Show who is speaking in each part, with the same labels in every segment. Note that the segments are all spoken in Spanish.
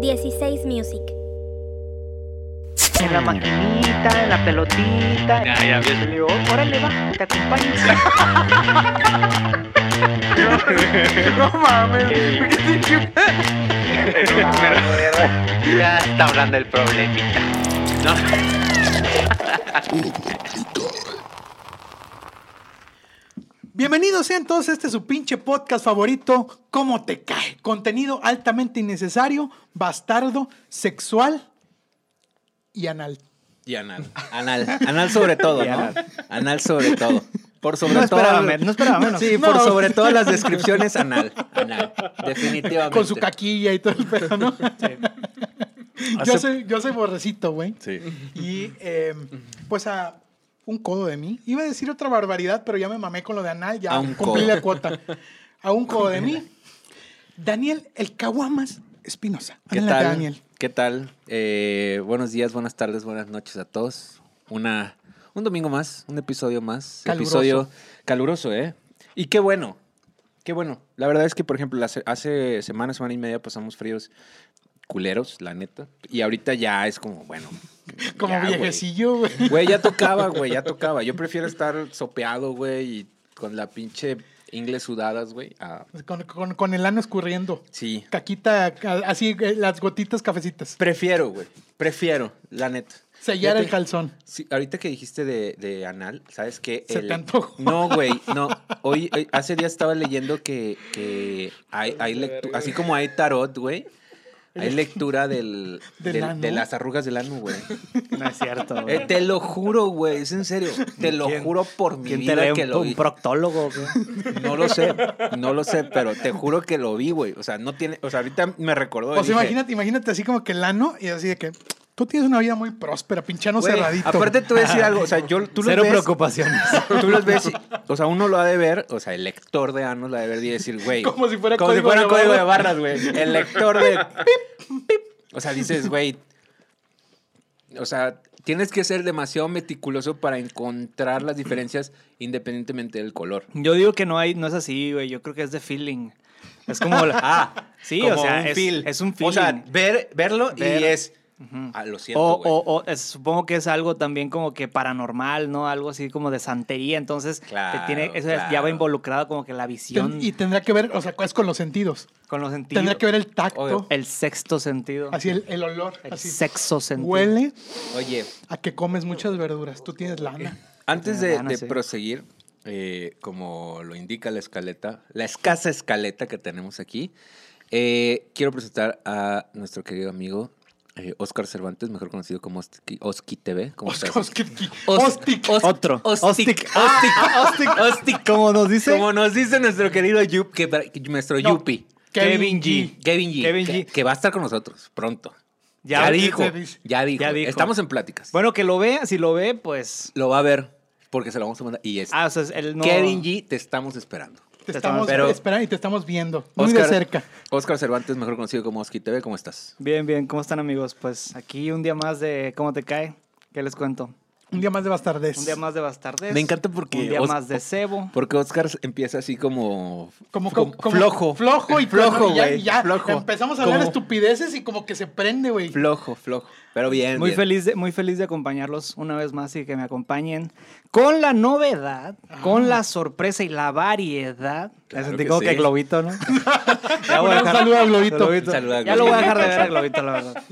Speaker 1: 16 Music.
Speaker 2: En la maquinita, en la pelotita.
Speaker 3: Ya, ya, ves.
Speaker 2: Le digo, órale, va, te acompaño. no, no mames,
Speaker 3: Ya está hablando el problemita. No.
Speaker 4: Bienvenidos sean todos a este su pinche podcast favorito, ¿Cómo te cae? Contenido altamente innecesario, bastardo, sexual y anal.
Speaker 5: Y anal. Anal. Anal sobre todo, ¿no? Anal sobre todo. Por sobre
Speaker 6: No
Speaker 5: todo.
Speaker 6: esperaba men- no esperaba menos.
Speaker 5: Sí,
Speaker 4: No.
Speaker 5: por sobre todas las descripciones, anal. Anal. Definitivamente.
Speaker 4: Con su caquilla y todo el pedo, ¿no? yo, soy, yo soy borrecito, güey.
Speaker 5: Sí.
Speaker 4: Y eh, pues a un codo de mí. Iba a decir otra barbaridad, pero ya me mamé con lo de anal, ya
Speaker 5: A un
Speaker 4: cumplí
Speaker 5: codo.
Speaker 4: la cuota. A un codo de mí. Daniel, el Caguamas Espinosa.
Speaker 5: ¿Qué
Speaker 4: Adelante,
Speaker 5: tal?
Speaker 4: Daniel.
Speaker 5: ¿Qué tal? Eh, buenos días, buenas tardes, buenas noches a todos. Una, un domingo más, un episodio más.
Speaker 4: Caluroso.
Speaker 5: Episodio caluroso, ¿eh? Y qué bueno. Qué bueno. La verdad es que, por ejemplo, hace, hace semana, semana y media pasamos fríos culeros, la neta. Y ahorita ya es como, bueno.
Speaker 4: Como
Speaker 5: ya, güey.
Speaker 4: viejecillo, güey.
Speaker 5: Güey, ya tocaba, güey, ya tocaba. Yo prefiero estar sopeado, güey, y con la pinche inglés sudadas, güey. a-
Speaker 4: Con, con- con el ano escurriendo.
Speaker 5: sí.
Speaker 4: Caquita, ca- así, eh, las gotitas cafecitas.
Speaker 5: Prefiero, güey. Prefiero, la neta.
Speaker 4: Sellar
Speaker 5: Ya
Speaker 4: el
Speaker 5: te-
Speaker 4: calzón.
Speaker 5: Sí, ahorita que dijiste de, de anal, ¿sabes qué?
Speaker 4: Se
Speaker 5: El-
Speaker 4: te antojó.
Speaker 5: No, güey, no. Hoy, hoy- hace días estaba leyendo que, que hay, hay lectu- así como hay tarot, güey, hay lectura del,
Speaker 4: Del
Speaker 5: del-
Speaker 4: ano.
Speaker 5: de las arrugas del ano, güey.
Speaker 6: No es cierto. güey.
Speaker 5: Eh, te lo juro, güey, es en serio. Te lo
Speaker 6: ¿Quién-
Speaker 5: juro por mi
Speaker 6: ¿Quién
Speaker 5: vida
Speaker 6: te lee
Speaker 5: que
Speaker 6: un,
Speaker 5: lo
Speaker 6: un
Speaker 5: vi.
Speaker 6: proctólogo? güey?
Speaker 5: No lo sé, no lo sé, pero te juro que lo vi, güey. O sea, no tiene, o sea, ahorita me recordó.
Speaker 4: O sea,
Speaker 5: dije,
Speaker 4: Pues imagínate, imagínate así como que el ano y así de que tú tienes una vida muy próspera, pinchano
Speaker 5: güey,
Speaker 4: cerradito.
Speaker 5: Aparte te voy a decir algo, o sea, yo, tú lo
Speaker 6: Cero
Speaker 5: ves,
Speaker 6: preocupaciones.
Speaker 5: Tú los ves, y- o sea, uno lo ha de ver, o sea, el lector de Anos la ha de ver y decir, güey.
Speaker 4: Como si fuera
Speaker 5: como si
Speaker 4: código
Speaker 5: fuera
Speaker 4: de
Speaker 5: código de
Speaker 4: barras.
Speaker 5: barras, güey. El lector de. pip, pip. O sea, dices, güey. O sea, tienes que ser demasiado meticuloso para encontrar las diferencias independientemente del color.
Speaker 6: Yo digo que no hay, no es así, güey. Yo creo que es de feeling. Es como la-
Speaker 5: Ah,
Speaker 6: sí,
Speaker 5: como
Speaker 6: o sea,
Speaker 5: un
Speaker 6: es,
Speaker 5: feel.
Speaker 6: es un feeling.
Speaker 5: O sea, ver, verlo
Speaker 6: Ver-
Speaker 5: y es. Ah, lo siento.
Speaker 6: o,
Speaker 5: güey.
Speaker 6: o- o es- supongo que es algo también como que paranormal, ¿no? Algo así como de santería. Entonces, te
Speaker 5: Claro,
Speaker 6: tiene, eso es- ya
Speaker 5: claro.
Speaker 6: va involucrado como que la visión
Speaker 4: Ten- y tendrá que ver, o sea, es con los sentidos.
Speaker 6: con los sentidos.
Speaker 4: Tendrá que ver el tacto,
Speaker 5: Obvio.
Speaker 6: El sexto sentido.
Speaker 4: así el, el olor,
Speaker 6: el
Speaker 4: así.
Speaker 6: sexto sentido.
Speaker 4: Huele
Speaker 5: Oye,
Speaker 4: a que comes muchas verduras. Tú
Speaker 5: Eh,
Speaker 4: tienes lana.
Speaker 5: Antes
Speaker 6: Tiene
Speaker 5: de,
Speaker 6: lana,
Speaker 5: de
Speaker 6: Ah, sí.
Speaker 5: proseguir, eh, como lo indica la escaleta, la escasa escaleta que tenemos aquí, eh, quiero presentar a nuestro querido amigo eh, Oscar Cervantes, mejor conocido como Oski, Oski TV. ¿Cómo
Speaker 4: Os-
Speaker 5: estás?
Speaker 4: os- que- que-
Speaker 5: Os-
Speaker 4: Ostic.
Speaker 5: os-
Speaker 6: Otro. ah,
Speaker 5: Ostic. Ostic. Ostic.
Speaker 6: Como nos dice
Speaker 5: Como nos dice nuestro querido Yup, que, para- que nuestro
Speaker 4: No.
Speaker 5: Yupi.
Speaker 4: Kevin
Speaker 6: Kevin
Speaker 4: G.
Speaker 6: G.
Speaker 5: Kevin G,
Speaker 6: Kevin
Speaker 5: que-
Speaker 6: G.
Speaker 5: Que, va a estar con nosotros pronto.
Speaker 6: Ya-
Speaker 5: Ya, dijo,
Speaker 4: ya dice.
Speaker 5: ya dijo.
Speaker 6: Ya dijo.
Speaker 5: Estamos en pláticas.
Speaker 6: Bueno, que lo vea, si lo ve, pues.
Speaker 5: Lo va a ver porque se lo vamos a mandar. Y es
Speaker 6: Ah, o sea, él no.
Speaker 5: Kevin G, te estamos esperando.
Speaker 4: Te estamos
Speaker 5: Pero-
Speaker 4: esperando y te estamos viendo. Muy de cerca.
Speaker 5: Oscar Cervantes, mejor conocido como Oski TV, ¿cómo estás?
Speaker 6: Bien, bien, ¿cómo están amigos? Pues aquí un día más de ¿Cómo te cae? ¿Qué les cuento?
Speaker 4: Un día más de bastardez.
Speaker 6: Un día más de bastardes.
Speaker 5: Me encanta porque
Speaker 6: Un día
Speaker 5: os-
Speaker 6: más de cebo.
Speaker 5: Porque Oscar empieza así como,
Speaker 4: Como,
Speaker 5: como
Speaker 4: como-
Speaker 5: flojo.
Speaker 4: Flojo y
Speaker 5: flojo,
Speaker 4: y ya-
Speaker 5: güey.
Speaker 4: y ya
Speaker 5: flojo.
Speaker 4: empezamos a hablar
Speaker 5: Como
Speaker 4: estupideces y como que se prende, güey.
Speaker 5: Flojo, flojo. Pero bien.
Speaker 6: Muy
Speaker 5: bien.
Speaker 6: feliz, de, muy feliz de acompañarlos una vez más y que me acompañen con la novedad, con la sorpresa y la variedad.
Speaker 5: Claro
Speaker 6: Me sentí
Speaker 5: que
Speaker 6: como
Speaker 5: sí.
Speaker 6: que Globito, ¿no? ya
Speaker 4: Un saludo a Globito.
Speaker 5: Un saludo a
Speaker 6: Ya lo voy
Speaker 5: Globito.
Speaker 6: a dejar de ver a Globito, la verdad.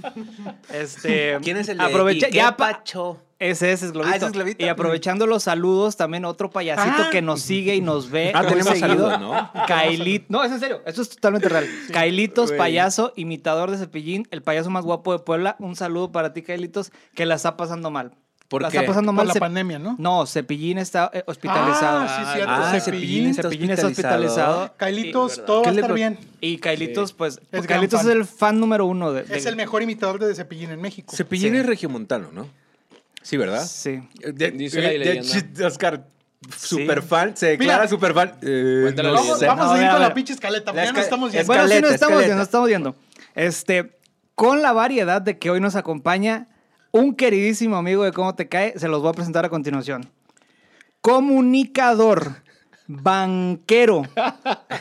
Speaker 6: Este,
Speaker 5: ¿Quién es el de
Speaker 6: aprovecha,
Speaker 5: ¿Y qué
Speaker 6: ya pa-
Speaker 5: pacho?
Speaker 6: Ese, ese es Globito.
Speaker 5: Ah, ese es Globito.
Speaker 6: Y aprovechando los saludos, también otro payasito
Speaker 4: Ah.
Speaker 6: que nos sigue y nos ve.
Speaker 5: Ah,
Speaker 6: muy
Speaker 5: tenemos
Speaker 6: seguido.
Speaker 5: saludos, ¿no?
Speaker 6: Kailit. No, es en serio. Esto es totalmente real. Kailitos, payaso, imitador de Cepillín, el payaso más guapo de Puebla. Un saludo para ti, Kailitos, que la está pasando mal.
Speaker 5: ¿Por
Speaker 6: la
Speaker 5: qué?
Speaker 6: está pasando
Speaker 4: Por
Speaker 6: mal.
Speaker 4: la
Speaker 6: Cep-
Speaker 4: pandemia, ¿no?
Speaker 6: No, Cepillín está eh, hospitalizado.
Speaker 4: Ah, sí, cierto.
Speaker 5: Ah,
Speaker 4: Cepillín.
Speaker 5: Cepillín.
Speaker 6: Cepillín está hospitalizado.
Speaker 4: Cailitos,
Speaker 6: Y-
Speaker 4: todo va a
Speaker 5: ¿Qué le
Speaker 4: estar
Speaker 5: pro-
Speaker 4: bien.
Speaker 6: Y Kailitos, pues.
Speaker 4: gran
Speaker 6: Kailitos
Speaker 4: fan.
Speaker 6: es el fan número uno de. de-
Speaker 4: Es el mejor imitador de Cepillín en México.
Speaker 5: Cepillín
Speaker 6: Sí.
Speaker 5: es regiomontano, ¿no? Sí, ¿verdad?
Speaker 6: Sí.
Speaker 5: De-
Speaker 3: Dice la
Speaker 5: de-
Speaker 3: leyenda.
Speaker 5: shit, Oscar, super fan, se
Speaker 4: Mira.
Speaker 5: declara super fan.
Speaker 3: Cuenta la
Speaker 4: Vamos,
Speaker 3: Sí.
Speaker 4: vamos
Speaker 6: No,
Speaker 4: a seguir
Speaker 6: a
Speaker 4: con
Speaker 6: ver.
Speaker 4: la pinche escaleta.
Speaker 5: La
Speaker 4: Ya no
Speaker 5: esca-
Speaker 4: estamos ya.
Speaker 5: es-
Speaker 6: bueno, sí,
Speaker 5: Escaleta,
Speaker 6: nos estamos
Speaker 5: escaleta.
Speaker 6: viendo, nos estamos viendo. Este, con la variedad de que hoy nos acompaña un queridísimo amigo de Cómo Te Cae, se los voy a presentar a continuación. Comunicador, banquero,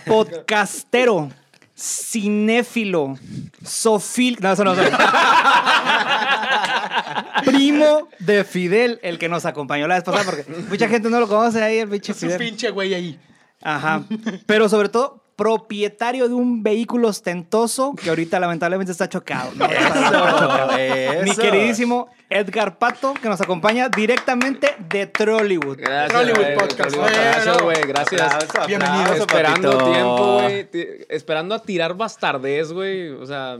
Speaker 6: podcastero, cinéfilo, sofil... No, eso no, eso no. Primo de Fidel, el que nos acompañó la vez pasada, porque mucha gente no lo conoce ahí, el pinche
Speaker 4: Es un
Speaker 6: Fidel.
Speaker 4: pinche güey ahí.
Speaker 6: Ajá. Pero sobre todo, propietario de un vehículo ostentoso que ahorita lamentablemente está chocado. ¿no? Mi queridísimo Edgar Pato, que nos acompaña directamente de Trollywood.
Speaker 1: Gracias,
Speaker 4: Hollywood
Speaker 1: güey,
Speaker 4: Podcast.
Speaker 1: Hollywood Podcast,
Speaker 4: Bueno.
Speaker 1: güey, gracias.
Speaker 4: Bienvenido. Aplauso,
Speaker 1: Estaba esperando tiempo, güey. ti- Esperando a tirar bastardez, güey. O sea,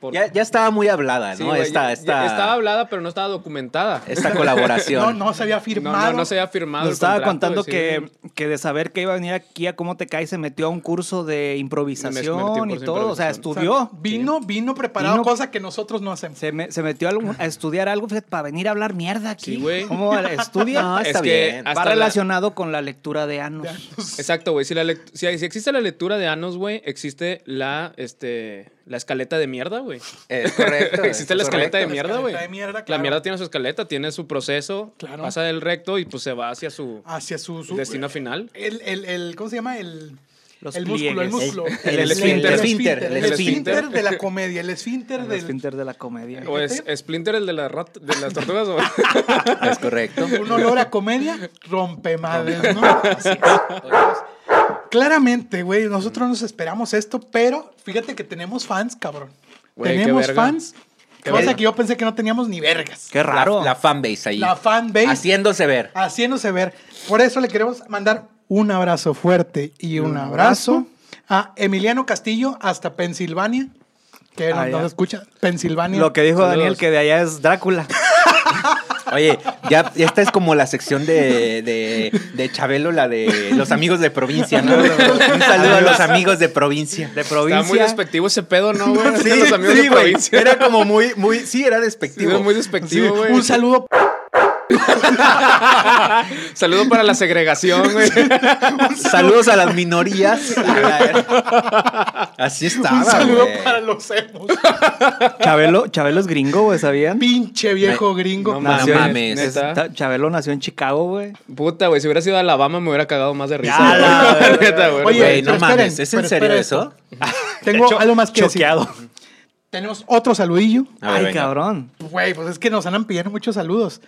Speaker 1: por-
Speaker 5: Ya, ya estaba muy hablada, ¿no?
Speaker 1: Sí, güey,
Speaker 5: esta,
Speaker 1: ya-
Speaker 5: esta,
Speaker 1: ya estaba hablada, pero no estaba documentada.
Speaker 5: esta colaboración.
Speaker 4: No, no se había
Speaker 1: No,
Speaker 4: firmado.
Speaker 1: no, no se había firmado.
Speaker 6: Nos
Speaker 1: el
Speaker 6: estaba
Speaker 1: contrato,
Speaker 6: contando
Speaker 1: sí.
Speaker 6: que, que de saber que iba a venir aquí a Cómo Te Caes se metió a un curso
Speaker 1: Me
Speaker 6: de
Speaker 1: metí un
Speaker 6: improvisación y
Speaker 1: curso de
Speaker 6: todo. O
Speaker 4: O sea,
Speaker 1: improvisación.
Speaker 6: sea, estudió.
Speaker 4: Vino, vino preparado,
Speaker 6: Vino-
Speaker 4: cosa que nosotros no hacemos.
Speaker 6: Se, me- se metió a, algún- a estudiar algo fíjate, para venir a hablar mierda aquí.
Speaker 1: Sí, güey.
Speaker 6: ¿Cómo estudia?
Speaker 5: No,
Speaker 1: Es
Speaker 5: está
Speaker 1: que
Speaker 5: bien.
Speaker 1: hasta
Speaker 6: Va
Speaker 1: la-
Speaker 6: relacionado con la lectura de Anos.
Speaker 1: Exacto, güey. Si, la lect- si, si existe la lectura de Anos, güey, existe la, este, la escaleta de mierda, güey.
Speaker 5: Es correcto.
Speaker 1: existe la
Speaker 5: es
Speaker 1: escaleta de
Speaker 5: correcto.
Speaker 1: mierda,
Speaker 4: escaleta
Speaker 1: güey.
Speaker 4: de mierda,
Speaker 1: La
Speaker 4: claro.
Speaker 1: mierda tiene su escaleta, tiene su proceso,
Speaker 4: Claro.
Speaker 1: pasa del recto y pues se va hacia su
Speaker 4: Hacia su, su-
Speaker 1: destino final.
Speaker 4: El, el, el, ¿Cómo se llama? El,
Speaker 6: Los
Speaker 4: el músculo, el
Speaker 6: pliegues.
Speaker 4: músculo.
Speaker 1: El- el esfínter.
Speaker 4: El
Speaker 1: El
Speaker 5: esfínter,
Speaker 4: esfínter.
Speaker 5: el
Speaker 4: El esfínter
Speaker 1: esfínter.
Speaker 4: de la comedia. El esfínter
Speaker 6: El
Speaker 4: del.
Speaker 6: esfínter de la comedia.
Speaker 1: ¿O es Splinter el de, la rat- de las tortugas? güey?
Speaker 5: Es correcto.
Speaker 4: Un olor a comedia rompe madres, ¿no? Así es. Claramente, güey, nosotros nos esperamos esto, pero fíjate que tenemos fans, cabrón.
Speaker 1: Güey, qué
Speaker 4: tenemos
Speaker 1: verga.
Speaker 4: fans.
Speaker 1: Qué
Speaker 4: cosa
Speaker 1: verga.
Speaker 4: que yo pensé que no teníamos ni vergas.
Speaker 6: Qué raro.
Speaker 5: La, la fanbase ahí.
Speaker 4: La fanbase.
Speaker 5: Haciéndose ver.
Speaker 4: haciéndose ver. Por eso le queremos mandar un abrazo fuerte y un abrazo a Emiliano Castillo hasta Pensilvania, que nos,
Speaker 6: Ah, ya.
Speaker 4: nos escucha. Pensilvania.
Speaker 6: Lo que dijo
Speaker 1: Saludos.
Speaker 6: Daniel, que de allá es Drácula.
Speaker 5: Oye, ya, ya esta es como la sección de, de, de Chabelo, la de los amigos de provincia, ¿no? Un saludo a los amigos de provincia.
Speaker 6: De
Speaker 1: Está
Speaker 6: provincia.
Speaker 1: muy despectivo ese pedo, ¿no, güey?
Speaker 5: Sí,
Speaker 1: Los amigos
Speaker 5: sí,
Speaker 1: de
Speaker 5: güey.
Speaker 1: provincia.
Speaker 5: Era como muy, muy, sí, era
Speaker 1: Sí,
Speaker 5: despectivo.
Speaker 1: güey, muy
Speaker 4: Sí,
Speaker 1: despectivo, güey.
Speaker 4: un saludo,
Speaker 1: Saludo para la segregación, güey.
Speaker 5: Saludos a las minorías. Así estaba.
Speaker 4: un saludo
Speaker 5: güey.
Speaker 4: para los emos.
Speaker 6: Chabelo, Chabelo es gringo, güey, ¿sabían?
Speaker 4: Pinche viejo gringo.
Speaker 1: No
Speaker 5: Ah, No
Speaker 1: Nació en-
Speaker 5: mames.
Speaker 1: neta.
Speaker 6: Ta- Chabelo nació en Chicago, güey.
Speaker 1: Puta, güey. Si hubiera sido Alabama, me hubiera cagado más de risa.
Speaker 6: Ya,
Speaker 1: güey.
Speaker 6: la verga.
Speaker 1: Neta, güey.
Speaker 4: Oye,
Speaker 5: Güey, no
Speaker 4: pero
Speaker 5: mames,
Speaker 4: esperen,
Speaker 5: ¿es en
Speaker 4: pero espera
Speaker 5: serio eso?
Speaker 4: Tengo algo más que
Speaker 6: choqueado.
Speaker 4: decir. Tenemos otro saludillo.
Speaker 5: A ver,
Speaker 6: Ay,
Speaker 5: venga.
Speaker 6: cabrón.
Speaker 4: Güey, pues es que nos andan pidiendo muchos saludos.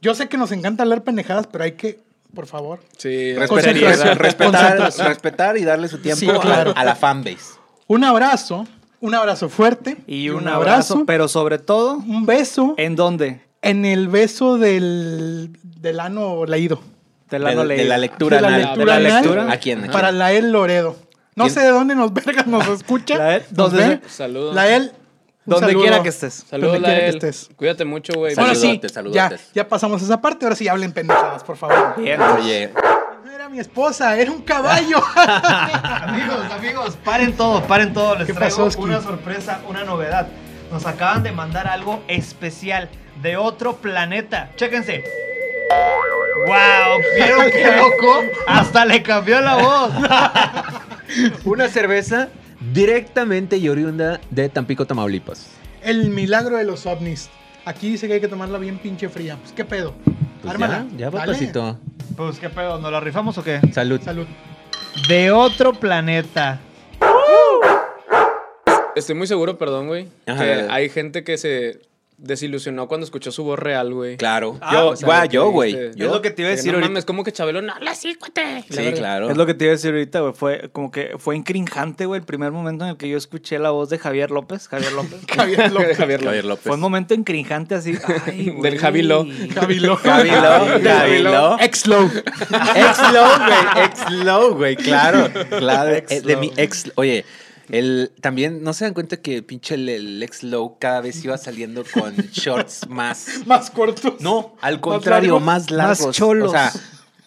Speaker 4: Yo sé que nos encanta hablar pendejadas, pero hay que, por favor,
Speaker 1: Sí.
Speaker 5: Respetar, y-
Speaker 4: Concentración.
Speaker 5: respetar,
Speaker 4: Concentración.
Speaker 5: respetar y darle su tiempo
Speaker 4: Sí, claro.
Speaker 5: a, a la fanbase.
Speaker 4: un abrazo, un abrazo fuerte
Speaker 6: Y un, abrazo, pero sobre todo,
Speaker 4: un beso
Speaker 6: ¿en dónde?
Speaker 4: en el beso del, del ano leído.
Speaker 6: Te la
Speaker 5: de,
Speaker 6: no
Speaker 5: de
Speaker 6: leí.
Speaker 5: la lectura.
Speaker 4: de la
Speaker 5: anal.
Speaker 4: lectura
Speaker 6: ¿De la
Speaker 4: anal
Speaker 6: lectura?
Speaker 5: ¿A quién? ¿A quién?
Speaker 4: Para Lael Loredo. No
Speaker 5: ¿Quién?
Speaker 4: sé de dónde nos vergas nos escucha.
Speaker 6: Lael,
Speaker 4: nos
Speaker 6: ¿dónde
Speaker 4: ve.
Speaker 1: se- Saludos.
Speaker 4: Lael, un
Speaker 6: Donde
Speaker 4: saludo.
Speaker 6: quiera que estés.
Speaker 1: Saludos,
Speaker 4: Donde quiera que
Speaker 6: E.
Speaker 1: Lael.
Speaker 4: estés.
Speaker 1: Cuídate mucho, güey.
Speaker 5: Ahora
Speaker 4: Ahora
Speaker 5: sí,
Speaker 4: sí,
Speaker 5: Saludotes,
Speaker 4: ya,
Speaker 5: saludotes.
Speaker 4: ya pasamos esa parte, ahora sí hablen pendejadas, por favor.
Speaker 6: Bien.
Speaker 5: Oye,
Speaker 4: No era mi esposa, era un caballo.
Speaker 6: Amigos, amigos, paren todos, paren todos. Les
Speaker 4: ¿Qué
Speaker 6: traigo
Speaker 4: pasó, Oski?
Speaker 6: una sorpresa, una novedad. Nos acaban de mandar algo especial de otro planeta. Chéquense. ¡Wow! ¿Vieron qué loco? Hasta le cambió la voz.
Speaker 5: una cerveza directamente y oriunda de Tampico, Tamaulipas.
Speaker 4: El milagro de los ovnis. Aquí dice que hay que tomarla bien pinche fría. Pues qué pedo.
Speaker 5: Pues
Speaker 4: Ármala.
Speaker 5: ya, ya
Speaker 4: Dale.
Speaker 5: papacito.
Speaker 6: Pues qué pedo, ¿nos la rifamos o qué?
Speaker 5: Salud.
Speaker 4: Salud.
Speaker 6: De otro planeta.
Speaker 1: Estoy muy seguro, perdón, güey. Que
Speaker 5: Ajá, dale.
Speaker 1: hay gente que se desilusionó cuando escuchó su voz real, güey.
Speaker 5: Claro.
Speaker 6: Ah,
Speaker 5: yo,
Speaker 1: O sea,
Speaker 5: guau,
Speaker 1: que
Speaker 5: yo, güey.
Speaker 1: dijiste,
Speaker 5: Yo.
Speaker 6: Es lo que te iba a
Speaker 1: que
Speaker 6: decir
Speaker 1: no
Speaker 6: ahorita.
Speaker 1: mames, ¿cómo que Chabelo no habla así, cuate? La
Speaker 5: Sí,
Speaker 1: verga.
Speaker 5: claro.
Speaker 6: Es lo que te iba a decir ahorita, güey. Fue como que fue encrinjante, güey, el primer momento en el que yo escuché la voz de Javier López. Javier López.
Speaker 4: Javier López.
Speaker 1: Javier López.
Speaker 5: Javier López.
Speaker 6: Fue un momento encrinjante así. Ay,
Speaker 1: Del
Speaker 6: güey.
Speaker 1: Javilo.
Speaker 4: Cabilo.
Speaker 5: Cabilo, Cabilo.
Speaker 4: Exlow.
Speaker 5: Ex-low, güey. Ex-low, güey. Claro. Claro. eh, de mi ex. Oye. El, también, ¿no se dan cuenta que pinche el, el ex-low cada vez iba saliendo con shorts más
Speaker 4: Más cortos.
Speaker 5: No, al contrario,
Speaker 4: largos?
Speaker 5: más largos.
Speaker 6: Más cholos.
Speaker 5: O sea,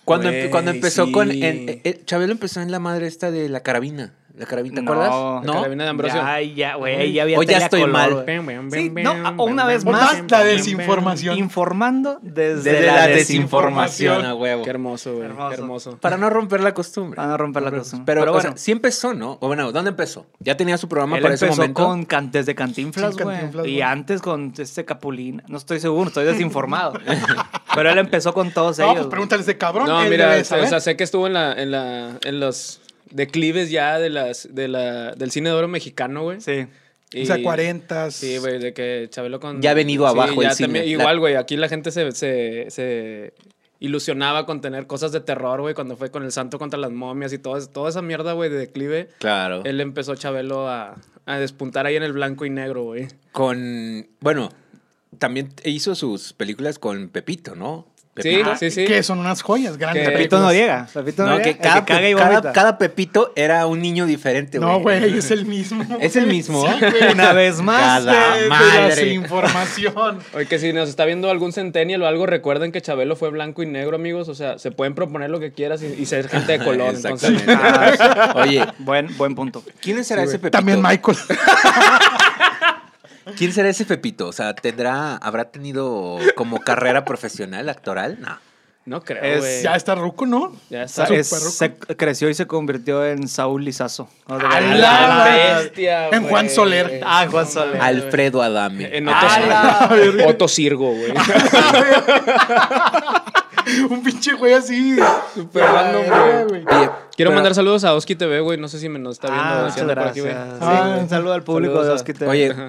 Speaker 5: cuando,
Speaker 1: Güey,
Speaker 5: empe- cuando empezó
Speaker 1: sí.
Speaker 5: con. en- eh, eh, Chabelo empezó en la madre esta de la carabina. ¿La carabina, te
Speaker 6: No.
Speaker 5: acuerdas?
Speaker 1: La carabina de Ambrosio.
Speaker 6: Ay, ya, güey, ya había
Speaker 5: Hoy ya
Speaker 6: tele a
Speaker 5: estoy
Speaker 6: color,
Speaker 5: mal.
Speaker 6: güey.
Speaker 1: Bem, bem,
Speaker 6: Sí,
Speaker 1: bem,
Speaker 6: no,
Speaker 1: bem,
Speaker 6: ah, una
Speaker 1: bem,
Speaker 6: vez
Speaker 1: bem,
Speaker 6: más, em,
Speaker 1: bem,
Speaker 4: la
Speaker 1: bem,
Speaker 4: desinformación.
Speaker 6: Informando desde,
Speaker 5: Desde,
Speaker 4: desinformación.
Speaker 5: la, desinformación, a huevo.
Speaker 1: bem. Qué hermoso, güey.
Speaker 6: Hermoso.
Speaker 1: Qué hermoso.
Speaker 5: Para no romper la costumbre.
Speaker 6: Van a romper la cosa.
Speaker 5: Pero, o
Speaker 6: bueno,
Speaker 5: sea, sí empezó, ¿no? O bueno, ¿dónde empezó? Ya tenía su programa
Speaker 6: él
Speaker 5: para ese
Speaker 6: empezó
Speaker 5: momento.
Speaker 6: con cantes de Cantinflas,
Speaker 4: Sí,
Speaker 6: güey.
Speaker 4: Cantinflas,
Speaker 6: y
Speaker 4: güey.
Speaker 6: antes con este Capulín. No estoy seguro, estoy desinformado. pero él empezó con todos
Speaker 4: No,
Speaker 6: ellos.
Speaker 4: pues
Speaker 6: güey.
Speaker 4: pregúntale a ese cabrón.
Speaker 1: No,
Speaker 4: él
Speaker 1: mira,
Speaker 4: debe
Speaker 1: o sea,
Speaker 4: saber.
Speaker 1: sé que estuvo en la, en la, en los declives ya de las, de la, del cine de oro mexicano, güey.
Speaker 4: Eh,
Speaker 6: Sí.
Speaker 1: Y-
Speaker 4: O sea, 40.
Speaker 1: Sí, güey, de que Chabelo con...
Speaker 5: Ya ha venido abajo el
Speaker 1: ya
Speaker 5: cine. La-
Speaker 1: Igual, güey, aquí la gente se, se, se ilusionaba con tener cosas de terror, güey, cuando fue con El Santo contra las momias y todo, toda esa mierda, güey, de declive.
Speaker 5: Claro.
Speaker 1: Él empezó Chabelo a, a despuntar ahí en el blanco y negro, güey.
Speaker 5: Con. Bueno, también hizo sus películas con Pepito, ¿no?
Speaker 1: Sí,
Speaker 5: Pepito.
Speaker 1: sí, sí.
Speaker 4: Ah, Que son unas joyas grandes.
Speaker 1: Que-
Speaker 6: Pepito
Speaker 4: películas.
Speaker 6: Noriega. Pepito
Speaker 5: No,
Speaker 6: Noriega.
Speaker 5: que
Speaker 6: el
Speaker 5: cada,
Speaker 6: caga y
Speaker 5: cada-
Speaker 6: vomita.
Speaker 5: cada Pepito era un niño diferente, güey.
Speaker 4: No, güey, es el mismo.
Speaker 5: Es el mismo.
Speaker 6: Una vez más.
Speaker 5: Cada-
Speaker 4: Pero
Speaker 5: madre.
Speaker 4: sin información.
Speaker 1: Oye, que si nos está viendo algún centennial o algo, recuerden que Chabelo fue blanco y negro, amigos. O sea, se pueden proponer lo que quieras y, y ser gente de color. entonces,
Speaker 5: Exactamente. Ah, Oye,
Speaker 6: Buen, buen punto.
Speaker 5: ¿quién será ese Pepito?
Speaker 4: También Michael.
Speaker 5: ¿Quién será ese Pepito? O sea, ¿tendrá, habrá tenido como carrera profesional, actoral? No.
Speaker 1: no creo,
Speaker 6: Es-
Speaker 1: güey.
Speaker 4: ya está ruco, ¿no?
Speaker 1: Ya
Speaker 6: O sea,
Speaker 1: está.
Speaker 4: Súper
Speaker 6: es-
Speaker 4: ruco.
Speaker 6: se creció y se convirtió en Saúl Lizazo. No, de
Speaker 4: ¡A
Speaker 6: verdad.
Speaker 4: la
Speaker 1: la
Speaker 4: madre!
Speaker 1: bestia,
Speaker 4: En
Speaker 1: güey.
Speaker 4: Juan Soler.
Speaker 6: Ah, Juan Soler.
Speaker 5: Alfredo Adame.
Speaker 1: En
Speaker 5: Ah,
Speaker 1: Otto, Otto Sirgo, güey.
Speaker 4: Un pinche güey así.
Speaker 1: Super random,
Speaker 4: Ah,
Speaker 1: güey.
Speaker 5: oye,
Speaker 1: Quiero
Speaker 5: pero-
Speaker 1: mandar saludos a Oski TV, güey. No sé si me nos está viendo.
Speaker 6: Ah,
Speaker 1: si
Speaker 6: muchas
Speaker 1: anda por aquí,
Speaker 6: gracias.
Speaker 1: güey.
Speaker 4: Ah,
Speaker 6: Sí, un saludo al público
Speaker 1: saludos
Speaker 6: de
Speaker 1: a-
Speaker 6: Oski TV.
Speaker 5: Oye,
Speaker 1: Ajá.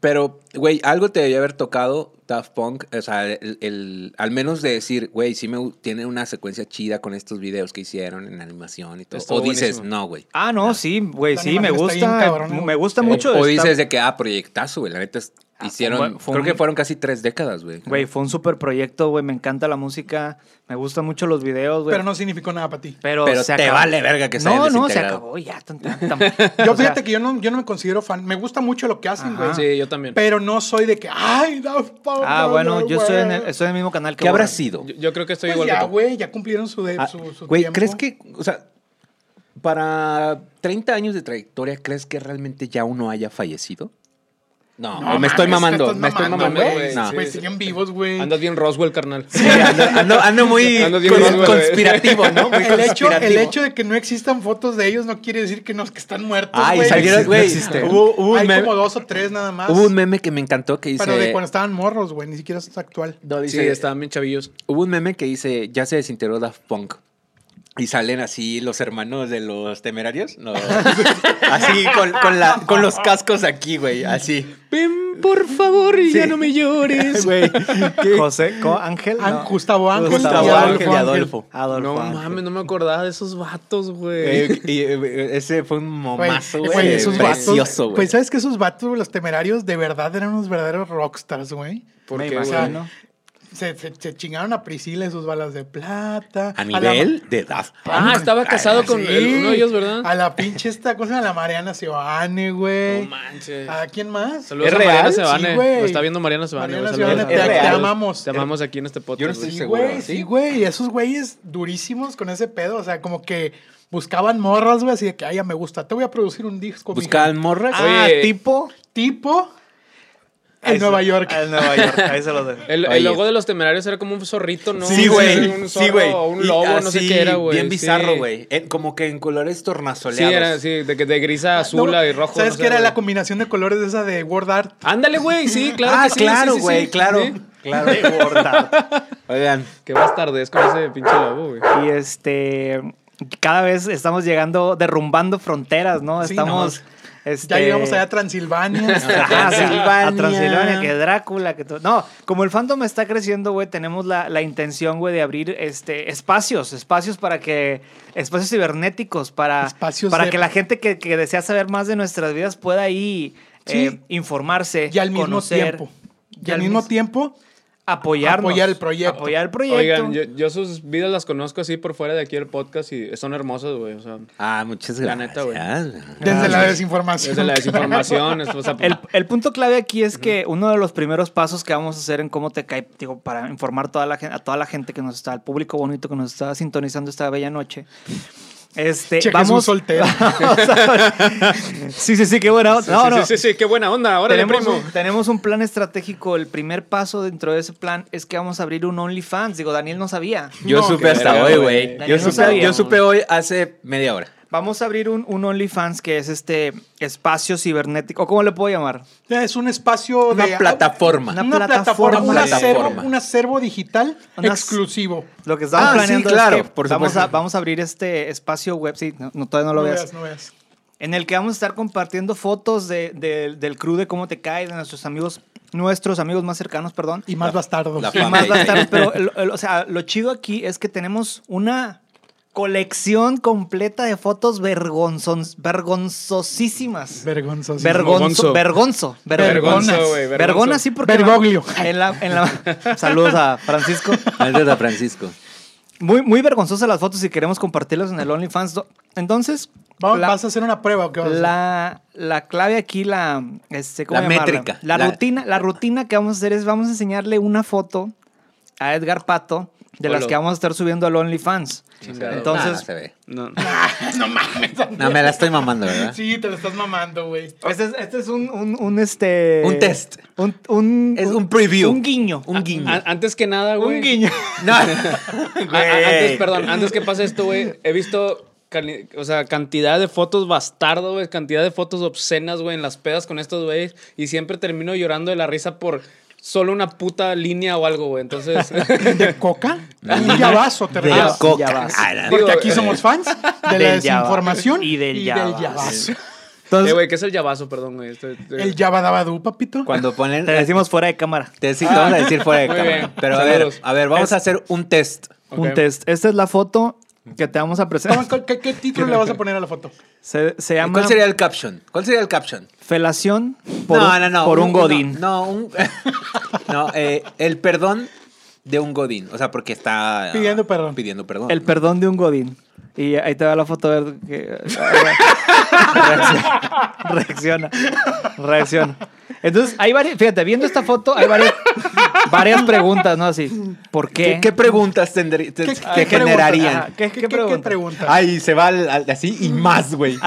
Speaker 5: pero, güey, algo te debería haber tocado Daft Punk. O sea, el, el- al menos de decir, güey, sí me gu- tiene una secuencia chida con estos videos que hicieron en animación y todo.
Speaker 1: Estuvo
Speaker 5: o dices,
Speaker 1: buenísimo.
Speaker 5: no, güey.
Speaker 6: Ah, no, sí, güey,
Speaker 4: La
Speaker 6: sí, me
Speaker 4: animación está
Speaker 6: gusta.
Speaker 4: bien cabrona.
Speaker 6: me gusta
Speaker 1: Sí.
Speaker 6: mucho.
Speaker 5: O
Speaker 6: está-
Speaker 5: dices de que, ah, proyectazo, güey. La neta, es-
Speaker 1: Ah,
Speaker 5: hicieron,
Speaker 6: fue- fue
Speaker 5: creo
Speaker 6: un-
Speaker 5: que fueron casi tres décadas, güey.
Speaker 6: Güey, fue un super proyecto, güey. Me encanta la música. Me gustan mucho los videos, güey.
Speaker 4: Pero no significó nada para ti.
Speaker 6: pero,
Speaker 5: Pero
Speaker 6: se
Speaker 5: te
Speaker 6: acabó.
Speaker 5: vale verga que se
Speaker 6: No,
Speaker 5: hayan
Speaker 6: no, se
Speaker 5: desintegrado.
Speaker 6: acabó ya. tan, tan, tan.
Speaker 4: Yo
Speaker 6: O sea,
Speaker 4: fíjate que yo no, yo no me considero fan. Me gusta mucho lo que hacen, güey.
Speaker 6: Ajá.
Speaker 1: Sí, yo también.
Speaker 4: Pero no soy de que, ay, Daft Punk,
Speaker 6: Ah,
Speaker 4: no,
Speaker 6: bueno,
Speaker 4: no,
Speaker 6: yo estoy en,
Speaker 4: güey".
Speaker 6: el, estoy en el mismo canal que
Speaker 5: ¿Qué habrá
Speaker 6: Borre.
Speaker 5: sido?
Speaker 1: Yo, yo creo que estoy
Speaker 4: Pues
Speaker 1: igual
Speaker 4: ya,
Speaker 1: que tú.
Speaker 4: güey, ya cumplieron su, de,
Speaker 5: Ah,
Speaker 4: su, su
Speaker 5: Güey,
Speaker 4: tiempo.
Speaker 5: ¿crees que, o sea, para 30 años de trayectoria, ¿crees que realmente ya uno haya fallecido? No,
Speaker 4: No,
Speaker 5: me estoy
Speaker 4: mames,
Speaker 5: mamando,
Speaker 4: te estás
Speaker 5: me estoy mamando.
Speaker 1: mamando,
Speaker 4: güey.
Speaker 5: No.
Speaker 4: Güey,
Speaker 1: Sí, sí.
Speaker 4: siguen vivos, güey.
Speaker 1: Andas bien Roswell, carnal.
Speaker 5: Sí, ando, ando- ando muy
Speaker 1: Ando bien
Speaker 5: cons-
Speaker 1: mamando, güey.
Speaker 5: conspirativo, ¿no? Muy
Speaker 4: El hecho, el
Speaker 5: conspirativo.
Speaker 4: hecho de que no existan fotos de ellos no quiere decir que no, que están muertos,
Speaker 5: Ay,
Speaker 4: güey.
Speaker 5: salieron,
Speaker 6: existe, no
Speaker 5: güey.
Speaker 6: existe.
Speaker 5: Hubo, hubo un
Speaker 4: Hay
Speaker 5: meme,
Speaker 4: como dos o tres nada más.
Speaker 5: hubo un meme que me encantó que dice.
Speaker 4: Pero de cuando estaban morros, güey, ni siquiera es actual.
Speaker 5: no,
Speaker 1: Sí,
Speaker 5: dice,
Speaker 1: estaban bien chavillos.
Speaker 5: Hubo un meme que dice, ya se desintegró Daft Punk. Y salen así los hermanos de los temerarios. No. así con, con la, con los cascos aquí, güey. Así.
Speaker 1: Ven, por favor, y ya no me llores.
Speaker 5: Güey.
Speaker 6: José, ¿co- Ángel?
Speaker 4: An-
Speaker 6: No.
Speaker 4: Gustavo Ángel.
Speaker 6: Gustavo
Speaker 4: y
Speaker 6: Ángel
Speaker 5: y Adolfo.
Speaker 6: Adolfo.
Speaker 1: No
Speaker 6: Ángel.
Speaker 1: mames, no me acordaba de esos vatos, güey.
Speaker 5: Eh, y, eh, ese fue un
Speaker 4: Güey,
Speaker 5: momazo,
Speaker 4: güey,
Speaker 5: güey.
Speaker 4: esos vatos.
Speaker 5: Precioso, güey.
Speaker 4: Pues sabes que esos vatos, los temerarios, de verdad eran unos verdaderos rockstars, güey.
Speaker 1: ¿Por
Speaker 6: Me
Speaker 1: qué, güey?
Speaker 6: imagino.
Speaker 4: Se, se- se chingaron a Priscila y sus balas de plata.
Speaker 5: a
Speaker 4: la-
Speaker 5: nivel de Daft Punk.
Speaker 1: Ah, estaba casado con
Speaker 4: Sí.
Speaker 1: el- uno de ellos, ¿verdad?
Speaker 5: Ah,
Speaker 4: A la pinche esta cosa, a la Mariana Seoane,
Speaker 1: No
Speaker 4: güey.
Speaker 1: manches.
Speaker 4: ¿A quién más?
Speaker 1: Saludos
Speaker 5: ah, ¿Es
Speaker 1: a Mariana
Speaker 5: real?
Speaker 1: Sebane.
Speaker 4: Sí, güey.
Speaker 1: Lo está viendo Mariana Sebane.
Speaker 4: Mariana
Speaker 1: güey. Saludos.
Speaker 4: Sebane,
Speaker 5: te- te
Speaker 1: Saludos.
Speaker 4: amamos.
Speaker 1: Te amamos aquí en este podcast.
Speaker 5: Yo no
Speaker 1: güey.
Speaker 5: estoy
Speaker 4: Sí,
Speaker 5: seguro,
Speaker 4: güey,
Speaker 5: ¿sí?
Speaker 4: sí, güey. Esos güeyes durísimos con ese pedo. O sea, como que buscaban morras, güey, así de que, ay, ya me gusta. Te voy a producir un disco. mijo".
Speaker 5: Buscaban morras.
Speaker 6: Ah,
Speaker 1: Oye.
Speaker 6: tipo.
Speaker 4: Tipo en
Speaker 6: Ahí se-
Speaker 4: Nueva York.
Speaker 6: En Nueva York. Ahí se lo dejo.
Speaker 1: El, el
Speaker 5: Oye.
Speaker 1: logo de los temerarios era como un zorrito, ¿no?
Speaker 5: Sí, güey.
Speaker 1: Un
Speaker 5: Sí,
Speaker 1: zorro
Speaker 5: güey.
Speaker 1: o un
Speaker 5: Y
Speaker 1: lobo, no sé
Speaker 5: así,
Speaker 1: qué era, güey.
Speaker 5: Bien
Speaker 1: Sí.
Speaker 5: bizarro, güey. Eh, Como que en colores Ah,
Speaker 1: Sí,
Speaker 5: tornasoleados.
Speaker 1: era sí, de, que- de gris a azul
Speaker 4: No,
Speaker 1: y rojo.
Speaker 4: ¿Sabes
Speaker 1: no
Speaker 4: qué
Speaker 1: sé,
Speaker 4: era
Speaker 1: güey.
Speaker 4: la combinación de colores esa de Word Art?
Speaker 1: Ándale, güey, sí, claro.
Speaker 5: ah,
Speaker 1: que sí,
Speaker 5: claro,
Speaker 1: sí, sí,
Speaker 5: güey,
Speaker 1: sí.
Speaker 5: claro.
Speaker 1: Sí.
Speaker 5: Claro. Oigan,
Speaker 1: Qué bastardes con ese pinche lobo, güey.
Speaker 6: Y este. Cada vez estamos llegando, derrumbando fronteras, ¿no?
Speaker 4: Sí,
Speaker 6: Estamos. este,
Speaker 4: Ya llegamos allá a Transilvania.
Speaker 6: Ajá,
Speaker 5: Transilvania.
Speaker 6: A Transilvania, que Drácula, que todo. No, como el fandom está creciendo, güey, tenemos la, la intención, güey, de abrir este, espacios, espacios para que, espacios cibernéticos, para,
Speaker 4: Espacios
Speaker 6: para
Speaker 4: de-
Speaker 6: que la gente que, que desea saber más de nuestras vidas pueda ahí
Speaker 4: Sí.
Speaker 6: eh, informarse,
Speaker 4: y al mismo
Speaker 6: conocer,
Speaker 4: tiempo. Y
Speaker 6: y
Speaker 4: al mismo
Speaker 6: mis-
Speaker 4: tiempo,
Speaker 6: apoyarnos,
Speaker 4: apoyar el proyecto.
Speaker 6: Apoyar el proyecto.
Speaker 1: Oigan, yo, yo sus vidas las conozco así por fuera de aquí el podcast y son hermosas, güey. O sea,
Speaker 5: ah, muchas
Speaker 1: La
Speaker 5: gracias.
Speaker 1: neta, güey.
Speaker 4: desde la
Speaker 6: Gracias.
Speaker 4: desinformación.
Speaker 1: desde la desinformación, es- o sea,
Speaker 6: El, el punto clave aquí es que uno de los primeros pasos que vamos a hacer en cómo te cae, digo, para informar toda la, gen- a toda la gente que nos está, al público bonito que nos está sintonizando esta bella noche. Este,
Speaker 4: Che, Jesús
Speaker 6: vamos.
Speaker 4: soltero.
Speaker 6: vamos a- sí, sí, sí, qué buena. onda.
Speaker 1: sí,
Speaker 6: no,
Speaker 1: sí,
Speaker 6: no.
Speaker 1: sí, sí, sí, qué buena onda. Ahora le
Speaker 6: Tenemos
Speaker 1: primo.
Speaker 6: un, tenemos un plan estratégico. El primer paso dentro de ese plan es que vamos a abrir un OnlyFans. Digo, Daniel no sabía.
Speaker 5: Yo
Speaker 4: No,
Speaker 5: supe
Speaker 4: qué
Speaker 5: hasta
Speaker 1: verga,
Speaker 5: hoy,
Speaker 1: güey.
Speaker 5: güey.
Speaker 6: Daniel,
Speaker 5: Yo
Speaker 6: no
Speaker 5: supe, yo
Speaker 6: sabíamos.
Speaker 5: supe hoy hace media hora.
Speaker 6: Vamos a abrir un, un OnlyFans que es este espacio cibernético. ¿O cómo le puedo llamar?
Speaker 4: Es un espacio
Speaker 5: Una
Speaker 4: de.
Speaker 5: plataforma.
Speaker 4: Una, plataforma.
Speaker 6: plataforma.
Speaker 4: Un, acervo,
Speaker 5: Plataforma.
Speaker 4: un acervo digital
Speaker 6: Una-
Speaker 4: exclusivo.
Speaker 6: Lo que estamos
Speaker 5: Ah, sí,
Speaker 6: planeando
Speaker 5: claro,
Speaker 6: es que
Speaker 5: por
Speaker 6: vamos,
Speaker 5: supuesto.
Speaker 6: a, vamos a abrir este espacio web. Sí, no, no, todavía no lo veas.
Speaker 4: no veas.
Speaker 6: En el que vamos a estar compartiendo fotos de- de- del crew de cómo te cae, de nuestros amigos, nuestros amigos más cercanos, perdón.
Speaker 4: Y más bastardos.
Speaker 5: la
Speaker 6: Y
Speaker 5: fama.
Speaker 6: más bastardos, pero el- el- o sea, lo chido aquí es que tenemos una colección completa de fotos vergonzon- vergonzosísimas.
Speaker 4: Vergonzoso.
Speaker 1: Vergonzo.
Speaker 6: Vergonzo, vergonzo, ver-
Speaker 1: Vergonzo,
Speaker 6: vergonas.
Speaker 1: güey, vergonzo.
Speaker 6: Vergonas, sí, porque.
Speaker 4: Vergoglio.
Speaker 6: En la, en la- saludos a Francisco.
Speaker 5: Maldita Francisco.
Speaker 6: Muy, muy vergonzosas las fotos y queremos compartirlas en el OnlyFans. Do- Entonces,
Speaker 4: Va-
Speaker 6: la,
Speaker 4: ¿Vas a hacer una prueba o qué vas a hacer?
Speaker 6: la, la clave aquí, la, este, ¿cómo
Speaker 5: La
Speaker 6: llamarla?
Speaker 5: métrica.
Speaker 6: La,
Speaker 5: La-
Speaker 6: rutina, la rutina que vamos a hacer es vamos a enseñarle una foto a Edgar Pato de las
Speaker 1: Hola.
Speaker 6: que vamos a estar subiendo al OnlyFans.
Speaker 1: Chingado.
Speaker 6: Entonces,
Speaker 5: Nah, se ve.
Speaker 1: No.
Speaker 5: No, me la estoy mamando, ¿verdad?
Speaker 4: Sí, te lo estás mamando, güey.
Speaker 6: Este es, este es un, un, un, este...
Speaker 5: Un test.
Speaker 6: Un, un,
Speaker 5: Es un preview.
Speaker 6: Un guiño.
Speaker 1: Ah,
Speaker 5: Un guiño.
Speaker 1: A- antes que nada, güey.
Speaker 6: Un guiño.
Speaker 5: No.
Speaker 1: A- a- ah, antes, perdón, antes que pase esto, güey, he visto cali- o sea, cantidad de fotos bastardo, güey, cantidad de fotos obscenas, güey, en las pedas con estos güeyes y siempre termino llorando de la risa por solo una puta línea o algo, güey. Entonces,
Speaker 4: ¿De coca? Un llavazo, te
Speaker 5: De
Speaker 6: Ah,
Speaker 4: recuerdo.
Speaker 5: coca.
Speaker 6: ya vas.
Speaker 5: Ah, la-
Speaker 1: Digo,
Speaker 4: Porque aquí
Speaker 1: eh,
Speaker 4: somos fans de
Speaker 6: del
Speaker 4: la
Speaker 6: llava-
Speaker 4: desinformación
Speaker 6: y del llavazo.
Speaker 4: llavazo.
Speaker 1: eh,
Speaker 6: Entonces,
Speaker 1: güey, ¿qué es el llavazo? Perdón, güey. este, Estoy- estoy-
Speaker 4: El llavadabadú, papito.
Speaker 5: Cuando ponen.
Speaker 6: te decimos fuera de cámara.
Speaker 5: Te sí, te vamos a decir fuera de
Speaker 1: Muy
Speaker 5: cámara.
Speaker 1: bien.
Speaker 5: Pero a ver,
Speaker 1: Saludos.
Speaker 5: a ver, vamos a hacer un test.
Speaker 1: Ok.
Speaker 6: Un test. Esta es la foto que te vamos a presentar.
Speaker 4: ¿Cómo- ¿Qué, qué título le vas a poner a la foto?
Speaker 6: Se, se llama
Speaker 5: ¿Cuál sería el caption? ¿Cuál sería el caption?
Speaker 6: felación por, un, por un godín.
Speaker 5: No, un- no, eh, el perdón de un godín. O sea, porque está... ah,
Speaker 4: Pidiendo perdón.
Speaker 5: Pidiendo perdón.
Speaker 6: El perdón de un godín. Y ahí te va la foto a ver que- eh, reacciona. Reacciona. Entonces, hay varias, fíjate, viendo esta foto hay varias, varias preguntas, ¿no? Así, ¿por
Speaker 5: ¿Qué,
Speaker 6: qué?
Speaker 5: qué preguntas tendría? te- te
Speaker 6: qué
Speaker 5: generarían?
Speaker 6: preguntas? Ajá. ¿Qué- qué pregunta? Mm.
Speaker 5: Ay, se va al- al- así y más, güey.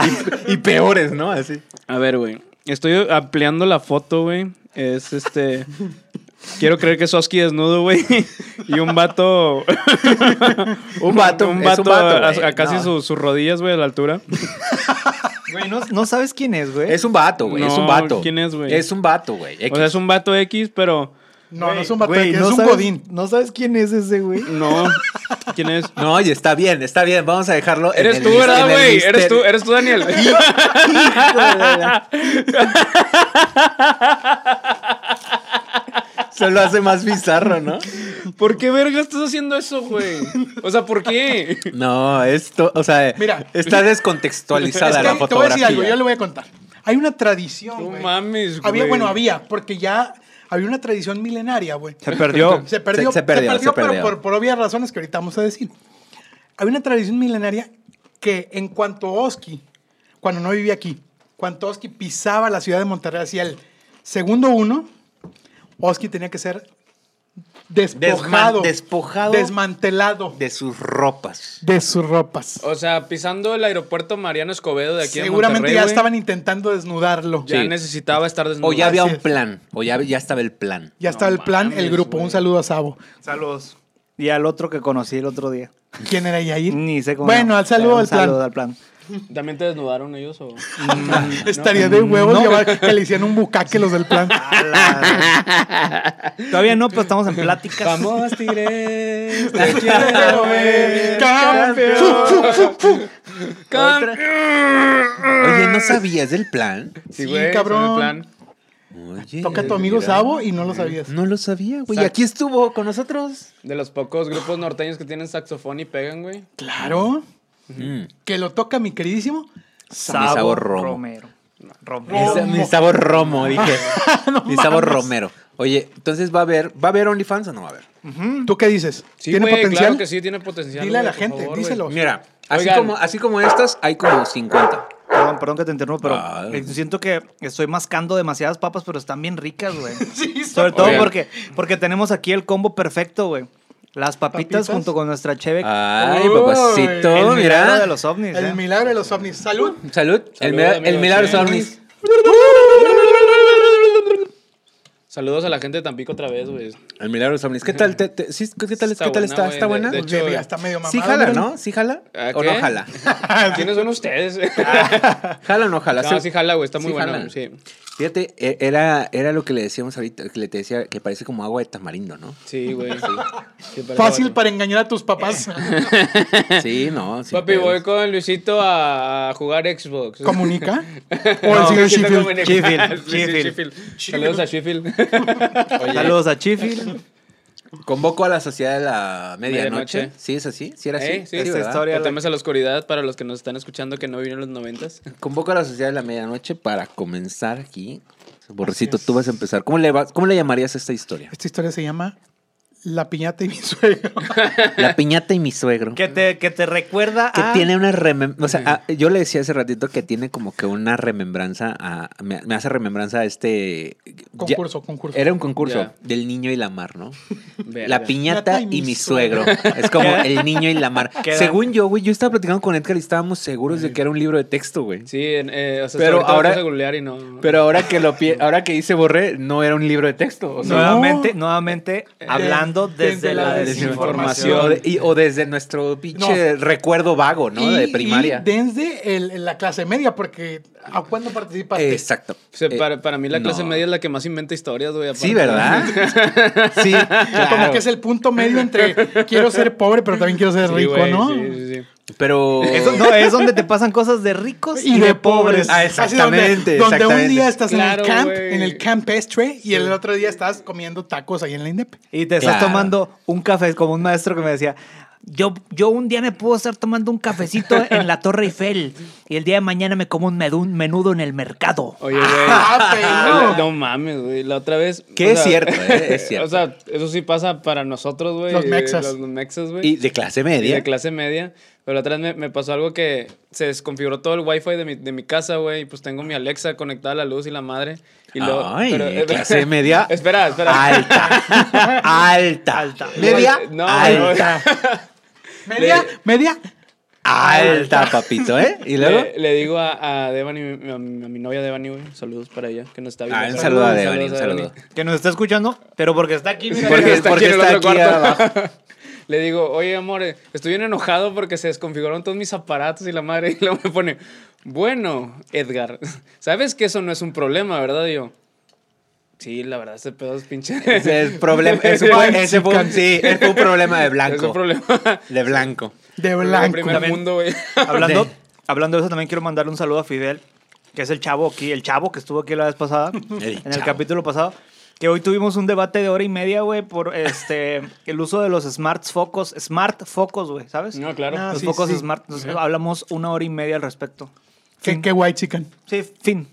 Speaker 5: Y, y peores, ¿no? Así.
Speaker 1: A ver, güey. Estoy ampliando la foto, güey. Es este. Quiero creer que es Oski desnudo, güey. Y un vato. un
Speaker 5: vato,
Speaker 1: Un
Speaker 5: es un
Speaker 1: vato,
Speaker 5: vato,
Speaker 1: a,
Speaker 5: güey.
Speaker 1: a casi
Speaker 5: No.
Speaker 1: su- sus rodillas, güey, a la altura.
Speaker 6: Güey, no, no sabes quién es, güey.
Speaker 5: Es un vato, güey. es un
Speaker 1: No,
Speaker 5: vato.
Speaker 1: ¿quién es, güey?
Speaker 5: Es un vato, güey.
Speaker 1: O sea, es un vato X, pero.
Speaker 4: No, no es un vato,
Speaker 6: Güey,
Speaker 4: es
Speaker 6: no
Speaker 4: un
Speaker 6: sabes-
Speaker 4: godín.
Speaker 6: No sabes quién es ese, güey.
Speaker 1: No. ¿Quién es?
Speaker 5: No, oye, está bien, está bien. Vamos a dejarlo. en
Speaker 1: Eres
Speaker 5: el
Speaker 1: tú,
Speaker 5: mis-
Speaker 1: ¿verdad,
Speaker 5: en el
Speaker 1: güey?
Speaker 5: misterio.
Speaker 1: Eres tú, eres tú, Daniel.
Speaker 5: Se lo hace más bizarro, ¿no?
Speaker 1: ¿Por qué verga estás haciendo eso, güey? O sea, ¿por qué?
Speaker 5: No, esto, o sea,
Speaker 4: Mira.
Speaker 5: está
Speaker 4: Es
Speaker 5: descontextualizada
Speaker 4: que
Speaker 5: la
Speaker 4: te voy a decir
Speaker 5: fotografía.
Speaker 4: algo, yo le voy a contar. Hay una tradición,
Speaker 1: No
Speaker 4: güey.
Speaker 1: mames,
Speaker 5: Ah,
Speaker 1: güey.
Speaker 4: Había, bueno, había, porque ya había una tradición milenaria, güey.
Speaker 6: Se perdió.
Speaker 4: Se perdió,
Speaker 5: Se- se
Speaker 4: se
Speaker 5: perdió,
Speaker 4: perdió,
Speaker 5: se perdió.
Speaker 4: pero por, por obvias razones que ahorita vamos a decir. Hay una tradición milenaria que en cuanto Oski, cuando no vivía aquí, cuando Oski pisaba la ciudad de Monterrey hacia el segundo uno, Oski tenía que ser despojado,
Speaker 5: Desman- despojado.
Speaker 4: desmantelado
Speaker 5: De sus ropas.
Speaker 4: de sus ropas.
Speaker 1: O sea, pisando el aeropuerto Mariano Escobedo de aquí de
Speaker 4: Seguramente
Speaker 1: Monterrey,
Speaker 4: ya
Speaker 1: güey,
Speaker 4: estaban intentando desnudarlo.
Speaker 1: Ya
Speaker 5: Sí.
Speaker 1: necesitaba estar desnudo. Ah,
Speaker 5: O ya había
Speaker 4: Así
Speaker 5: un
Speaker 4: es.
Speaker 5: plan, o ya, ya estaba el plan.
Speaker 4: Ya estaba
Speaker 1: No
Speaker 4: el plan, el
Speaker 1: mames,
Speaker 4: grupo. Un
Speaker 1: güey.
Speaker 4: saludo a Sabo.
Speaker 6: Saludos. Y al otro que conocí el otro día.
Speaker 4: ¿Quién era Yair?
Speaker 6: Ni sé cómo.
Speaker 4: Bueno, al saludo
Speaker 6: Un
Speaker 4: al plan.
Speaker 6: saludo al plan.
Speaker 1: ¿También te desnudaron ellos o...?
Speaker 4: Estaría de huevos llevar que le hicieran un bucaque los del plan.
Speaker 6: Todavía no, pero estamos en pláticas.
Speaker 1: Vamos, Tigres,
Speaker 5: te quiero ver
Speaker 4: campeón.
Speaker 5: Oye, ¿no sabías del plan?
Speaker 1: Sí,
Speaker 4: Sí,
Speaker 1: güey, son
Speaker 4: cabrón.
Speaker 1: el plan.
Speaker 5: Oye,
Speaker 4: Toca a tu amigo
Speaker 5: mira.
Speaker 4: Sabo y no lo sabías.
Speaker 5: No lo sabía, güey.
Speaker 1: Sac-
Speaker 5: Aquí estuvo con nosotros.
Speaker 1: De los pocos grupos norteños que tienen saxofón y pegan, güey.
Speaker 4: Claro.
Speaker 5: Mm.
Speaker 4: Que lo toca mi queridísimo.
Speaker 5: Mi sabor romo.
Speaker 6: Romero.
Speaker 5: Mi sa- Mi sabor romo, dije. Mi sabor romero. Oye, entonces va a haber, ¿va a haber OnlyFans o no va a haber?
Speaker 4: ¿Tú qué dices?
Speaker 1: Mm. Sí,
Speaker 4: ¿Tiene
Speaker 1: güey,
Speaker 4: potencial?
Speaker 1: claro que sí, tiene potencial.
Speaker 4: Dile a la
Speaker 1: güey, por
Speaker 4: gente,
Speaker 1: favor,
Speaker 4: díselo.
Speaker 1: güey.
Speaker 5: Mira, así
Speaker 1: Oigan.
Speaker 5: como, así como estas, hay como 50.
Speaker 6: Perdón, perdón que te interrumpo, pero
Speaker 5: Ah.
Speaker 6: eh, siento que estoy mascando demasiadas papas, pero están bien ricas, güey.
Speaker 4: Sí,
Speaker 6: Sobre todo
Speaker 1: Oigan.
Speaker 6: porque, porque tenemos aquí el combo perfecto, güey. Las papitas,
Speaker 4: Papitas.
Speaker 6: junto con nuestra cheve.
Speaker 5: Ay,
Speaker 4: Uy,
Speaker 5: papacito,
Speaker 6: el milagro
Speaker 5: mira.
Speaker 6: de los ovnis,
Speaker 4: El
Speaker 6: eh.
Speaker 4: milagro de los ovnis. Salud.
Speaker 5: Salud. El,
Speaker 1: Salud,
Speaker 5: mira- el
Speaker 1: amigos,
Speaker 5: milagro
Speaker 1: sí.
Speaker 5: son mis-
Speaker 1: Saludos a la gente de Tampico otra vez, güey.
Speaker 5: El milagro de San Luis. ¿Qué tal? te- te- sí, ¿Qué tal,
Speaker 1: Está
Speaker 5: qué tal
Speaker 1: buena,
Speaker 5: está?
Speaker 1: güey,
Speaker 5: ¿Está
Speaker 1: de-
Speaker 5: buena?
Speaker 1: de hecho,
Speaker 4: Oye, Pues ya está medio mamado.
Speaker 5: sí jala, ¿no? ¿Sí jala?
Speaker 1: ¿Ah,
Speaker 5: ¿O
Speaker 1: qué?
Speaker 5: no jala?
Speaker 4: Ah,
Speaker 1: ¿Quiénes son ustedes?
Speaker 5: ¿Jala o no jala?
Speaker 1: no, sí jala, güey. Está muy
Speaker 5: Sí
Speaker 1: bueno.
Speaker 5: jala.
Speaker 1: Sí,
Speaker 5: Fíjate, e- era, era lo que le decíamos ahorita, que le te decía que parece como agua de tamarindo, ¿no?
Speaker 1: sí, güey. Sí, parece
Speaker 4: Fácil
Speaker 1: bueno.
Speaker 4: para engañar a tus papás.
Speaker 5: Sí, no. sin
Speaker 1: Papi,
Speaker 5: pedos.
Speaker 1: voy con Luisito a jugar Xbox.
Speaker 4: ¿Comunica? O
Speaker 1: No,
Speaker 4: el señor
Speaker 1: Luisito
Speaker 4: Sheffield.
Speaker 1: comunica.
Speaker 6: Sheffield,
Speaker 1: Sí, sí,
Speaker 6: Sheffield.
Speaker 1: Sheffield. Saludos a Sheffield.
Speaker 6: Saludos a Chifil.
Speaker 5: Convoco a la sociedad de la medianoche.
Speaker 1: Medianoche.
Speaker 5: ¿Sí es así? ¿Sí era así?
Speaker 1: ¿Eh? Sí,
Speaker 5: Sí,
Speaker 1: esta
Speaker 5: ¿verdad?
Speaker 1: historia. No temas a la oscuridad para los que nos están escuchando que no vivieron los noventas.
Speaker 5: Convoco a la sociedad de la medianoche para comenzar aquí. Borrecito, tú vas a empezar. ¿Cómo le, vas- ¿Cómo le llamarías a esta historia?
Speaker 4: Esta historia se llama La piñata y mi suegro.
Speaker 5: La piñata y mi suegro.
Speaker 6: Que te, que te recuerda
Speaker 5: Que
Speaker 4: Ah.
Speaker 6: a.
Speaker 5: tiene una remembranza. O sea, a- yo le decía hace ratito que tiene como que una remembranza. A, me, me hace remembranza a este. ya-
Speaker 4: Concurso, concurso.
Speaker 5: era un concurso
Speaker 1: Ya.
Speaker 5: del niño y la mar, ¿no? La
Speaker 1: Verga.
Speaker 5: piñata
Speaker 4: Piñata
Speaker 5: y, mi suegro. Es como el niño y la mar.
Speaker 6: Queda-
Speaker 5: Según yo, güey, yo estaba platicando con Edgar y estábamos seguros de que era un libro de texto, güey.
Speaker 1: Sí, en- eh, o sea,
Speaker 5: Pero
Speaker 1: pero
Speaker 5: ahora-
Speaker 1: ahora. googlear y no.
Speaker 5: Pero ahora que lo pie- ahora que hice borré, no era un libro de texto. O sea,
Speaker 6: Nuevamente, nuevamente hablando
Speaker 4: desde
Speaker 6: desde
Speaker 4: la
Speaker 6: la
Speaker 5: o,
Speaker 6: desinformación.
Speaker 5: de- y- o desde nuestro pinche recuerdo vago, ¿no?
Speaker 4: Y-
Speaker 5: de primaria.
Speaker 4: y desde el- la clase media, porque ¿a cuándo participaste?
Speaker 5: Exacto.
Speaker 1: O sea,
Speaker 5: Eh,
Speaker 1: para, para mí la clase
Speaker 5: no.
Speaker 1: media es la que más inventa historias, güey.
Speaker 5: Sí,
Speaker 1: aparte.
Speaker 5: ¿verdad? sí,
Speaker 4: Como
Speaker 5: claro.
Speaker 4: que es el punto medio entre quiero ser pobre, pero también quiero ser
Speaker 1: Sí,
Speaker 4: rico,
Speaker 1: güey,
Speaker 4: ¿no?
Speaker 1: Sí, sí, sí.
Speaker 5: Pero.
Speaker 6: Eso- no, es donde te pasan cosas de ricos y, de, pobres.
Speaker 5: Ah,
Speaker 4: Así donde-
Speaker 5: exactamente,
Speaker 4: Donde,
Speaker 5: exactamente.
Speaker 4: un día estás
Speaker 1: Claro,
Speaker 4: en el camp,
Speaker 1: güey.
Speaker 4: en el campestre, y el otro día estás comiendo tacos ahí en la INDEP.
Speaker 6: Y te estás
Speaker 5: Claro.
Speaker 6: tomando un café, es como un maestro que me decía, yo, yo un día me puedo estar tomando un cafecito en la Torre Eiffel y el día de mañana me como un medu- menudo en el mercado.
Speaker 1: Oye, güey.
Speaker 4: Ah,
Speaker 1: No, mames, güey. La otra vez.
Speaker 5: Que es cierto, eh, es cierto.
Speaker 1: O sea, eso sí pasa para nosotros, güey.
Speaker 4: Los
Speaker 1: eh,
Speaker 4: mexas.
Speaker 1: Los mexas, güey.
Speaker 5: Y de clase media.
Speaker 1: Y de clase media. Pero la otra vez me, me pasó algo que se desconfiguró todo el wifi de mi, de mi casa, güey. Y pues tengo mi Alexa conectada a la luz y la madre. Y luego-
Speaker 5: Ay,
Speaker 1: pero-
Speaker 5: clase media.
Speaker 1: Espera, espera.
Speaker 5: Alta. alta. Alta. Media.
Speaker 1: No,
Speaker 5: alta.
Speaker 4: Media, media.
Speaker 5: Alta, papito, ¿eh? Y luego.
Speaker 1: Le, le digo a, a Devani, a, mi- a mi novia Devani, güey. Saludos para ella, que nos está viendo.
Speaker 5: Ah, un
Speaker 1: Saludos,
Speaker 5: saludo a Devani,
Speaker 1: saludos
Speaker 5: un
Speaker 1: a
Speaker 5: saludo.
Speaker 6: Que nos está escuchando, pero porque está aquí. mira.
Speaker 5: Porque,
Speaker 1: Está
Speaker 5: porque
Speaker 1: aquí en el
Speaker 5: está aquí
Speaker 1: otro cuarto.
Speaker 5: abajo.
Speaker 1: Le digo, oye, amor, eh, estoy bien enojado porque se desconfiguraron todos mis aparatos y la madre. Y luego me pone, bueno, Edgar, ¿sabes que eso no es un problema, verdad? Y yo, sí, la verdad, ese pedo es pinche.
Speaker 5: Ese es problema. Ese fue, ese fue un, sí, ese fue un problema de blanco.
Speaker 1: Es un problema.
Speaker 5: De blanco.
Speaker 4: De
Speaker 1: El
Speaker 4: blanco.
Speaker 1: primer mundo, güey.
Speaker 6: Hablando,
Speaker 5: Sí.
Speaker 6: hablando de eso, también quiero mandarle un saludo a Fidel, que es el chavo aquí, el chavo que estuvo aquí la vez pasada, en el
Speaker 5: chavo.
Speaker 6: capítulo pasado. Que hoy tuvimos un debate de hora y media, güey, por este el uso de los smart focos, smart focos, güey, ¿sabes?
Speaker 1: No, claro.
Speaker 4: Ah,
Speaker 6: los
Speaker 4: sí,
Speaker 6: focos
Speaker 4: sí.
Speaker 6: smart. Entonces, hablamos una hora y media al respecto.
Speaker 4: Qué, qué guay, chican.
Speaker 6: Sí, fin.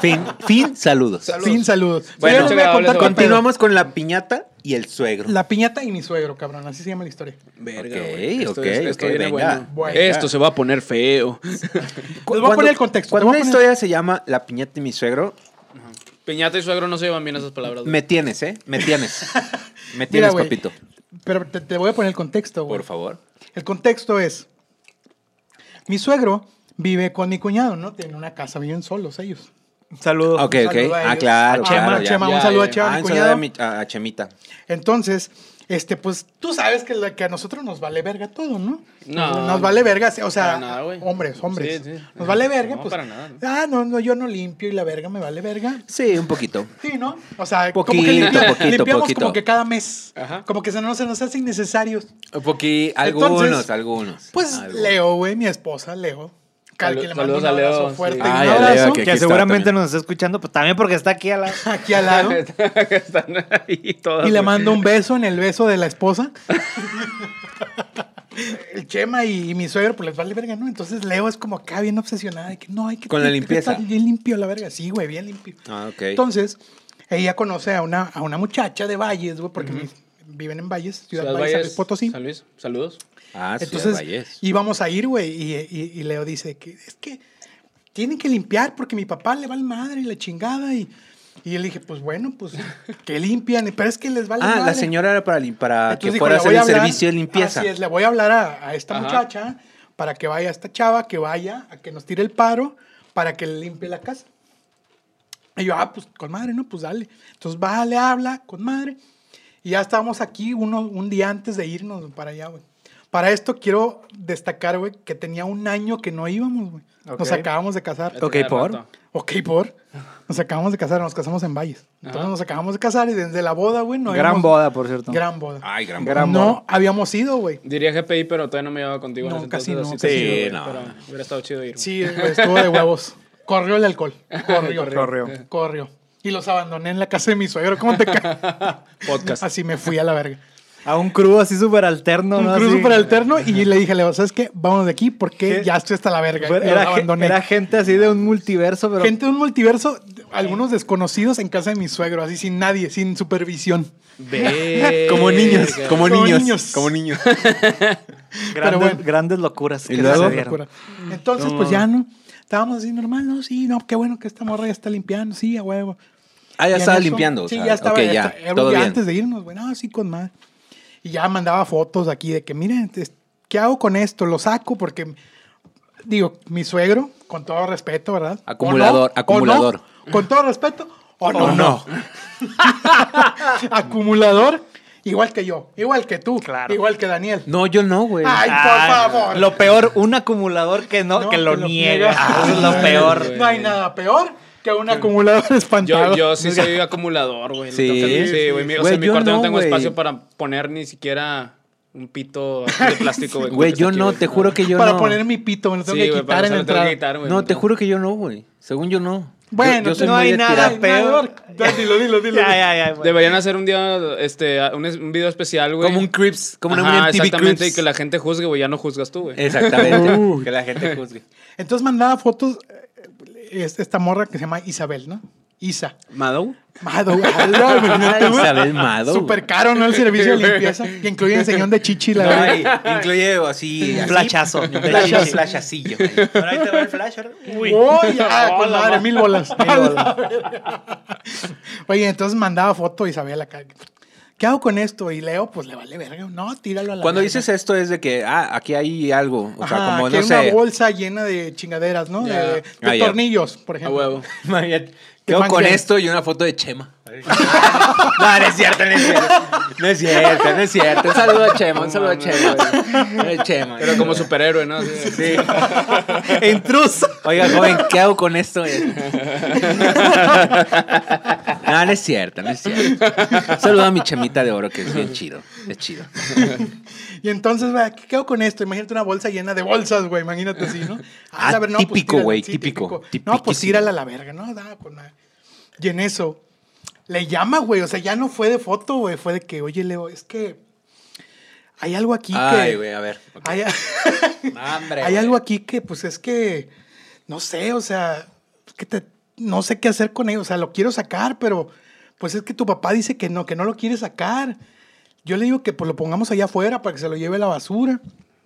Speaker 5: Fin, fin, saludos.
Speaker 4: Sin saludos.
Speaker 1: Bueno,
Speaker 4: Yo les voy a
Speaker 1: chavales,
Speaker 4: contar con Pedro.
Speaker 5: Continuamos con la piñata y el suegro.
Speaker 4: La piñata y mi suegro, cabrón. Así se llama la historia.
Speaker 5: ok,
Speaker 1: güey. Esto
Speaker 5: ok,
Speaker 1: es- esto
Speaker 5: ok,
Speaker 1: viene
Speaker 5: venga.
Speaker 1: bueno.
Speaker 4: Bueno.
Speaker 1: Esto se va a poner feo.
Speaker 4: Les voy a poner el contexto. les
Speaker 5: Cuando
Speaker 4: voy
Speaker 5: una
Speaker 4: a poner-
Speaker 5: historia se llama La piñata y mi suegro,
Speaker 1: Piñata y suegro no se llevan bien esas palabras. güey.
Speaker 5: me tienes, ¿eh? Me tienes. Me tienes,
Speaker 4: güey,
Speaker 5: papito.
Speaker 4: Pero te, te voy a poner el contexto, güey.
Speaker 5: Por favor.
Speaker 4: El contexto es: mi suegro vive con mi cuñado, ¿no? Tienen una casa, viven solos ellos.
Speaker 6: Saludo.
Speaker 5: Ok, ok.
Speaker 4: saludo a
Speaker 5: Ah,
Speaker 4: ellos.
Speaker 5: claro.
Speaker 4: A Chema,
Speaker 5: claro, ya.
Speaker 4: Chema,
Speaker 1: Ya,
Speaker 4: un saludo a
Speaker 1: ya.
Speaker 4: Chema,
Speaker 5: Ah,
Speaker 4: mi
Speaker 5: un saludo a,
Speaker 4: cuñado.
Speaker 5: mi- a- a Chemita.
Speaker 4: Entonces, este, pues tú sabes que, la- que a nosotros nos vale verga todo, ¿no?
Speaker 1: No.
Speaker 4: Nos vale verga, o sea,
Speaker 1: Para nada, güey.
Speaker 4: hombres, hombres.
Speaker 1: Sí, sí.
Speaker 4: Nos vale verga,
Speaker 1: No,
Speaker 4: pues.
Speaker 1: para nada, ¿no?
Speaker 4: Ah, no, no, yo no limpio y la verga me vale verga.
Speaker 5: Sí, un poquito.
Speaker 4: Sí, ¿no? O sea, como
Speaker 5: Poquito,
Speaker 4: que limpia-
Speaker 5: poquito,
Speaker 4: limpiamos
Speaker 5: poquito.
Speaker 4: como que cada mes.
Speaker 1: Ajá.
Speaker 4: Como que se nos, se nos hace innecesarios.
Speaker 5: Un poqui- algunos,
Speaker 4: Entonces,
Speaker 5: algunos.
Speaker 4: Pues
Speaker 5: Algunos.
Speaker 4: Leo, güey, mi esposa, Leo. Cal-
Speaker 1: Salu-
Speaker 4: que le mando
Speaker 1: saludos
Speaker 4: un
Speaker 1: a Leo,
Speaker 4: abrazo
Speaker 1: sí.
Speaker 4: fuerte. y
Speaker 5: Ay,
Speaker 4: un
Speaker 5: a Leo,
Speaker 4: abrazo
Speaker 5: Ah, que-
Speaker 6: que
Speaker 5: aquí
Speaker 6: seguramente
Speaker 5: está
Speaker 6: nos está escuchando, pues también porque está aquí a la...
Speaker 4: aquí al lado.
Speaker 1: Están ahí todas.
Speaker 4: y le
Speaker 1: güey.
Speaker 4: mando un beso en el beso de la esposa. El Chema y, y mi suegro, pues les vale verga, ¿no? Entonces Leo es como acá bien obsesionada de que no hay que.
Speaker 5: Con la
Speaker 4: hay que
Speaker 5: limpieza.
Speaker 4: estar Bien limpio la verga, sí, güey, bien limpio.
Speaker 5: Ah, ok.
Speaker 4: Entonces, ella conoce a una, a una muchacha de Valles, güey, porque vi- viven en Valles, Ciudad
Speaker 1: Ciudad
Speaker 4: Valles, San Luis
Speaker 1: Valles,
Speaker 4: Potosí.
Speaker 1: San Luis, saludos.
Speaker 5: ah, sí,
Speaker 4: Entonces
Speaker 5: Valles.
Speaker 4: íbamos a ir, güey, y, y- y Leo dice que es que tienen que limpiar porque mi papá le va el madre y la chingada. Y, y yo le dije, pues bueno, pues que limpian, pero es que les vale
Speaker 5: Ah,
Speaker 4: madre.
Speaker 5: la señora era para, lim- para
Speaker 4: Entonces
Speaker 5: Ah, que
Speaker 4: dijo,
Speaker 5: fuera
Speaker 4: "Le
Speaker 5: a hacer
Speaker 4: voy
Speaker 5: el
Speaker 4: hablar".
Speaker 5: servicio de limpieza.
Speaker 4: Así es, le voy a hablar a, a esta
Speaker 1: Ajá.
Speaker 4: muchacha para que vaya esta chava, que vaya, a que nos tire el paro, para que le limpie la casa. Y yo, ah, pues con madre, no, pues dale. Entonces va, le habla, con madre. Y ya estábamos aquí uno, un día antes de irnos para allá, güey. Para esto quiero destacar, güey, que tenía un año que no íbamos, güey. Nos
Speaker 6: Ok.
Speaker 4: acabamos de casar.
Speaker 6: Ok, por.
Speaker 4: Ok, por. Nos acabamos de casar, nos casamos en Valles. Entonces
Speaker 1: Ajá.
Speaker 4: nos acabamos de casar y desde la boda, güey, no
Speaker 6: Gran
Speaker 4: habíamos-
Speaker 6: boda, por cierto.
Speaker 4: Gran boda.
Speaker 5: Ay, gran
Speaker 6: Gran-
Speaker 4: no
Speaker 6: boda.
Speaker 4: habíamos ido, güey.
Speaker 1: Diría GPI, pero todavía no me llevaba contigo. en
Speaker 4: No,
Speaker 1: ese
Speaker 4: casi
Speaker 1: entonces,
Speaker 4: no,
Speaker 1: así
Speaker 5: casi
Speaker 1: que
Speaker 5: no.
Speaker 1: sí, güey, Pero hubiera estado chido ir.
Speaker 4: Sí, güey, estuvo de huevos. Corrió el alcohol. Corrió.
Speaker 6: Corrió.
Speaker 4: Corrió. Y los abandoné en la casa de mi suegro. ¿Cómo te ca-
Speaker 1: Podcast.
Speaker 4: Así me fui a la verga.
Speaker 6: A un crew así súper alterno,
Speaker 4: Un
Speaker 6: ¿no?
Speaker 4: cruz
Speaker 6: Así.
Speaker 4: súper alterno y le dije, Leo, ¿sabes qué? Vámonos de aquí porque
Speaker 6: ¿Qué?
Speaker 4: ya estoy hasta la verga.
Speaker 6: Fue-
Speaker 4: Y los
Speaker 6: Era, ge-
Speaker 4: abandoné.
Speaker 6: era gente así de un multiverso, pero.
Speaker 4: Gente de un multiverso, algunos desconocidos en casa de mi suegro, así sin nadie, sin supervisión.
Speaker 5: Como niños,
Speaker 4: Como
Speaker 5: como niños,
Speaker 4: niños.
Speaker 5: como niños.
Speaker 6: grandes,
Speaker 4: bueno.
Speaker 6: grandes locuras.
Speaker 5: ¿Y
Speaker 6: que
Speaker 5: luego?
Speaker 6: sucedieron.
Speaker 4: Locura. Entonces, pues ya no. Estábamos así normal, ¿no? Sí, no, qué bueno que esta morra ya está limpiando, sí, a huevo.
Speaker 5: Ah,
Speaker 4: Y
Speaker 5: ya
Speaker 4: en
Speaker 5: estaba
Speaker 4: eso-
Speaker 5: limpiando.
Speaker 4: Sí,
Speaker 5: o sea,
Speaker 4: ya estaba.
Speaker 5: ok,
Speaker 4: ya
Speaker 5: ya,
Speaker 4: está- era un
Speaker 5: todo
Speaker 4: día
Speaker 5: bien.
Speaker 4: antes de irnos, güey. No, sí, con más. Y ya mandaba fotos aquí de que, miren, es- ¿qué hago con esto? Lo saco porque, digo, mi suegro, con todo respeto, ¿verdad? ¿O
Speaker 5: Acumulador,
Speaker 4: o no,
Speaker 5: acumulador.
Speaker 4: con todo respeto, o no.
Speaker 5: Oh, no.
Speaker 4: acumulador, igual que yo, igual que tú,
Speaker 6: Claro.
Speaker 4: igual que Daniel.
Speaker 5: No, yo no, güey.
Speaker 4: Ay,
Speaker 6: Ah,
Speaker 4: por favor.
Speaker 6: Lo peor, un acumulador que no, que lo niega. Eso es lo
Speaker 4: Ay,
Speaker 6: peor.
Speaker 4: No hay nada peor que un acumulador espantado.
Speaker 1: Yo, yo sí soy acumulador, güey.
Speaker 5: Sí.
Speaker 1: Sí, sí, güey. mi- O
Speaker 5: Güey,
Speaker 1: sea, en mi
Speaker 5: yo
Speaker 1: cuarto no,
Speaker 5: no,
Speaker 1: tengo
Speaker 5: güey.
Speaker 1: espacio para poner ni siquiera un pito así de plástico, güey. como
Speaker 5: Güey,
Speaker 1: que está
Speaker 5: yo
Speaker 1: aquí,
Speaker 5: no,
Speaker 1: güey.
Speaker 5: te juro que yo
Speaker 4: para
Speaker 5: no.
Speaker 4: poner mi pito, me lo
Speaker 1: Sí,
Speaker 4: tengo
Speaker 1: güey,
Speaker 4: que
Speaker 1: para
Speaker 4: quitar en la
Speaker 1: eso lo tengo
Speaker 4: entrada.
Speaker 1: que quitar, güey.
Speaker 5: No, te juro que yo no, güey. Según yo no.
Speaker 4: Bueno,
Speaker 5: yo, yo soy
Speaker 6: no
Speaker 5: muy
Speaker 6: hay
Speaker 5: de
Speaker 6: nada.
Speaker 5: tirar.
Speaker 4: Ay, nada
Speaker 6: peor.
Speaker 4: peor. Dilo, dilo, dilo.
Speaker 6: Ya, ya, ya. güey.
Speaker 1: Deberían hacer un día este, un, es- un video especial, güey.
Speaker 5: Como un Crips, como un
Speaker 1: Ajá,
Speaker 5: MTV
Speaker 1: Exactamente,
Speaker 5: Crips.
Speaker 1: y que la gente juzgue, güey. Ya no juzgas tú,
Speaker 5: Eh,
Speaker 1: güey.
Speaker 5: Exactamente. que la gente juzgue.
Speaker 4: Entonces mandaba fotos eh, es- esta morra que se llama Isabel, ¿no? Isa.
Speaker 1: ¿Mado?
Speaker 4: Mado, ala, imagínate, güey.
Speaker 5: Isabel Mado.
Speaker 4: Súper caro, ¿no? El servicio de limpieza. Que incluye enseñón de chichi, la verdad.
Speaker 5: Ay, incluye así.
Speaker 6: Un
Speaker 5: así,
Speaker 6: flashazo.
Speaker 5: Un flashazo, flashacillo. güey.
Speaker 6: Pero ahí te va el flash. Uy.
Speaker 4: ¡Oh, ya! con
Speaker 6: Hola,
Speaker 4: madre,
Speaker 6: ma.
Speaker 4: mil bolas.
Speaker 6: Mil bolas.
Speaker 4: Oye, entonces mandaba foto Isabel acá. ¿Qué hago con esto? Y Leo, pues le vale verga. No, tíralo a la
Speaker 5: Cuando
Speaker 4: verga.
Speaker 5: dices esto es de que, ah, aquí hay algo. O sea,
Speaker 4: Ajá,
Speaker 5: como,
Speaker 4: que
Speaker 5: no
Speaker 4: hay una
Speaker 5: sé.
Speaker 4: bolsa llena de chingaderas, ¿no?
Speaker 1: Ya.
Speaker 4: De, de
Speaker 5: Ah, ya.
Speaker 4: tornillos, por
Speaker 1: A
Speaker 4: ejemplo.
Speaker 1: huevo.
Speaker 5: Imagínate, Quedo
Speaker 4: Juan
Speaker 5: con
Speaker 4: Gabriel.
Speaker 5: esto y una foto de Chema. No, no es cierto, no es cierto. No es cierto, no es cierto. Un saludo a Chema, un saludo a Chema. güey. No es Chema.
Speaker 1: Pero como superhéroe, ¿no? Así,
Speaker 5: Sí.
Speaker 6: Intruso.
Speaker 5: Oiga, joven, ¿qué hago con esto? No, no es cierto, no es cierto. Un saludo a mi chamita de oro, que es bien chido. Es chido.
Speaker 4: Y entonces, güey, ¿qué hago con esto? Imagínate una bolsa llena de bolsas, güey. Imagínate así, ¿no?
Speaker 5: Ah,
Speaker 4: la ver-
Speaker 5: típico,
Speaker 4: tírala,
Speaker 5: güey,
Speaker 4: sí,
Speaker 5: típico,
Speaker 4: No, pues
Speaker 5: tipiquísimo.
Speaker 4: tírala a la verga, ¿no? Da, con la- Y en eso, le llama, güey. O sea, ya no fue de foto, güey. Fue de que, oye, Leo, es que hay algo aquí
Speaker 5: Ay,
Speaker 4: que...
Speaker 5: güey, a ver. ok.
Speaker 4: Hay,
Speaker 5: Hombre,
Speaker 4: hay
Speaker 5: güey.
Speaker 4: algo aquí que, pues es que, no sé, o sea, es que te- no sé qué hacer con ello. O sea, lo quiero sacar, pero pues es que tu papá dice que no, que no lo quiere sacar. Yo le digo que pues lo pongamos allá afuera para que se lo lleve a la basura.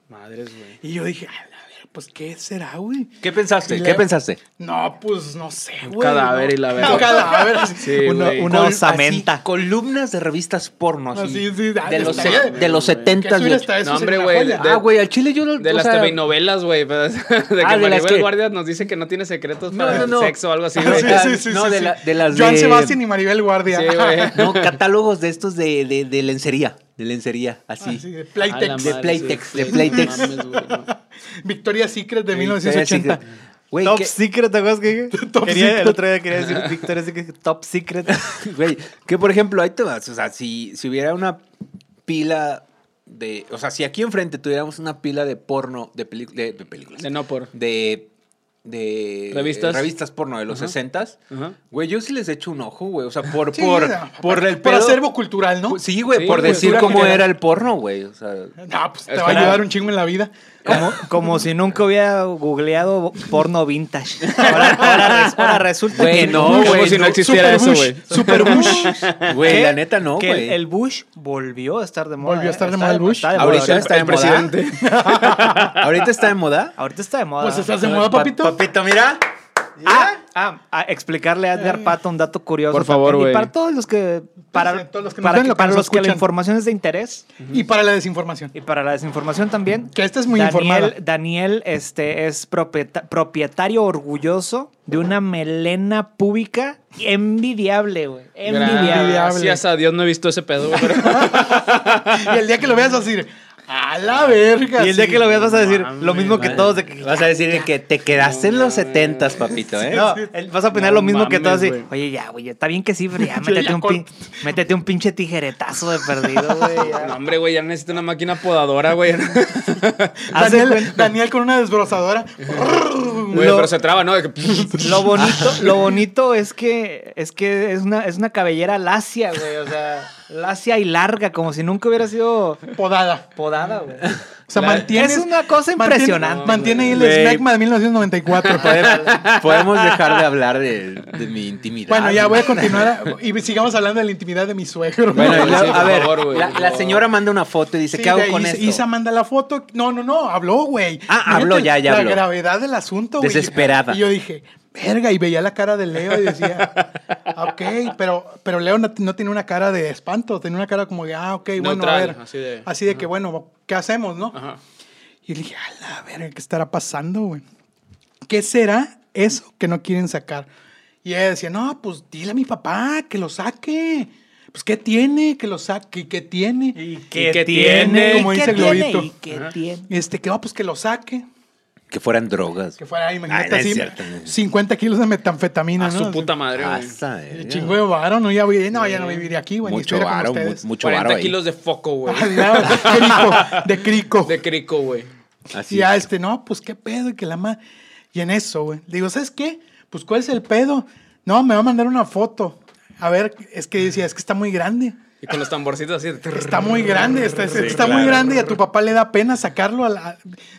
Speaker 1: Madres, güey.
Speaker 4: Y yo dije, a la ver, pues qué será, güey.
Speaker 5: ¿Qué pensaste?
Speaker 4: Y
Speaker 5: ¿Qué
Speaker 4: la-
Speaker 5: pensaste?
Speaker 4: No, pues no sé, güey.
Speaker 1: cadáver
Speaker 4: ¿no?
Speaker 1: y la verga.
Speaker 4: Un cadáver.
Speaker 1: Sí,
Speaker 6: Una-
Speaker 1: güey.
Speaker 6: una-
Speaker 5: Col-
Speaker 6: osamenta.
Speaker 5: así, columnas de revistas porno así.
Speaker 4: Así, sí,
Speaker 5: de,
Speaker 4: ay,
Speaker 5: los,
Speaker 4: no
Speaker 5: se-
Speaker 4: mames,
Speaker 5: de los
Speaker 1: güey.
Speaker 5: 70
Speaker 4: Que eso hasta eso
Speaker 1: No,
Speaker 4: sería
Speaker 1: hombre,
Speaker 4: una
Speaker 1: güey,
Speaker 4: joya.
Speaker 1: de-
Speaker 5: Ah, güey, al chile yo lo-
Speaker 1: De
Speaker 5: o
Speaker 1: las
Speaker 5: sea,
Speaker 1: telenovelas, güey. pero- De que
Speaker 5: Ah, de las
Speaker 1: Maribel
Speaker 5: que-
Speaker 1: Guardia nos dice que no tiene secretos
Speaker 5: No,
Speaker 1: para
Speaker 5: no, no.
Speaker 1: el sexo o algo así,
Speaker 4: Ah,
Speaker 1: güey.
Speaker 4: sí,
Speaker 5: las-
Speaker 4: sí, sí,
Speaker 5: no,
Speaker 4: sí,
Speaker 5: de
Speaker 4: sí.
Speaker 5: la- de las
Speaker 4: Joan
Speaker 5: de-
Speaker 4: Sebastián y Maribel Guardia.
Speaker 1: Sí, güey.
Speaker 5: No, catálogos de estos de, de, de lencería. De lencería, así.
Speaker 4: Así, de
Speaker 1: A la
Speaker 4: Playtex.
Speaker 5: De
Speaker 1: madre,
Speaker 5: Playtex,
Speaker 1: sí,
Speaker 5: de
Speaker 1: sí,
Speaker 5: Playtex.
Speaker 1: no mames, güey, no.
Speaker 4: Victoria Secret de
Speaker 5: Sí,
Speaker 4: 1980.
Speaker 5: sí, Güey,
Speaker 6: Top
Speaker 5: qué-
Speaker 6: Secret, ¿te acuerdas que dije?
Speaker 4: Top
Speaker 6: Quería-
Speaker 4: Secret.
Speaker 6: El otro día quería decir Victoria Secret, Top Secret.
Speaker 5: Güey, que por ejemplo, ahí te vas. O sea, si, si hubiera una pila de. O sea, si aquí enfrente tuviéramos una pila de porno, de, pelic- de, de películas.
Speaker 1: De no por.
Speaker 5: De. de-
Speaker 1: Revistas.
Speaker 5: revistas porno de los
Speaker 1: Ajá.
Speaker 5: 60s.
Speaker 1: Ajá.
Speaker 5: Güey, yo sí les echo un ojo, güey. O sea, por,
Speaker 4: Sí,
Speaker 5: por,
Speaker 4: no,
Speaker 5: por el
Speaker 4: Por
Speaker 5: pedo-
Speaker 4: acervo cultural, ¿no?
Speaker 5: Pues, Sí, güey,
Speaker 1: Sí,
Speaker 5: por
Speaker 1: güey,
Speaker 5: decir
Speaker 1: cultura
Speaker 5: cómo
Speaker 1: general.
Speaker 5: era el porno, güey. O sea,
Speaker 4: No, pues te va a
Speaker 1: Espera.
Speaker 4: ayudar un chingo en la vida.
Speaker 6: Como, como si nunca hubiera googleado porno vintage. Ahora, ahora res- ahora resulta
Speaker 5: Güey,
Speaker 6: que
Speaker 5: no,
Speaker 6: el Bush-
Speaker 1: Como
Speaker 5: güey,
Speaker 1: Oh, si no
Speaker 5: no.
Speaker 1: existiera eso, güey.
Speaker 4: Super Bush.
Speaker 5: güey,
Speaker 6: que-
Speaker 5: la neta no,
Speaker 6: que el-
Speaker 5: güey.
Speaker 6: el Bush volvió a estar de moda.
Speaker 4: Volvió a estar
Speaker 6: ¿eh?
Speaker 4: de
Speaker 6: Está
Speaker 4: moda el Bush.
Speaker 6: está de moda
Speaker 5: Ahorita
Speaker 6: ahorita.
Speaker 5: está de moda. Ahorita está de moda.
Speaker 6: Ahorita está de moda.
Speaker 4: Pues estás de moda, papito.
Speaker 5: Papito, mira.
Speaker 4: Eh.
Speaker 6: Ah, ah, a ah, explicarle a Edgar Pato un dato curioso.
Speaker 1: Por favor,
Speaker 6: también.
Speaker 1: güey.
Speaker 6: Y para todos los que Para,
Speaker 4: Todos los que nos
Speaker 6: para
Speaker 4: ven,
Speaker 6: que-
Speaker 4: lo que
Speaker 6: para
Speaker 4: nos
Speaker 6: los que la
Speaker 4: escuchan.
Speaker 6: información es de interés
Speaker 4: Y para la desinformación.
Speaker 6: y para la desinformación también.
Speaker 4: Que esta es muy
Speaker 6: Daniel,
Speaker 4: informada.
Speaker 6: Daniel este, es propieta- propietario orgulloso de una melena púbica envidiable, güey. Envidiable.
Speaker 1: Gracias a Dios no he visto ese pedo, güey. pero-
Speaker 4: Y el día que lo veas vas a decir, a la verga.
Speaker 6: Y el día
Speaker 4: sí".
Speaker 6: que lo veas vas a decir lo mismo que todos. De que-
Speaker 5: Vas a decir que te quedaste en los 70s, papito, ¿eh?
Speaker 6: No, él- vas a opinar
Speaker 1: No
Speaker 6: lo mismo que
Speaker 1: mames,
Speaker 6: todos. así,
Speaker 1: güey.
Speaker 6: Oye, ya, güey, está bien que sí, pero ya métete,
Speaker 4: ya
Speaker 6: un, pin- métete un pinche tijeretazo de perdido, güey. ya.
Speaker 1: No, hombre, güey, ya necesito una máquina podadora, güey.
Speaker 6: Haz de
Speaker 4: Daniel,
Speaker 6: cuenta-
Speaker 4: Daniel con una desbrozadora.
Speaker 1: Güey,
Speaker 6: Lo-
Speaker 1: pero se traba, ¿no? De que-
Speaker 6: Lo bonito, lo bonito es que es que es una, es una cabellera lacia, güey. O sea, lacia y larga, como si nunca hubiera sido
Speaker 4: podada.
Speaker 6: podada, güey.
Speaker 4: O sea,
Speaker 1: La-
Speaker 4: mantienes.
Speaker 6: es una cosa
Speaker 4: mantiene-
Speaker 6: impresionante.
Speaker 4: Mantiene, ahí el
Speaker 5: Güey.
Speaker 4: esmegma de 1994.
Speaker 5: Podemos dejar de hablar de, de mi intimidad.
Speaker 4: bueno, ya voy a continuar a- y sigamos hablando de la intimidad de mi suegro.
Speaker 5: Bueno,
Speaker 1: Sí,
Speaker 5: y luego-
Speaker 1: por
Speaker 5: a ver,
Speaker 1: favor, güey,
Speaker 5: la,
Speaker 1: por
Speaker 5: la
Speaker 1: favor.
Speaker 5: señora manda una foto y dice,
Speaker 4: Sí,
Speaker 5: ¿qué hago
Speaker 4: de-
Speaker 5: con
Speaker 4: Isa-
Speaker 5: esto?
Speaker 4: Isa manda la foto. No, no, no, habló, güey.
Speaker 5: Ah, habló,
Speaker 4: Fíjate
Speaker 5: ya, ya
Speaker 4: La
Speaker 5: habló.
Speaker 4: gravedad del asunto, güey.
Speaker 5: Desesperada.
Speaker 4: Y yo dije, verga, y veía la cara de Leo y decía, ok, pero, pero Leo no, no tiene una cara de espanto, tenía una cara como de, ah, ok, bueno, a
Speaker 1: Neutral,
Speaker 4: ver.
Speaker 1: así de-
Speaker 4: que, bueno, ¿qué hacemos, no?
Speaker 1: Ajá.
Speaker 4: Y le dije, a la verga, ¿qué estará pasando, güey? ¿Qué será eso que no quieren sacar? Y ella decía, no, pues dile a mi papá que lo saque. Pues, ¿qué tiene? Que lo saque. ¿Y qué tiene?
Speaker 1: qué tiene?
Speaker 4: Como
Speaker 6: ¿Y
Speaker 4: dice
Speaker 6: qué
Speaker 4: el
Speaker 6: tiene?
Speaker 4: globito.
Speaker 6: ¿Y qué tiene?
Speaker 4: Este, que va, pues que lo saque.
Speaker 5: Que fueran drogas.
Speaker 4: Que fuera, imagínate
Speaker 5: Ay, Ah, no es
Speaker 4: así,
Speaker 5: cierto. Ah,
Speaker 4: 50 kilos de metanfetamina,
Speaker 1: A
Speaker 4: ¿no?
Speaker 1: su puta madre, güey.
Speaker 5: Pasa, eh.
Speaker 4: El chingo de varo, no, ya, voy- no, ya no viviría aquí, güey. ni
Speaker 5: Mucho
Speaker 4: estuviera con
Speaker 5: varo, mu-
Speaker 4: ustedes.
Speaker 5: mucho varo
Speaker 1: 40
Speaker 5: ahí.
Speaker 1: kilos de foco, güey.
Speaker 4: Al lado, Ah, de crico, de crico.
Speaker 1: De crico, güey.
Speaker 5: Así
Speaker 4: Y ya,
Speaker 5: es.
Speaker 4: este, no, pues qué pedo, y que la ma... Y en eso, güey. Le digo, ¿sabes qué? Pues, ¿cuál es el pedo? No, me va a mandar una foto. A ver, es que decía, es que está muy grande.
Speaker 1: Y con los tamborcitos así. de-
Speaker 4: Está muy grande, está, está muy grande y a tu papá le da pena sacarlo. a la-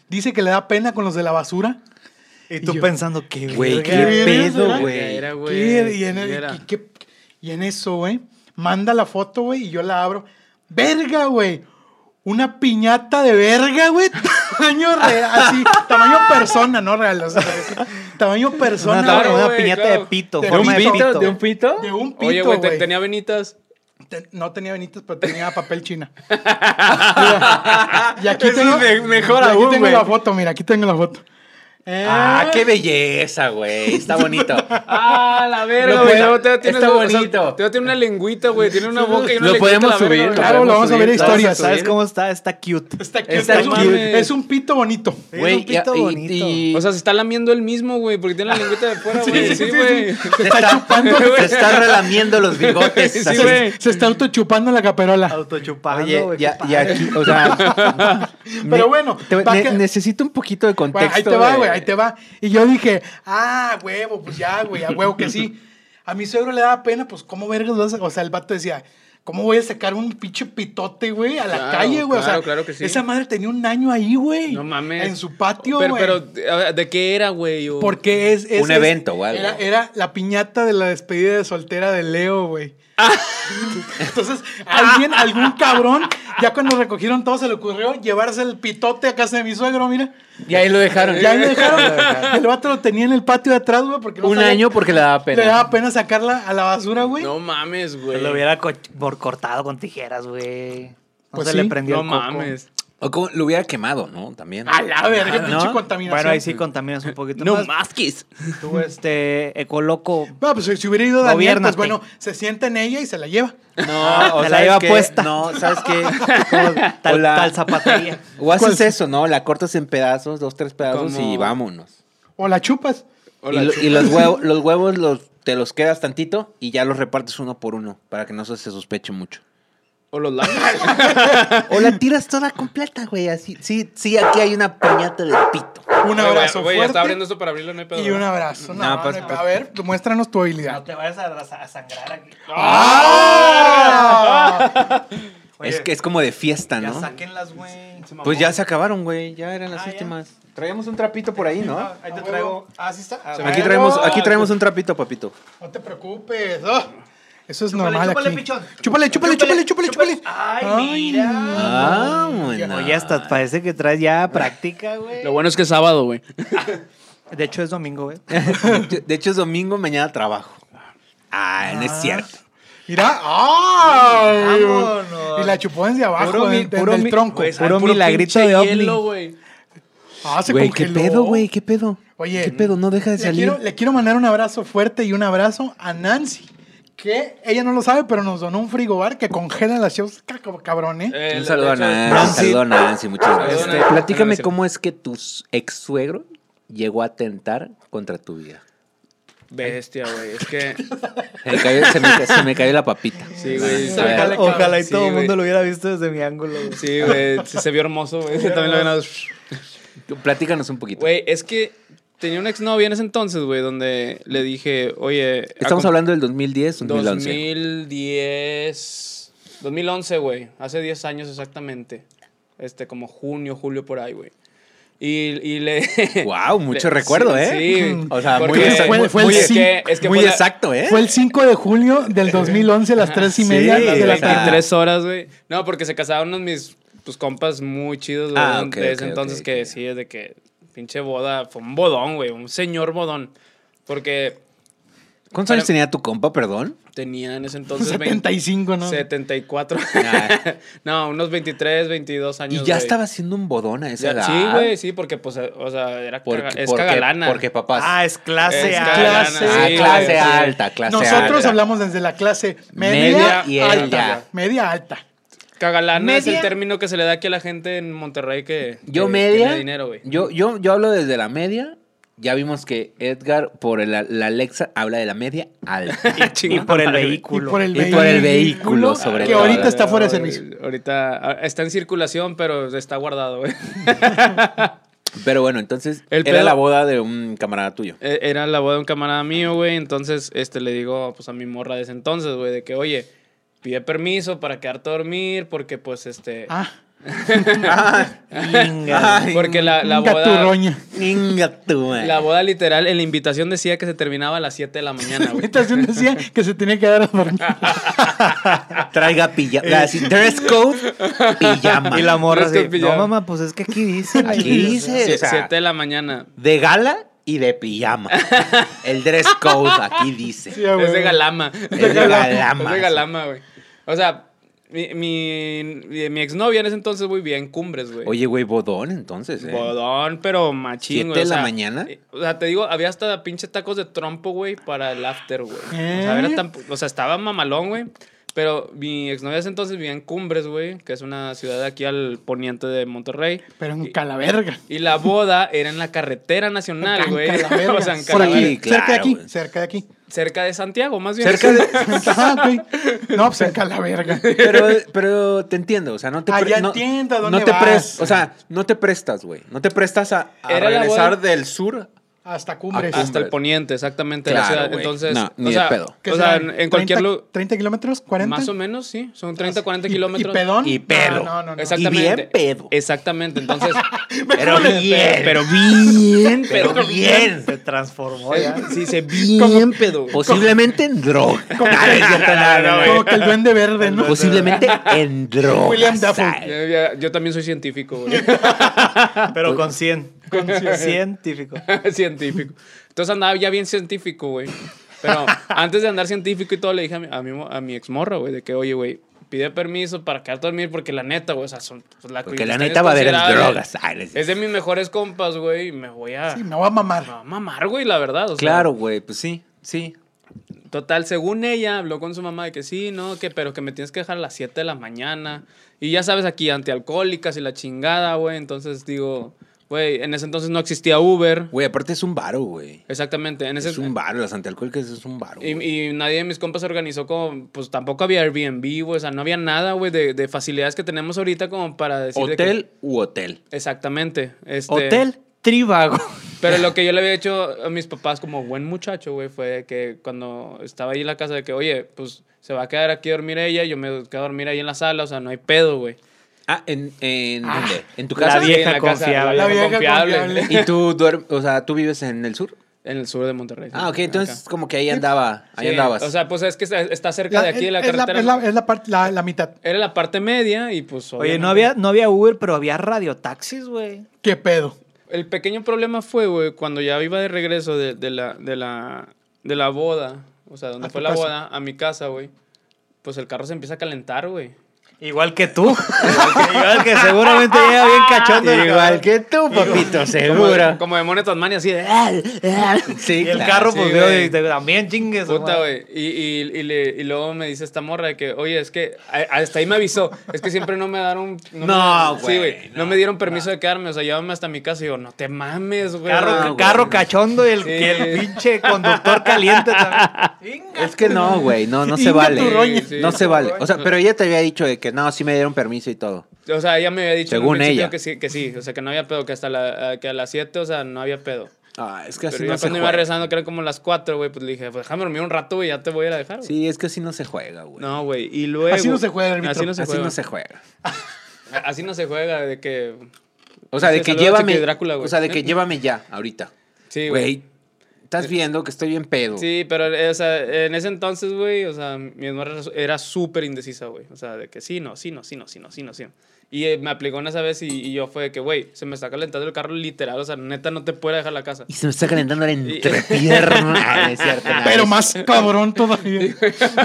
Speaker 4: dice que le da pena con los de la basura.
Speaker 6: Y tú
Speaker 4: yo-
Speaker 6: pensando que,
Speaker 5: Güey,
Speaker 4: ¿Qué
Speaker 5: qué
Speaker 4: verga será?
Speaker 5: pedo,
Speaker 1: Ya
Speaker 5: güey.
Speaker 1: era, güey.
Speaker 4: ¿Qué? Y, en
Speaker 1: Ya
Speaker 4: el-
Speaker 1: era.
Speaker 4: ¿qué- qué- y en eso, güey, manda la foto, güey, y yo la abro. ¡Verga, güey! Una piñata de verga, güey. Tamaño real, así. Tamaño persona, no real. o sea, tamaño persona,
Speaker 6: Una,
Speaker 1: Claro,
Speaker 4: güey.
Speaker 6: una
Speaker 1: güey,
Speaker 6: piñata
Speaker 1: claro.
Speaker 6: de pito.
Speaker 4: De
Speaker 6: forma
Speaker 4: un pito,
Speaker 5: ¿De un pito?
Speaker 4: De un pito,
Speaker 1: Oye, güey, te-
Speaker 4: güey.
Speaker 1: tenía venitas.
Speaker 4: Te- no tenía venitas, pero tenía papel china. Mira, y aquí
Speaker 5: Eso
Speaker 4: tengo,
Speaker 5: es me- mejor
Speaker 4: y
Speaker 5: aún,
Speaker 4: Aquí tengo
Speaker 5: güey.
Speaker 4: la foto, mira, aquí tengo la foto. Eh,
Speaker 5: Ah, qué belleza, güey. Está bonito.
Speaker 1: Ah, la verga,
Speaker 5: Lo
Speaker 1: güey.
Speaker 5: puedo-
Speaker 1: Luego todavía tiene
Speaker 5: está
Speaker 1: su- o sea,
Speaker 5: bonito.
Speaker 1: todavía tiene una lengüita, güey. Tiene una boca y una
Speaker 5: Lo
Speaker 1: lengüita,
Speaker 5: podemos
Speaker 1: la verga,
Speaker 5: subir,
Speaker 1: güey.
Speaker 5: lo
Speaker 4: Claro, lo vamos a ver en historias.
Speaker 6: ¿Sabes cómo está? Está cute.
Speaker 4: Está aquí,
Speaker 1: Está
Speaker 4: es, un-
Speaker 1: cute.
Speaker 4: es un pito bonito.
Speaker 5: Güey,
Speaker 6: un pito
Speaker 5: y- y-
Speaker 6: bonito.
Speaker 5: y-
Speaker 1: O sea, se está lamiendo él mismo, güey, porque tiene la lengüita de fuera, güey. Sí, güey.
Speaker 4: Se está chupando.
Speaker 5: se está relamiendo los bigotes.
Speaker 1: Sí,
Speaker 5: así.
Speaker 1: güey.
Speaker 4: Se está autochupando la caperola.
Speaker 6: Autochupando,
Speaker 5: Oye,
Speaker 6: güey,
Speaker 5: ya,
Speaker 6: qué
Speaker 5: y aquí, o sea,
Speaker 4: Pero bueno,
Speaker 5: te-
Speaker 4: va
Speaker 5: ne-
Speaker 4: que-
Speaker 5: necesito un poquito de
Speaker 4: Bueno,
Speaker 5: contexto.
Speaker 4: ahí te va,
Speaker 5: de-
Speaker 4: güey, ahí te va. Y yo dije, ah, huevo, pues ya, güey, a huevo que sí. A mi suegro le daba pena, pues, ¿cómo vergas vas a- O sea, el vato decía, ¿cómo voy a sacar un pinche pitote, güey, a la
Speaker 1: Claro,
Speaker 4: calle, güey? o sea,
Speaker 1: claro, claro que sí.
Speaker 4: esa madre tenía un año ahí, güey.
Speaker 1: No mames.
Speaker 4: En su patio, güey.
Speaker 1: Pero, pero, a ver, ¿de qué era, güey? O-
Speaker 4: Porque es, es-
Speaker 5: Un
Speaker 4: es-
Speaker 5: evento o algo.
Speaker 4: Era, era la piñata de la despedida de soltera de Leo, güey. Entonces, alguien, algún cabrón, ya cuando recogieron todo, se le ocurrió llevarse el pitote a casa de mi suegro, mira.
Speaker 5: Y ahí lo dejaron.
Speaker 1: Eh,
Speaker 4: Ya ahí lo dejaron. El vato lo tenía en el patio de atrás, güey, porque no
Speaker 5: Un
Speaker 4: sabía-
Speaker 5: año porque le daba pena.
Speaker 4: Le daba pena sacarla a la basura, güey.
Speaker 1: No mames, güey.
Speaker 6: Lo hubiera co- por cortado con tijeras, güey. No
Speaker 4: Pues
Speaker 6: se
Speaker 4: sí.
Speaker 6: le prendió
Speaker 1: No
Speaker 6: el coco.
Speaker 1: mames.
Speaker 5: O como lo hubiera quemado, ¿no? También.
Speaker 4: A la verga,
Speaker 5: ¿No?
Speaker 4: pinche contaminación.
Speaker 6: Ah, Bueno, ahí sí contaminas un poquito más.
Speaker 1: masques.
Speaker 6: Tú, este, Ecoloco.
Speaker 4: Bueno, pues si hubiera ido Daniel, pues
Speaker 6: Gobiérnate.
Speaker 4: bueno, se sienta en ella y se la lleva.
Speaker 5: No,
Speaker 6: Te la
Speaker 5: ¿sabes
Speaker 6: lleva
Speaker 5: qué?
Speaker 6: puesta.
Speaker 5: No, ¿sabes qué?
Speaker 6: Tal,
Speaker 5: Hola.
Speaker 6: tal zapatería.
Speaker 5: O
Speaker 4: ¿Cuál?
Speaker 5: haces eso, ¿no? La cortas en pedazos, dos, tres pedazos
Speaker 1: Como-
Speaker 5: y vámonos.
Speaker 4: O la chupas.
Speaker 5: Y, lo- y los huevos, los huevos los, te los quedas tantito y ya los repartes uno por uno para que no se se sospeche mucho.
Speaker 1: O los labios.
Speaker 5: O la tiras toda completa, güey. Así, sí, sí, aquí hay una piñata de pito.
Speaker 4: Un
Speaker 1: Güey,
Speaker 4: abrazo
Speaker 1: Güey,
Speaker 4: fuerte
Speaker 1: está abriendo esto para abrirlo, no hay pedo.
Speaker 4: y un abrazo. No,
Speaker 5: No, pues,
Speaker 4: no,
Speaker 5: pues-
Speaker 4: a ver, tú muéstranos tu habilidad.
Speaker 6: te vayas a, sangrar aquí.
Speaker 4: ¡Ah!
Speaker 5: Es, que es como de fiesta, ¿no?
Speaker 6: sáquenlas, güey.
Speaker 5: Pues ya se acabaron, güey. Ya eran las
Speaker 6: Ah, ya.
Speaker 5: últimas. Traíamos un trapito por ahí, ¿no?
Speaker 6: Ahí te traigo. Ah, sí está. Ah,
Speaker 1: Se me-
Speaker 5: Aquí
Speaker 1: Bueno.
Speaker 5: traemos, aquí traemos un trapito, papito.
Speaker 4: No te preocupes. ah. Eso es normal
Speaker 6: chúpale,
Speaker 4: aquí.
Speaker 6: pichón.
Speaker 4: Chúpale, chúpale, chúpale, chúpale, chúpale.
Speaker 6: Ay, mira.
Speaker 5: Ah, bueno.
Speaker 6: Oye, hasta parece que traes ya práctica, güey.
Speaker 1: Lo bueno es que es sábado, güey.
Speaker 6: De hecho, es domingo, güey.
Speaker 5: De hecho, es domingo, mañana trabajo. Ah, no es cierto.
Speaker 4: Mira, ¡ay!
Speaker 6: Vámonos.
Speaker 4: Y la chupó desde abajo,
Speaker 6: Puro mi-
Speaker 4: del, del-
Speaker 6: puro
Speaker 4: del
Speaker 6: mi-
Speaker 4: tronco.
Speaker 6: Pues, Puro milagrito
Speaker 1: pinche
Speaker 6: de ovni.
Speaker 1: hielo, güey.
Speaker 4: ah, se
Speaker 5: Güey, ¿qué
Speaker 4: congeló.
Speaker 5: pedo, güey? ¿Qué pedo?
Speaker 4: Oye,
Speaker 5: ¿Qué pedo? No deja de
Speaker 4: Le
Speaker 5: salir.
Speaker 4: quiero, le quiero mandar un abrazo fuerte y un abrazo a Nancy, que ella no lo sabe, pero nos donó un frigobar que congela las shows, ca- como cabrón, ¿eh?
Speaker 1: Eh,
Speaker 5: Un saludo a
Speaker 1: de hecho,
Speaker 5: Nancy. Un
Speaker 1: Nancy.
Speaker 5: saludo a Nancy, muchas gracias.
Speaker 1: Saludo a
Speaker 5: Este,
Speaker 1: Nancy.
Speaker 5: platícame
Speaker 1: Nancy.
Speaker 5: cómo es que tu s- ex suegro llegó a atentar contra tu vida.
Speaker 1: Bestia, güey. Es que.
Speaker 5: Se me cayó, se me- se me cayó la papita.
Speaker 1: Sí, güey.
Speaker 5: Sí,
Speaker 1: se-
Speaker 6: Ojalá, ojalá y
Speaker 1: Sí,
Speaker 6: todo el
Speaker 1: güey.
Speaker 6: mundo lo hubiera visto desde mi ángulo. güey.
Speaker 1: Sí, güey. Se, se vio hermoso, güey. También lo ven a-
Speaker 5: Platícanos un poquito.
Speaker 1: Güey, es que tenía una exnovia en ese entonces, güey, donde le dije, oye.
Speaker 5: Estamos
Speaker 1: acom-
Speaker 5: hablando del 2010, 2011.
Speaker 1: 2010. 2011, güey. Hace 10 años exactamente. Este, como junio, julio, por ahí, güey. Y, y le.
Speaker 5: Wow, mucho
Speaker 1: le-
Speaker 5: recuerdo,
Speaker 1: sí,
Speaker 5: ¿eh?
Speaker 1: Sí.
Speaker 5: O sea, muy,
Speaker 1: porque
Speaker 5: exacto,
Speaker 4: fue-
Speaker 5: muy-
Speaker 4: fue el
Speaker 5: muy-
Speaker 1: es
Speaker 4: sí.
Speaker 1: que, es que
Speaker 5: muy
Speaker 1: fue la-
Speaker 5: exacto, ¿eh?
Speaker 4: Fue el 5 de julio del 2011 a
Speaker 1: Ah,
Speaker 4: las 3 y media
Speaker 5: sí,
Speaker 4: de la tarde.
Speaker 1: 23 horas, güey. No, porque se casaron unos mis pues, compas muy chidos, güey.
Speaker 5: Ah, ok,
Speaker 1: de ese
Speaker 5: ok,
Speaker 1: entonces
Speaker 5: ok,
Speaker 1: que
Speaker 5: ok.
Speaker 1: sí, es de que pinche boda. Fue un bodón, güey. Un señor bodón. Porque
Speaker 5: ¿Cuántos años
Speaker 1: Para-
Speaker 5: tenía tu compa, perdón?
Speaker 1: tenía en ese entonces.
Speaker 4: 75, ¿no?
Speaker 1: 74.
Speaker 5: Ah.
Speaker 1: no, unos 23, 22 años.
Speaker 5: Y ya
Speaker 1: güey.
Speaker 5: estaba siendo un bodón a esa
Speaker 1: Ya-
Speaker 5: edad.
Speaker 1: sí, güey, sí, porque, pues, eh, o sea, era
Speaker 5: Porque,
Speaker 1: caga- es
Speaker 5: porque,
Speaker 1: cagalana.
Speaker 5: Porque papás.
Speaker 6: Ah, es clase
Speaker 1: Es
Speaker 6: A.
Speaker 1: clase
Speaker 5: Ah,
Speaker 1: sí,
Speaker 5: clase
Speaker 1: güey, sí.
Speaker 5: alta, clase alta.
Speaker 4: Nosotros hablamos desde la clase media,
Speaker 5: Media y
Speaker 4: alta.
Speaker 5: alta.
Speaker 4: Media alta.
Speaker 1: Cagalana es el
Speaker 6: Media.
Speaker 1: término que se le da aquí a la gente en Monterrey que.
Speaker 5: Yo
Speaker 1: que
Speaker 5: media.
Speaker 1: tiene dinero, güey.
Speaker 5: yo, yo, yo hablo desde la media. Ya vimos que Edgar, por el- la Alexa, habla de la media alta.
Speaker 6: Y por el
Speaker 4: Y
Speaker 6: vehículo.
Speaker 4: por el,
Speaker 5: Y por el vehículo, sobre
Speaker 4: Que
Speaker 5: todo.
Speaker 4: ahorita está fuera de servicio.
Speaker 1: Ahorita ah, está en circulación, pero está guardado, güey.
Speaker 5: Pero bueno, entonces
Speaker 1: El
Speaker 5: era
Speaker 1: pedo-
Speaker 5: la boda de un camarada tuyo.
Speaker 1: Eh, Era la boda de un camarada mío, güey. Entonces, este, le digo, pues, a mi morra de ese entonces, güey, de que, oye, pide permiso para quedarte a dormir porque, pues, este...
Speaker 4: Ah,
Speaker 6: Inga.
Speaker 1: porque la, la boda...
Speaker 4: gaturroña.
Speaker 5: Inga tu madre.
Speaker 1: La boda literal, en la invitación decía que se terminaba a las 7 de la mañana, güey.
Speaker 4: Esta sí decía que se tenía que dar a dormir.
Speaker 5: Traiga
Speaker 1: Eh.
Speaker 5: pijama. Así, dress code, pijama.
Speaker 6: Y la morra
Speaker 1: Tres
Speaker 6: así,
Speaker 1: costillas.
Speaker 6: No, mamá, pues es que aquí dice. güey".
Speaker 5: Aquí dice,
Speaker 1: Sie-
Speaker 5: o sea,
Speaker 1: siete de la mañana.
Speaker 5: de gala y de pijama. El dress code aquí dice.
Speaker 4: Sí, a
Speaker 1: es de
Speaker 4: huevo.
Speaker 1: galama.
Speaker 5: Es de galama.
Speaker 1: Es de galama, güey. O sea, mi, mi, mi exnovia en ese entonces, güey, vivía en Cumbres, güey.
Speaker 5: Oye, güey, bodón entonces, ¿eh?
Speaker 1: Bodón, pero machín,
Speaker 5: ¿Siete
Speaker 1: güey. o
Speaker 5: de la
Speaker 1: sea,
Speaker 5: mañana?
Speaker 1: eh, O sea, te digo, había hasta pinche tacos de trompo, güey, para el after, güey. O, sea, era
Speaker 4: ¿Eh?
Speaker 1: tan- o sea, estaba mamalón, güey. Pero mi exnovia de ese entonces vivía en Cumbres, güey, que es una ciudad de aquí al poniente de Monterrey.
Speaker 4: Pero en Calaverga.
Speaker 1: Y la boda era en la carretera nacional, güey.
Speaker 4: En Calaverga.
Speaker 1: o sea, en
Speaker 4: Por aquí,
Speaker 1: Calaverga.
Speaker 4: cerca
Speaker 5: Calaverga.
Speaker 4: de aquí,
Speaker 5: Claro, güey.
Speaker 4: cerca de aquí.
Speaker 1: Cerca de Santiago, más bien.
Speaker 5: Cerca de...
Speaker 4: Ajá, güey. No, pues en Calaverga.
Speaker 5: Pero, pero te entiendo, o sea, no te
Speaker 4: Ah,
Speaker 5: pre-
Speaker 4: ya
Speaker 5: no,
Speaker 4: entiendo a
Speaker 5: no
Speaker 4: dónde
Speaker 5: te
Speaker 4: vas.
Speaker 5: pres- o sea, no te prestas, güey. No te prestas a, a
Speaker 1: Era la
Speaker 5: regresar
Speaker 1: boda-
Speaker 5: del sur.
Speaker 4: Hasta Cumbres.
Speaker 5: Hasta
Speaker 1: Hasta el
Speaker 5: Hombre.
Speaker 1: poniente, exactamente.
Speaker 5: Claro,
Speaker 1: la ciudad.
Speaker 5: güey.
Speaker 1: Entonces,
Speaker 5: No, ni
Speaker 1: o
Speaker 5: de
Speaker 1: sea,
Speaker 5: pedo.
Speaker 4: ¿Qué
Speaker 1: O sea,
Speaker 4: será?
Speaker 1: en, en
Speaker 4: 30
Speaker 1: cualquier lugar.
Speaker 4: ¿30 kilómetros? ¿40?
Speaker 1: Más o menos, sí. Son 30, 40
Speaker 4: ¿Y-
Speaker 1: kilómetros.
Speaker 4: ¿Y pedón?
Speaker 5: Y pedo.
Speaker 4: No, no, no.
Speaker 1: Exactamente.
Speaker 5: Y bien pedo.
Speaker 1: Exactamente. Entonces, eh,
Speaker 5: Pero bien.
Speaker 1: Pero bien, pero
Speaker 5: Pero bien.
Speaker 6: Se transformó ya.
Speaker 1: Sí, dice bien pedo.
Speaker 5: pues, Posiblemente en droga. Ah, no es cierto, no, no, no.
Speaker 4: Como que el duende verde, ¿no?
Speaker 5: Posiblemente en droga.
Speaker 4: William Dafoe.
Speaker 1: Yo, ya- yo también soy científico, güey.
Speaker 6: Pero con 100. Con 100. Científico.
Speaker 1: científico. Entonces andaba ya bien científico, güey. Pero antes de andar científico y todo, le dije a mi, a mi, mo- a mi exmorra, güey, de que, oye, güey, pide permiso para quedarte a dormir porque la neta, güey, o sea, son... pues, la
Speaker 5: Porque la
Speaker 1: cuestión
Speaker 5: neta
Speaker 1: es
Speaker 5: va a haber en
Speaker 1: considerable.
Speaker 5: drogas. Ah, no es
Speaker 1: Es
Speaker 5: cierto.
Speaker 1: de mis mejores compas, güey, y me voy a,
Speaker 4: Sí,
Speaker 1: me
Speaker 4: me voy a mamar.
Speaker 1: voy a mamar, güey, la verdad. o sea,
Speaker 5: Claro, güey, pues sí, sí.
Speaker 1: Total, según ella, habló con su mamá de que sí, no, que pero que me tienes que dejar a las 7 de la mañana. Y ya sabes, aquí antialcohólicas y la chingada, güey. Entonces digo, güey, en ese entonces no existía Uber.
Speaker 5: Güey, aparte es un varo, güey.
Speaker 1: Exactamente, en ese
Speaker 5: Es un varo, las antialcohólicas es un varo. güey.
Speaker 1: y, y nadie de mis compas se organizó como, pues tampoco había Airbnb, güey, o sea, no había nada, güey, de, de facilidades que tenemos ahorita como para decir... de que-
Speaker 5: Hotel u hotel.
Speaker 1: exactamente. Este,
Speaker 6: Hotel Trivago.
Speaker 1: Pero lo que yo le había hecho a mis papás como buen muchacho, güey, fue que cuando estaba ahí en la casa de que, oye, pues se va a quedar aquí a dormir ella, yo me quedo a dormir ahí en la sala, o sea, no hay pedo, güey.
Speaker 5: Ah, ¿en, en dónde? ¿En tu
Speaker 1: Sí,
Speaker 5: casa?
Speaker 1: en
Speaker 6: vieja
Speaker 1: la casa,
Speaker 6: confiable.
Speaker 1: la
Speaker 4: La
Speaker 1: vieja
Speaker 4: vieja
Speaker 1: confiable.
Speaker 4: confiable.
Speaker 5: ¿Y tú duermes, o sea, tú vives en el sur?
Speaker 1: En el sur de Monterrey. sí.
Speaker 5: Ah, ok, entonces
Speaker 1: Acá.
Speaker 5: como que ahí andaba, ahí
Speaker 1: Sí,
Speaker 5: andabas.
Speaker 1: O sea, pues es que está- está cerca de
Speaker 4: La-
Speaker 1: aquí, de la
Speaker 4: es, la,
Speaker 1: carretera.
Speaker 4: es, la, es la parte, la, la mitad.
Speaker 1: Era la parte media y pues...
Speaker 6: Oye, no
Speaker 1: obviamente-
Speaker 6: había, no había Uber, pero había radiotaxis, güey.
Speaker 4: ¿Qué pedo?
Speaker 1: El pequeño problema fue, güey, cuando ya iba de regreso de, de la, de, la, de la boda, o sea, donde
Speaker 4: A
Speaker 1: fue
Speaker 4: tu
Speaker 1: la
Speaker 4: casa.
Speaker 1: boda, a mi casa, güey. pues el carro se empieza a calentar, güey.
Speaker 6: Igual que tú. igual, que, igual que seguramente llega bien cachondo. el
Speaker 5: Igual
Speaker 6: cabrón.
Speaker 5: que tú, papito,
Speaker 1: Como de,
Speaker 5: seguro.
Speaker 1: como de Monet Tasmania, así de... "Ah,
Speaker 5: Sí,
Speaker 6: Y el
Speaker 5: claro,
Speaker 6: carro,
Speaker 5: sí,
Speaker 6: pues,
Speaker 5: güey.
Speaker 6: veo, y- también chingues.
Speaker 1: Puta, güey. Y, y- y le- y luego me dice esta morra de que, oye, es que a- hasta ahí me avisó. Es que siempre no me dieron. No,
Speaker 5: No,
Speaker 1: me,
Speaker 5: güey,
Speaker 1: Sí, güey. No,
Speaker 5: no,
Speaker 1: me dieron permiso de quedarme. O sea, llévame hasta mi casa. Y yo, no te mames, güey.
Speaker 6: Carro,
Speaker 5: Ah, güey.
Speaker 6: carro cachondo y el,
Speaker 1: Sí.
Speaker 6: y el pinche conductor caliente también.
Speaker 5: Es que no, güey, no, no se
Speaker 4: Inga
Speaker 5: vale.
Speaker 4: tu roña.
Speaker 1: Sí, sí.
Speaker 5: No se vale. O sea, pero ella te había dicho de que no, sí me dieron permiso y todo.
Speaker 1: O sea, ella me había dicho en un
Speaker 5: Según
Speaker 1: principio
Speaker 5: ella.
Speaker 1: que sí, que sí. O sea, que no había pedo, que hasta la, que a las 7, o sea, no había pedo.
Speaker 5: Ah, es que
Speaker 1: Pero
Speaker 5: así
Speaker 1: yo
Speaker 5: no se
Speaker 1: cuando iba
Speaker 5: juega.
Speaker 1: regresando, que eran como las 4, güey, pues le dije, pues déjame dormir un rato, güey, ya te voy a ir a dejar. güey.
Speaker 5: Sí, es que así no se juega, güey.
Speaker 1: No, güey. Y luego.
Speaker 4: Así no se juega, árbitro.
Speaker 1: Así no se
Speaker 5: así
Speaker 1: juega.
Speaker 5: no se juega.
Speaker 1: Así no se juega, de que.
Speaker 5: O sea, de
Speaker 1: Sí,
Speaker 5: que
Speaker 1: saludos a
Speaker 5: llévame.
Speaker 1: Chiqui Drácula, güey.
Speaker 5: o sea, de que llévame ya, ahorita.
Speaker 1: Sí, güey.
Speaker 5: Güey, estás viendo que estoy bien pedo.
Speaker 1: Sí, pero eh, o sea, en ese entonces, güey, o sea, mi hermana era súper indecisa, güey. O sea, de que sí, no, sí, no, sí, no, sí, no, sí, no, sí. no. Y eh, me aplicó en esa vez y, y yo fue de que, güey, se me está calentando el carro literal. O sea, neta, no te puedo dejar la casa.
Speaker 5: Y se me está calentando la entrepierna. Ah, es cierto, nada,
Speaker 4: Pero
Speaker 5: es-
Speaker 4: más cabrón todavía.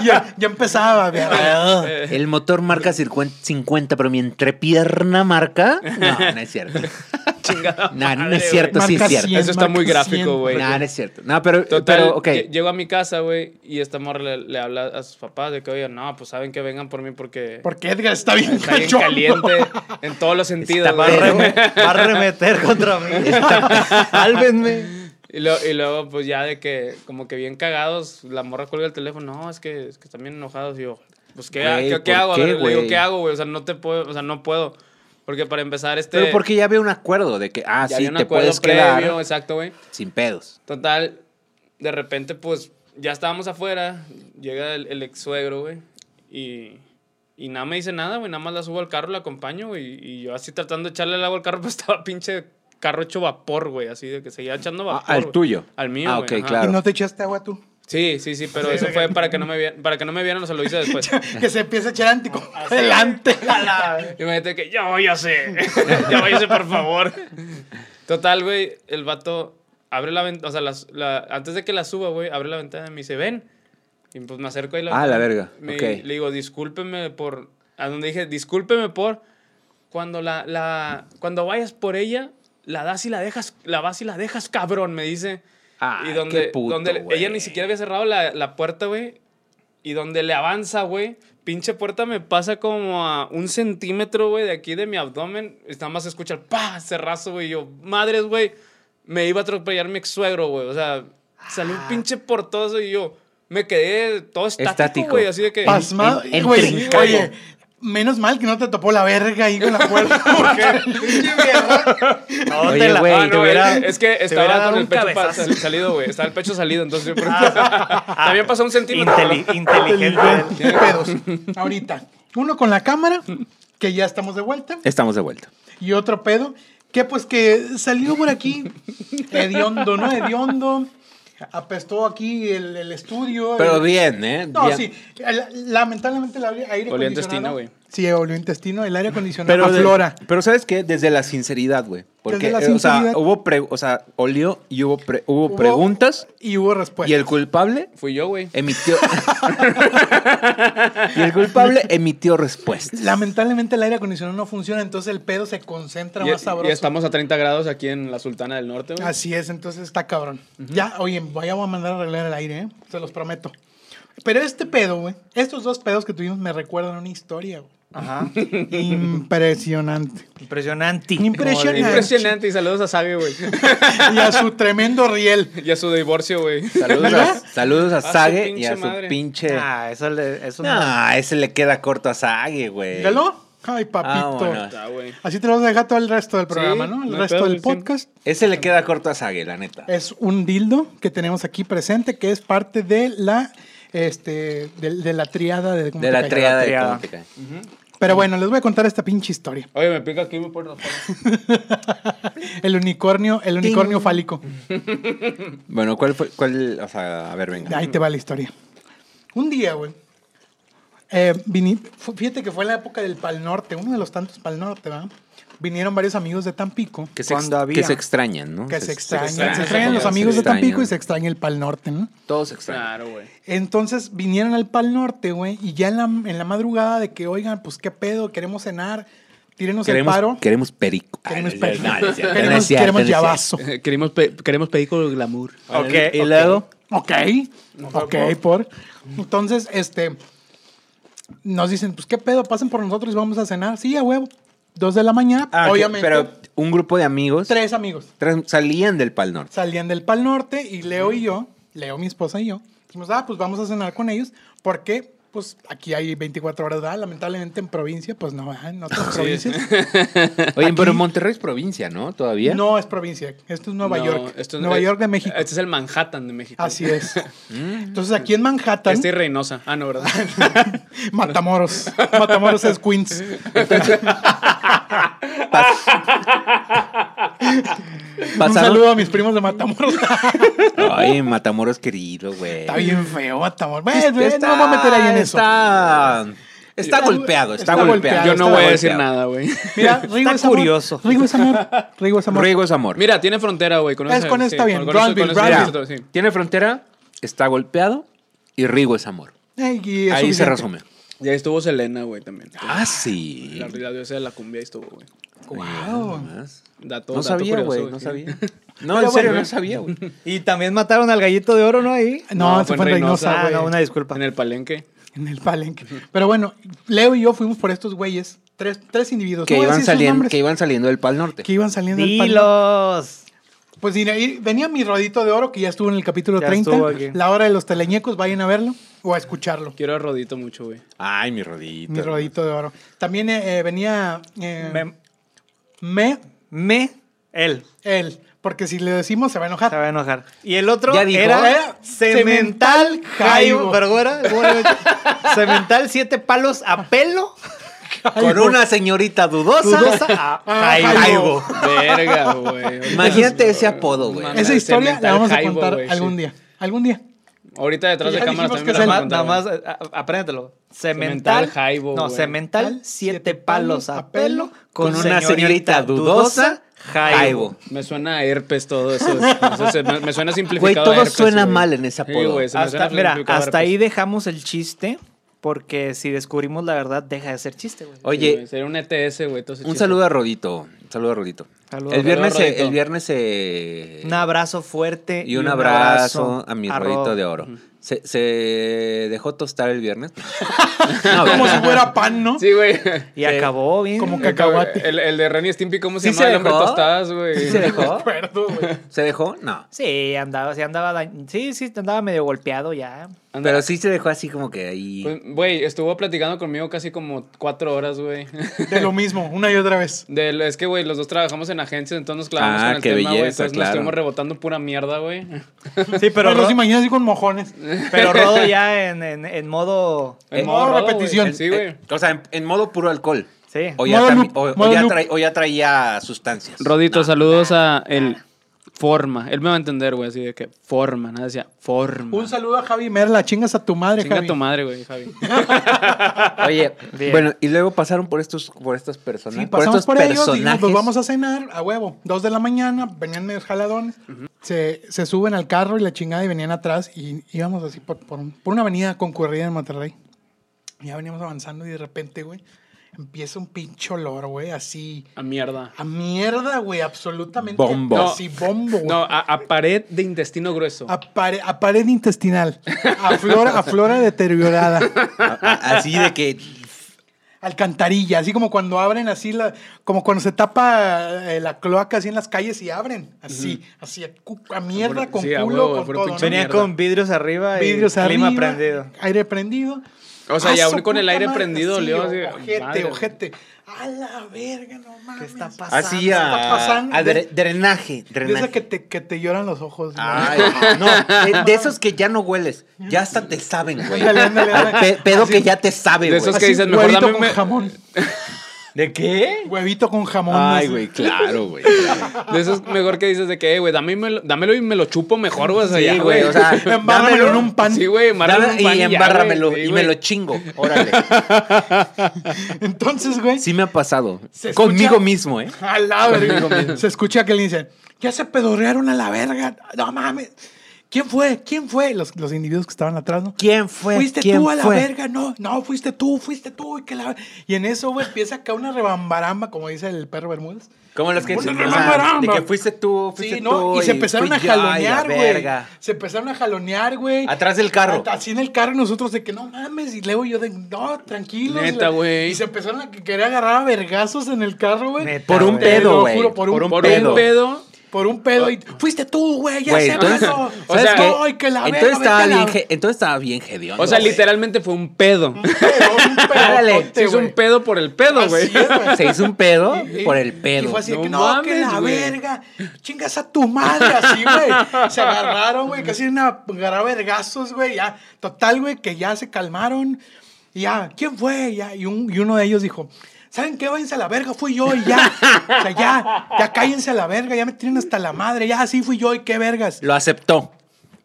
Speaker 4: ya, ya empezaba, güey.
Speaker 5: El motor marca circuen- 50, pero mi entrepierna marca. No, no es cierto.
Speaker 1: Chingada.
Speaker 5: No, no
Speaker 1: madre,
Speaker 5: es cierto,
Speaker 1: güey.
Speaker 5: sí es
Speaker 4: Marca
Speaker 5: cierto.
Speaker 4: cien.
Speaker 1: Eso está muy
Speaker 4: marca
Speaker 1: gráfico,
Speaker 4: cien,
Speaker 1: güey.
Speaker 5: No, no es cierto. No, pero,
Speaker 1: Total,
Speaker 5: pero ok.
Speaker 1: lle- llego a mi casa, güey, y esta morra le, le habla a sus papás de que, oye, no, pues saben que vengan por mí porque
Speaker 4: Porque Edgar está bien
Speaker 1: está bien
Speaker 4: cachondo.
Speaker 1: caliente en todos los sentidos.
Speaker 5: Está
Speaker 6: Va a,
Speaker 1: güey.
Speaker 5: perro.
Speaker 6: reme- va a remeter contra mí. Sálvenme.
Speaker 1: Y, lo- y luego, pues ya de que, como que bien cagados, la morra cuelga el teléfono. No, es que, es que están bien enojados. Y yo, pues, ¿qué,
Speaker 5: Güey,
Speaker 1: ¿qué, qué
Speaker 5: ¿por
Speaker 1: hago? A
Speaker 5: qué,
Speaker 1: ver, le digo,
Speaker 5: güey?
Speaker 1: ¿qué hago, güey? O sea, no te puedo, o sea, no puedo. Porque para empezar, este.
Speaker 5: Pero porque ya había un acuerdo de que, ah,
Speaker 1: ya
Speaker 5: sí,
Speaker 1: había un
Speaker 5: te
Speaker 1: acuerdo
Speaker 5: puedes
Speaker 1: previo,
Speaker 5: quedar
Speaker 1: exacto, güey.
Speaker 5: sin pedos.
Speaker 1: Total, de repente, pues, ya estábamos afuera. Llega el, el ex suegro, güey. Y. Y nada me dice nada, güey. Nada más la subo al carro, la acompaño, güey. Y yo así tratando de echarle el agua al carro, pues estaba pinche carro hecho vapor, güey. Así de que seguía echando
Speaker 5: Ah,
Speaker 1: vapor.
Speaker 5: al
Speaker 1: güey.
Speaker 5: tuyo.
Speaker 1: Al mío,
Speaker 5: Ah,
Speaker 1: güey,
Speaker 5: ok,
Speaker 1: ajá.
Speaker 5: claro.
Speaker 4: Y no te echaste agua tú.
Speaker 1: Sí, sí, sí, pero eso fue para que no me vieran, para que no me vieran, o sea, lo hice después.
Speaker 4: Que se empieza a echar antico. Adelante.
Speaker 1: Y me dijiste que ya voy a hacer, ya voy a hacer, por favor. Total, güey, el vato abre la ventana, o sea, las- la- antes de que la suba, güey, abre la ventana y me dice, ven. Y pues me acerco y
Speaker 5: Ah, la verga,
Speaker 1: Me-
Speaker 5: ok.
Speaker 1: Le digo, discúlpeme por, a donde dije, discúlpeme por, cuando la, la, cuando vayas por ella, la das y la dejas, la vas y la dejas, cabrón, me dice.
Speaker 5: Ay,
Speaker 1: y donde,
Speaker 5: Ah, qué puto,
Speaker 1: donde le- ella
Speaker 5: güey.
Speaker 1: ni siquiera había cerrado la, la puerta, güey. Y donde le avanza, güey, pinche puerta me pasa como a un centímetro, güey, de aquí de mi abdomen. Y Nada más se escucha el pa, cerrazo, güey. y Yo, madres, güey, me iba a atropellar mi ex suegro, güey. O sea, salió un pinche portazo y yo me quedé todo
Speaker 5: Estático.
Speaker 1: estático, güey. Así de que.
Speaker 4: Pasmado.
Speaker 5: en- en
Speaker 4: Güey,
Speaker 5: trincado.
Speaker 4: oye, menos mal que no te topó la verga ahí con la puerta.
Speaker 6: No,
Speaker 5: Oye,
Speaker 6: te la
Speaker 5: güey,
Speaker 1: Ah,
Speaker 6: te
Speaker 1: no,
Speaker 6: hubiera-
Speaker 1: es, es que
Speaker 6: te
Speaker 1: estaba
Speaker 6: hubiera dado
Speaker 1: con el
Speaker 6: un
Speaker 1: pecho pa-
Speaker 6: cabezazo. Ah.
Speaker 1: sal- salido, güey. Estaba el pecho salido, entonces yo por eso- También pasó un centímetro.
Speaker 6: Inteli- inteligente.
Speaker 4: pedos. Ahorita. Uno con la cámara, que ya estamos de vuelta.
Speaker 5: Estamos de vuelta.
Speaker 4: Y otro pedo, que pues que salió por aquí hediondo, ¿no? Hediondo. Apestó aquí el, el estudio.
Speaker 5: Pero
Speaker 4: el-
Speaker 5: bien, ¿eh?
Speaker 4: No,
Speaker 5: Bien.
Speaker 4: sí. la- Lamentablemente el aire acondicionado.
Speaker 1: Olió intestino, güey.
Speaker 4: Sí, olió intestino. El aire acondicionado
Speaker 5: Pero, de-
Speaker 4: aflora.
Speaker 5: pero ¿sabes qué? Desde la sinceridad, güey.
Speaker 4: Desde
Speaker 5: Porque,
Speaker 4: la
Speaker 5: eh, o sea,
Speaker 4: sinceridad.
Speaker 5: hubo, pre- o sea, olió y hubo, pre- hubo,
Speaker 4: Hubo- pues.
Speaker 5: preguntas
Speaker 4: Y hubo respuesta.
Speaker 5: y el culpable
Speaker 1: Fui yo, güey.
Speaker 5: emitió... y el culpable emitió respuestas.
Speaker 4: Lamentablemente el aire acondicionado no funciona, entonces el pedo se concentra
Speaker 1: Y,
Speaker 4: más sabroso. Ah,
Speaker 1: y estamos a 30 grados aquí en la Sultana del Norte, güey.
Speaker 4: Así es, entonces está cabrón. Ya, oye, vaya voy a mandar a arreglar el aire, ¿eh? Se los prometo. Pero este pedo, güey, estos dos pedos que tuvimos me recuerdan una historia, güey.
Speaker 6: Ajá.
Speaker 4: Impresionante.
Speaker 6: Impresionante.
Speaker 4: Impresionante.
Speaker 6: Como dicen.
Speaker 1: Impresionante y saludos a Sabe, güey.
Speaker 4: Y a su tremendo riel.
Speaker 1: y a su divorcio, güey.
Speaker 5: Saludos a, saludos a
Speaker 1: su
Speaker 5: Sage y
Speaker 1: pinche
Speaker 5: a su
Speaker 1: madre.
Speaker 5: pinche...
Speaker 6: Ah, eso le- eso no.
Speaker 5: No, ese le queda corto a Sage, güey.
Speaker 4: ¿Dígalo? Ay, papito.
Speaker 5: Vámonos.
Speaker 1: Ah, güey.
Speaker 4: Así te lo vas a dejar todo el resto del programa,
Speaker 1: Sí,
Speaker 4: ¿no? El
Speaker 1: no hay
Speaker 4: resto
Speaker 1: pedo,
Speaker 4: del
Speaker 1: sí.
Speaker 4: podcast.
Speaker 5: Ese le queda corto a Sage, la neta.
Speaker 4: Es un dildo que tenemos aquí presente, que es parte de la, este, de, de la triada de...
Speaker 5: De la triada de cómo te cae.
Speaker 4: Pero bueno, les voy a contar esta pinche historia.
Speaker 1: Oye, me pica aquí y me pone los pelos.
Speaker 4: El unicornio, el unicornio fálico.
Speaker 5: Bueno, ¿cuál fue? Cuál, o sea, a ver, venga.
Speaker 4: Ahí te va la historia. Un día, güey. eh, vini- fu- fíjate que fue la época del Pal Norte, uno de los tantos Pal Norte, ¿verdad? vinieron varios amigos de Tampico
Speaker 5: Que se,
Speaker 6: Cuando
Speaker 5: ex-
Speaker 6: había.
Speaker 5: que se extrañan, ¿no?
Speaker 4: que se extrañan. Se
Speaker 1: extrañan,
Speaker 4: extrañan los
Speaker 1: se
Speaker 4: amigos de
Speaker 5: extrañan.
Speaker 4: Tampico y se extraña el Pal Norte, ¿no?
Speaker 5: Todos se extrañan.
Speaker 1: Claro, güey.
Speaker 4: Entonces vinieron al Pal Norte, güey, y ya en la, en la madrugada de que, oigan, pues qué pedo, queremos cenar, tírenos
Speaker 5: Queremos,
Speaker 4: el paro.
Speaker 5: queremos perico.
Speaker 4: Queremos
Speaker 5: Ay,
Speaker 4: perico.
Speaker 5: no, no es cierto, no es
Speaker 4: Queremos,
Speaker 5: cierto,
Speaker 4: queremos
Speaker 5: no es cierto.
Speaker 4: llavazo.
Speaker 1: Eh, Queremos, pe- queremos pedir con glamour.
Speaker 6: Ok,
Speaker 4: Y luego. Ok. Ok, por. Entonces, este. Nos dicen, pues qué pedo, pasen por nosotros y vamos a cenar. Sí, a huevo. Dos de la mañana,
Speaker 5: Ah, que-
Speaker 4: obviamente.
Speaker 5: Pero un grupo de amigos
Speaker 4: tres amigos
Speaker 5: tres salían del Pal Norte.
Speaker 4: salían del Pal Norte y Leo y yo, Leo, mi esposa y yo, dijimos, ah, pues vamos a cenar con ellos porque. Pues aquí hay 24 horas, ¿verdad? Lamentablemente en provincia, pues no, ¿verdad? en otras provincias.
Speaker 5: Oye,
Speaker 4: Aquí-
Speaker 5: pero Monterrey es provincia, ¿no? Todavía.
Speaker 4: No es provincia, esto es Nueva
Speaker 1: No,
Speaker 4: York.
Speaker 1: esto es-
Speaker 4: Nueva
Speaker 1: eh,
Speaker 4: York de México.
Speaker 1: Este es el Manhattan de México.
Speaker 4: Así es. Entonces aquí en Manhattan.
Speaker 1: Este y Reynosa. Ah, no, ¿verdad?
Speaker 4: Matamoros. Matamoros es Queens. Un saludo
Speaker 5: Pasaron.
Speaker 4: a mis primos de Matamoros.
Speaker 5: Ay, Matamoros querido, güey.
Speaker 4: está bien feo, Matamoros. Bueno, eh, no me voy a meter ahí en eso.
Speaker 5: Está, está
Speaker 4: Está-
Speaker 5: golpeado, está,
Speaker 4: está
Speaker 5: golpeado.
Speaker 4: golpeado,
Speaker 1: Yo
Speaker 4: está
Speaker 1: no voy a decir
Speaker 5: golpeado.
Speaker 1: nada, güey.
Speaker 4: Mira, Rigo
Speaker 6: Está
Speaker 4: es amor.
Speaker 6: curioso.
Speaker 4: Rigo es amor. Rigo es amor.
Speaker 5: Riego es amor.
Speaker 1: Mira, tiene frontera, güey. Con
Speaker 4: Es
Speaker 1: eso-
Speaker 4: con esta bien,
Speaker 1: con- con eso-
Speaker 4: Brownville,
Speaker 1: con eso-
Speaker 5: Mira,
Speaker 1: sí.
Speaker 5: tiene frontera, está golpeado y Rigo es amor.
Speaker 4: Ey, y es
Speaker 5: Ahí se
Speaker 4: suficiente.
Speaker 5: resume.
Speaker 1: Y ahí estuvo Selena, güey, también.
Speaker 5: Ah, sí.
Speaker 1: La, la diosa de la cumbia ahí estuvo, güey.
Speaker 5: Wow.
Speaker 1: Dato, dato
Speaker 5: No sabía,
Speaker 1: curioso,
Speaker 5: güey, no sabía. No,
Speaker 4: Pero
Speaker 5: en serio,
Speaker 4: bueno.
Speaker 5: no sabía, güey.
Speaker 6: Y también mataron al gallito de oro, ¿no? Ahí.
Speaker 4: No,
Speaker 1: No,
Speaker 4: se fue en Reynosa,
Speaker 6: Ah,
Speaker 4: güey.
Speaker 6: no, una disculpa.
Speaker 1: En el palenque.
Speaker 4: En el palenque. Pero bueno, Leo y yo fuimos por estos güeyes. Tres, tres individuos.
Speaker 5: Que
Speaker 4: No voy a
Speaker 5: iban,
Speaker 4: decir sus
Speaker 5: saliendo,
Speaker 4: nombres.
Speaker 5: que iban saliendo del Pal Norte.
Speaker 4: Que iban saliendo del Pal Norte.
Speaker 6: Dilos.
Speaker 4: Pues y ahí venía mi rodito de oro, que ya estuvo en el capítulo
Speaker 6: Ya
Speaker 4: 30.
Speaker 6: estuvo aquí.
Speaker 4: La hora de los teleñecos, vayan a verlo o a escucharlo.
Speaker 1: Quiero a Rodito mucho, güey.
Speaker 5: Ay, mi rodito.
Speaker 4: Mi rodito de oro. También eh, eh, venía eh,
Speaker 6: Me,
Speaker 4: me,
Speaker 6: me, él.
Speaker 4: él, porque si le decimos se va a
Speaker 6: Se
Speaker 4: enojar.
Speaker 6: va a enojar. Y el otro
Speaker 5: Ya dijo.
Speaker 6: era
Speaker 4: Era
Speaker 6: Cemental
Speaker 4: Cemental
Speaker 6: Jaibo.
Speaker 4: Jaibo.
Speaker 6: ¿Pero cómo era? ¿Cómo era? Cemental siete palos a pelo.
Speaker 5: Con una señorita dudosa.
Speaker 6: Dudosa a
Speaker 4: Ah,
Speaker 6: Jaibo.
Speaker 4: Jaibo.
Speaker 1: Verga, güey.
Speaker 5: Imagínate ese apodo, güey.
Speaker 1: Mames.
Speaker 4: Esa
Speaker 1: Ese
Speaker 4: historia la
Speaker 1: mental
Speaker 4: vamos a
Speaker 1: jaibo,
Speaker 4: contar
Speaker 1: güey,
Speaker 4: algún
Speaker 1: sí.
Speaker 4: día. Algún día.
Speaker 1: Ahorita detrás de
Speaker 4: Ya
Speaker 1: cámaras
Speaker 4: dijimos que
Speaker 1: también
Speaker 4: es
Speaker 1: la
Speaker 4: el-
Speaker 1: vamos a
Speaker 6: Nada,
Speaker 1: contar,
Speaker 6: nada más,
Speaker 1: güey.
Speaker 6: a- a- apréndetelo.
Speaker 1: Cemental
Speaker 6: Cemental,
Speaker 1: Jaibo,
Speaker 6: No,
Speaker 1: güey.
Speaker 6: cemental, siete palos a pelo con, una señorita dudosa, Jaibo.
Speaker 1: Me suena a herpes todo eso. Eso se- me, me suena
Speaker 5: Güey,
Speaker 1: simplificado. a
Speaker 5: todo
Speaker 1: herpes,
Speaker 5: suena
Speaker 1: güey.
Speaker 5: mal en ese
Speaker 1: Sí,
Speaker 5: apodo.
Speaker 1: güey, se me
Speaker 6: Hasta,
Speaker 1: suena
Speaker 6: mira,
Speaker 1: simplificado a
Speaker 6: hasta ahí
Speaker 1: herpes.
Speaker 6: dejamos el chiste, porque si descubrimos la verdad, deja de ser chiste, güey.
Speaker 1: Sí,
Speaker 5: Oye,
Speaker 1: güey, sería un ETS, güey. todo ese
Speaker 5: un
Speaker 1: chiste.
Speaker 5: saludo a Rodito. Un saludo a Rodito.
Speaker 6: Saludo,
Speaker 5: el,
Speaker 6: saludo,
Speaker 5: viernes se-
Speaker 1: Rodito.
Speaker 5: el viernes se.
Speaker 6: Un abrazo fuerte.
Speaker 5: Y un abrazo
Speaker 6: abrazo
Speaker 5: a mi
Speaker 6: Rob.
Speaker 5: rodito de oro. ¿Se, se dejó tostar el viernes? No,
Speaker 4: Como si
Speaker 5: ¿verdad?
Speaker 4: fuera pan, ¿no?
Speaker 1: Sí, güey.
Speaker 6: Y acabó bien.
Speaker 4: Como
Speaker 6: que
Speaker 4: cacahuate.
Speaker 1: El, el de Renny Stimpy, ¿cómo se
Speaker 5: ¿Sí
Speaker 1: llama?
Speaker 5: se
Speaker 1: el hombre
Speaker 5: dejó?
Speaker 1: tostadas, güey.
Speaker 5: ¿Sí se dejó?
Speaker 4: Acuerdo, güey.
Speaker 5: ¿Se dejó? No.
Speaker 6: Sí, andaba, sí andaba, dañ- sí, sí, andaba medio golpeado ya.
Speaker 1: Anda.
Speaker 5: Pero sí se dejó así como que ahí.
Speaker 1: Pues, Güey, estuvo platicando conmigo casi como cuatro horas, güey.
Speaker 4: De lo mismo, una y otra vez.
Speaker 1: Del- es que, güey, los dos trabajamos en agencias, entonces nos clavamos
Speaker 5: Ah,
Speaker 1: con el
Speaker 5: qué
Speaker 1: tema, güey.
Speaker 5: belleza,
Speaker 1: Entonces
Speaker 5: claro.
Speaker 1: nos estuvimos rebotando pura mierda, güey.
Speaker 6: Sí,
Speaker 4: Pero
Speaker 6: pero,
Speaker 4: los
Speaker 6: Ro-
Speaker 4: imaginas así con mojones.
Speaker 6: pero Rodo ya en, en- en modo...
Speaker 1: En
Speaker 5: Eh,
Speaker 1: modo
Speaker 4: modo
Speaker 1: rodo, güey.
Speaker 4: repetición.
Speaker 1: Sí, güey.
Speaker 5: Eh, o sea, en, en modo puro alcohol.
Speaker 6: Sí.
Speaker 5: O ya,
Speaker 4: Modo
Speaker 5: tambi-
Speaker 4: loop,
Speaker 5: o- o
Speaker 4: modo
Speaker 5: ya
Speaker 4: loop.
Speaker 5: trae- o ya traía sustancias.
Speaker 1: Rodito, saludos a el Forma. Él me va a entender, güey, así de que Forma, nada, decía Forma.
Speaker 4: Un saludo a Javi Merla, chingas a tu madre,
Speaker 1: Chinga
Speaker 4: Javi.
Speaker 1: tu madre, güey, Javi.
Speaker 5: Oye,
Speaker 6: Bien.
Speaker 5: bueno, y luego pasaron por estos, por estas personas.
Speaker 4: Sí,
Speaker 5: por
Speaker 4: pasamos
Speaker 5: estos
Speaker 4: por, ellos, dijimos,
Speaker 5: personajes.
Speaker 4: pues vamos a cenar, a huevo. Dos de la mañana, venían medio jaladones. se, se suben al carro y la chingada y venían atrás. Y íbamos así por, por un- por una avenida concurrida en Monterrey. Ya veníamos avanzando y de repente, güey, empieza un pinche olor, güey, así...
Speaker 1: A mierda.
Speaker 4: A mierda, güey, absolutamente.
Speaker 5: Bombo.
Speaker 4: No. Así, bombo, güey.
Speaker 1: No, a, a pared de intestino grueso.
Speaker 4: A, pare- a pared intestinal. A flora, a flora deteriorada.
Speaker 5: A- a- Así de que.
Speaker 4: Alcantarilla, así como cuando abren así, la, como cuando se tapa eh, la cloaca así en las calles y abren, así, así a, cu- a mierda
Speaker 1: puro-
Speaker 4: con
Speaker 1: sí, a
Speaker 4: culo,
Speaker 1: huevo, a
Speaker 4: con
Speaker 1: puro
Speaker 4: todo,
Speaker 1: pinche
Speaker 4: ¿no?
Speaker 6: Venía
Speaker 1: mierda.
Speaker 6: con vidrios arriba y
Speaker 4: vidrios
Speaker 6: clima
Speaker 4: arriba,
Speaker 6: prendido.
Speaker 4: aire prendido.
Speaker 1: O sea,
Speaker 4: Ah,
Speaker 1: y aún
Speaker 4: su
Speaker 1: con el
Speaker 4: puta
Speaker 1: aire
Speaker 4: madre,
Speaker 1: prendido
Speaker 4: sí,
Speaker 1: olió
Speaker 4: o-
Speaker 1: así,
Speaker 4: Ojete,
Speaker 1: madre.
Speaker 4: ojete. A la verga, no mames.
Speaker 6: ¿Qué está pasando?
Speaker 5: Así
Speaker 4: ¿Qué
Speaker 5: a.
Speaker 4: está pasando?
Speaker 5: a
Speaker 1: ah,
Speaker 4: De-
Speaker 5: dre- drenaje.
Speaker 4: De
Speaker 5: Drenaje.
Speaker 4: esa que te, que te lloran los ojos. güey.
Speaker 5: Ay, no, de, de esos que ya no hueles, ya hasta te saben, güey.
Speaker 4: Ándale, ándale, ándale.
Speaker 5: Pe- pedo
Speaker 4: Así.
Speaker 5: que ya te sabe,
Speaker 1: De
Speaker 5: güey.
Speaker 1: esos que
Speaker 4: Así,
Speaker 1: dices, mejor
Speaker 4: huevito
Speaker 1: dame
Speaker 4: con
Speaker 1: me-
Speaker 4: jamón.
Speaker 5: ¿De qué?
Speaker 4: Huevito con jamón.
Speaker 5: Ay,
Speaker 4: así.
Speaker 5: güey, claro, güey. claro.
Speaker 1: De eso es mejor que dices de que, eh, güey, dámelo, dámelo y me lo chupo mejor, güey.
Speaker 5: Sí,
Speaker 1: allá,
Speaker 5: güey, o sea,
Speaker 4: Embárramelo en un pan.
Speaker 1: Sí, güey, embárralo en
Speaker 5: Dame-
Speaker 1: un pan
Speaker 5: y
Speaker 1: ya, güey.
Speaker 5: embárramelo
Speaker 1: Sí,
Speaker 5: y me
Speaker 1: güey.
Speaker 5: lo chingo. Órale.
Speaker 4: Entonces, güey.
Speaker 5: Sí me ha pasado.
Speaker 4: Se escucha-
Speaker 5: Conmigo mismo, ¿eh?
Speaker 4: A la verga. Se escucha que le dicen, ya se pedorrearon a la verga. No mames. ¿Quién fue? ¿Quién fue? Los, los individuos que estaban atrás, ¿no?
Speaker 5: ¿Quién fue?
Speaker 4: Fuiste
Speaker 5: ¿Quién
Speaker 4: tú a la
Speaker 5: fue?
Speaker 4: verga, no, no, fuiste tú, fuiste tú. Y, que la... y en eso, güey, empieza acá una rebambaramba, como dice el perro Bermúdez.
Speaker 5: Como los que
Speaker 4: Una
Speaker 5: dicen, o sea,
Speaker 4: remaramba.
Speaker 5: de que fuiste tú, fuiste
Speaker 4: Sí,
Speaker 5: tú.
Speaker 4: ¿no? Y se empezaron
Speaker 5: fui
Speaker 4: a
Speaker 5: yo, y la
Speaker 4: jalonear, güey.
Speaker 5: verga.
Speaker 4: Se empezaron a jalonear, güey.
Speaker 5: Atrás del carro.
Speaker 4: Así en el carro nosotros de que no mames. Y luego yo de no, tranquilos.
Speaker 1: Neta, güey.
Speaker 4: Y se empezaron a que- querer agarrar a vergazos en el carro, güey.
Speaker 6: Neta,
Speaker 5: Por un
Speaker 4: Te
Speaker 5: pedo,
Speaker 4: lo
Speaker 5: güey.
Speaker 4: juro, Por un
Speaker 1: Por un pedo.
Speaker 4: Por un pedo. Y, Fuiste tú, güey, ya
Speaker 5: Ah. Güey,
Speaker 4: se
Speaker 5: entonces,
Speaker 4: pasó.
Speaker 1: o sea,
Speaker 5: ¿sabes
Speaker 4: no,
Speaker 5: qué?
Speaker 4: y que la
Speaker 5: entonces,
Speaker 4: verga,
Speaker 5: estaba
Speaker 4: vete a
Speaker 5: bien,
Speaker 4: la-
Speaker 5: ge- entonces estaba bien hediondo.
Speaker 1: O sea,
Speaker 5: güey.
Speaker 1: literalmente fue un pedo.
Speaker 4: Pero un
Speaker 5: Ándale,
Speaker 1: Se
Speaker 4: pedotote,
Speaker 1: hizo
Speaker 4: güey.
Speaker 1: un pedo por el pedo,
Speaker 4: Así
Speaker 1: güey.
Speaker 4: es, güey.
Speaker 5: Se hizo un pedo
Speaker 4: Y- y-
Speaker 5: por el
Speaker 4: Y
Speaker 5: pedo.
Speaker 4: fue así,
Speaker 1: No
Speaker 4: que no, que
Speaker 1: mames,
Speaker 4: la
Speaker 1: güey.
Speaker 4: verga. Chingas a tu madre, así, güey. Se agarraron, güey. Casi una agarrar vergazos, güey. Ya, total, güey, que ya se calmaron. Y ya, ¿quién fue? Ya, y, un- y uno de ellos dijo, ¿saben qué? Váyanse a la verga, fui yo y ya. O sea, ya, ya cállense a la verga, ya me tienen hasta la madre. Ya, sí fui yo y qué vergas.
Speaker 5: Lo aceptó.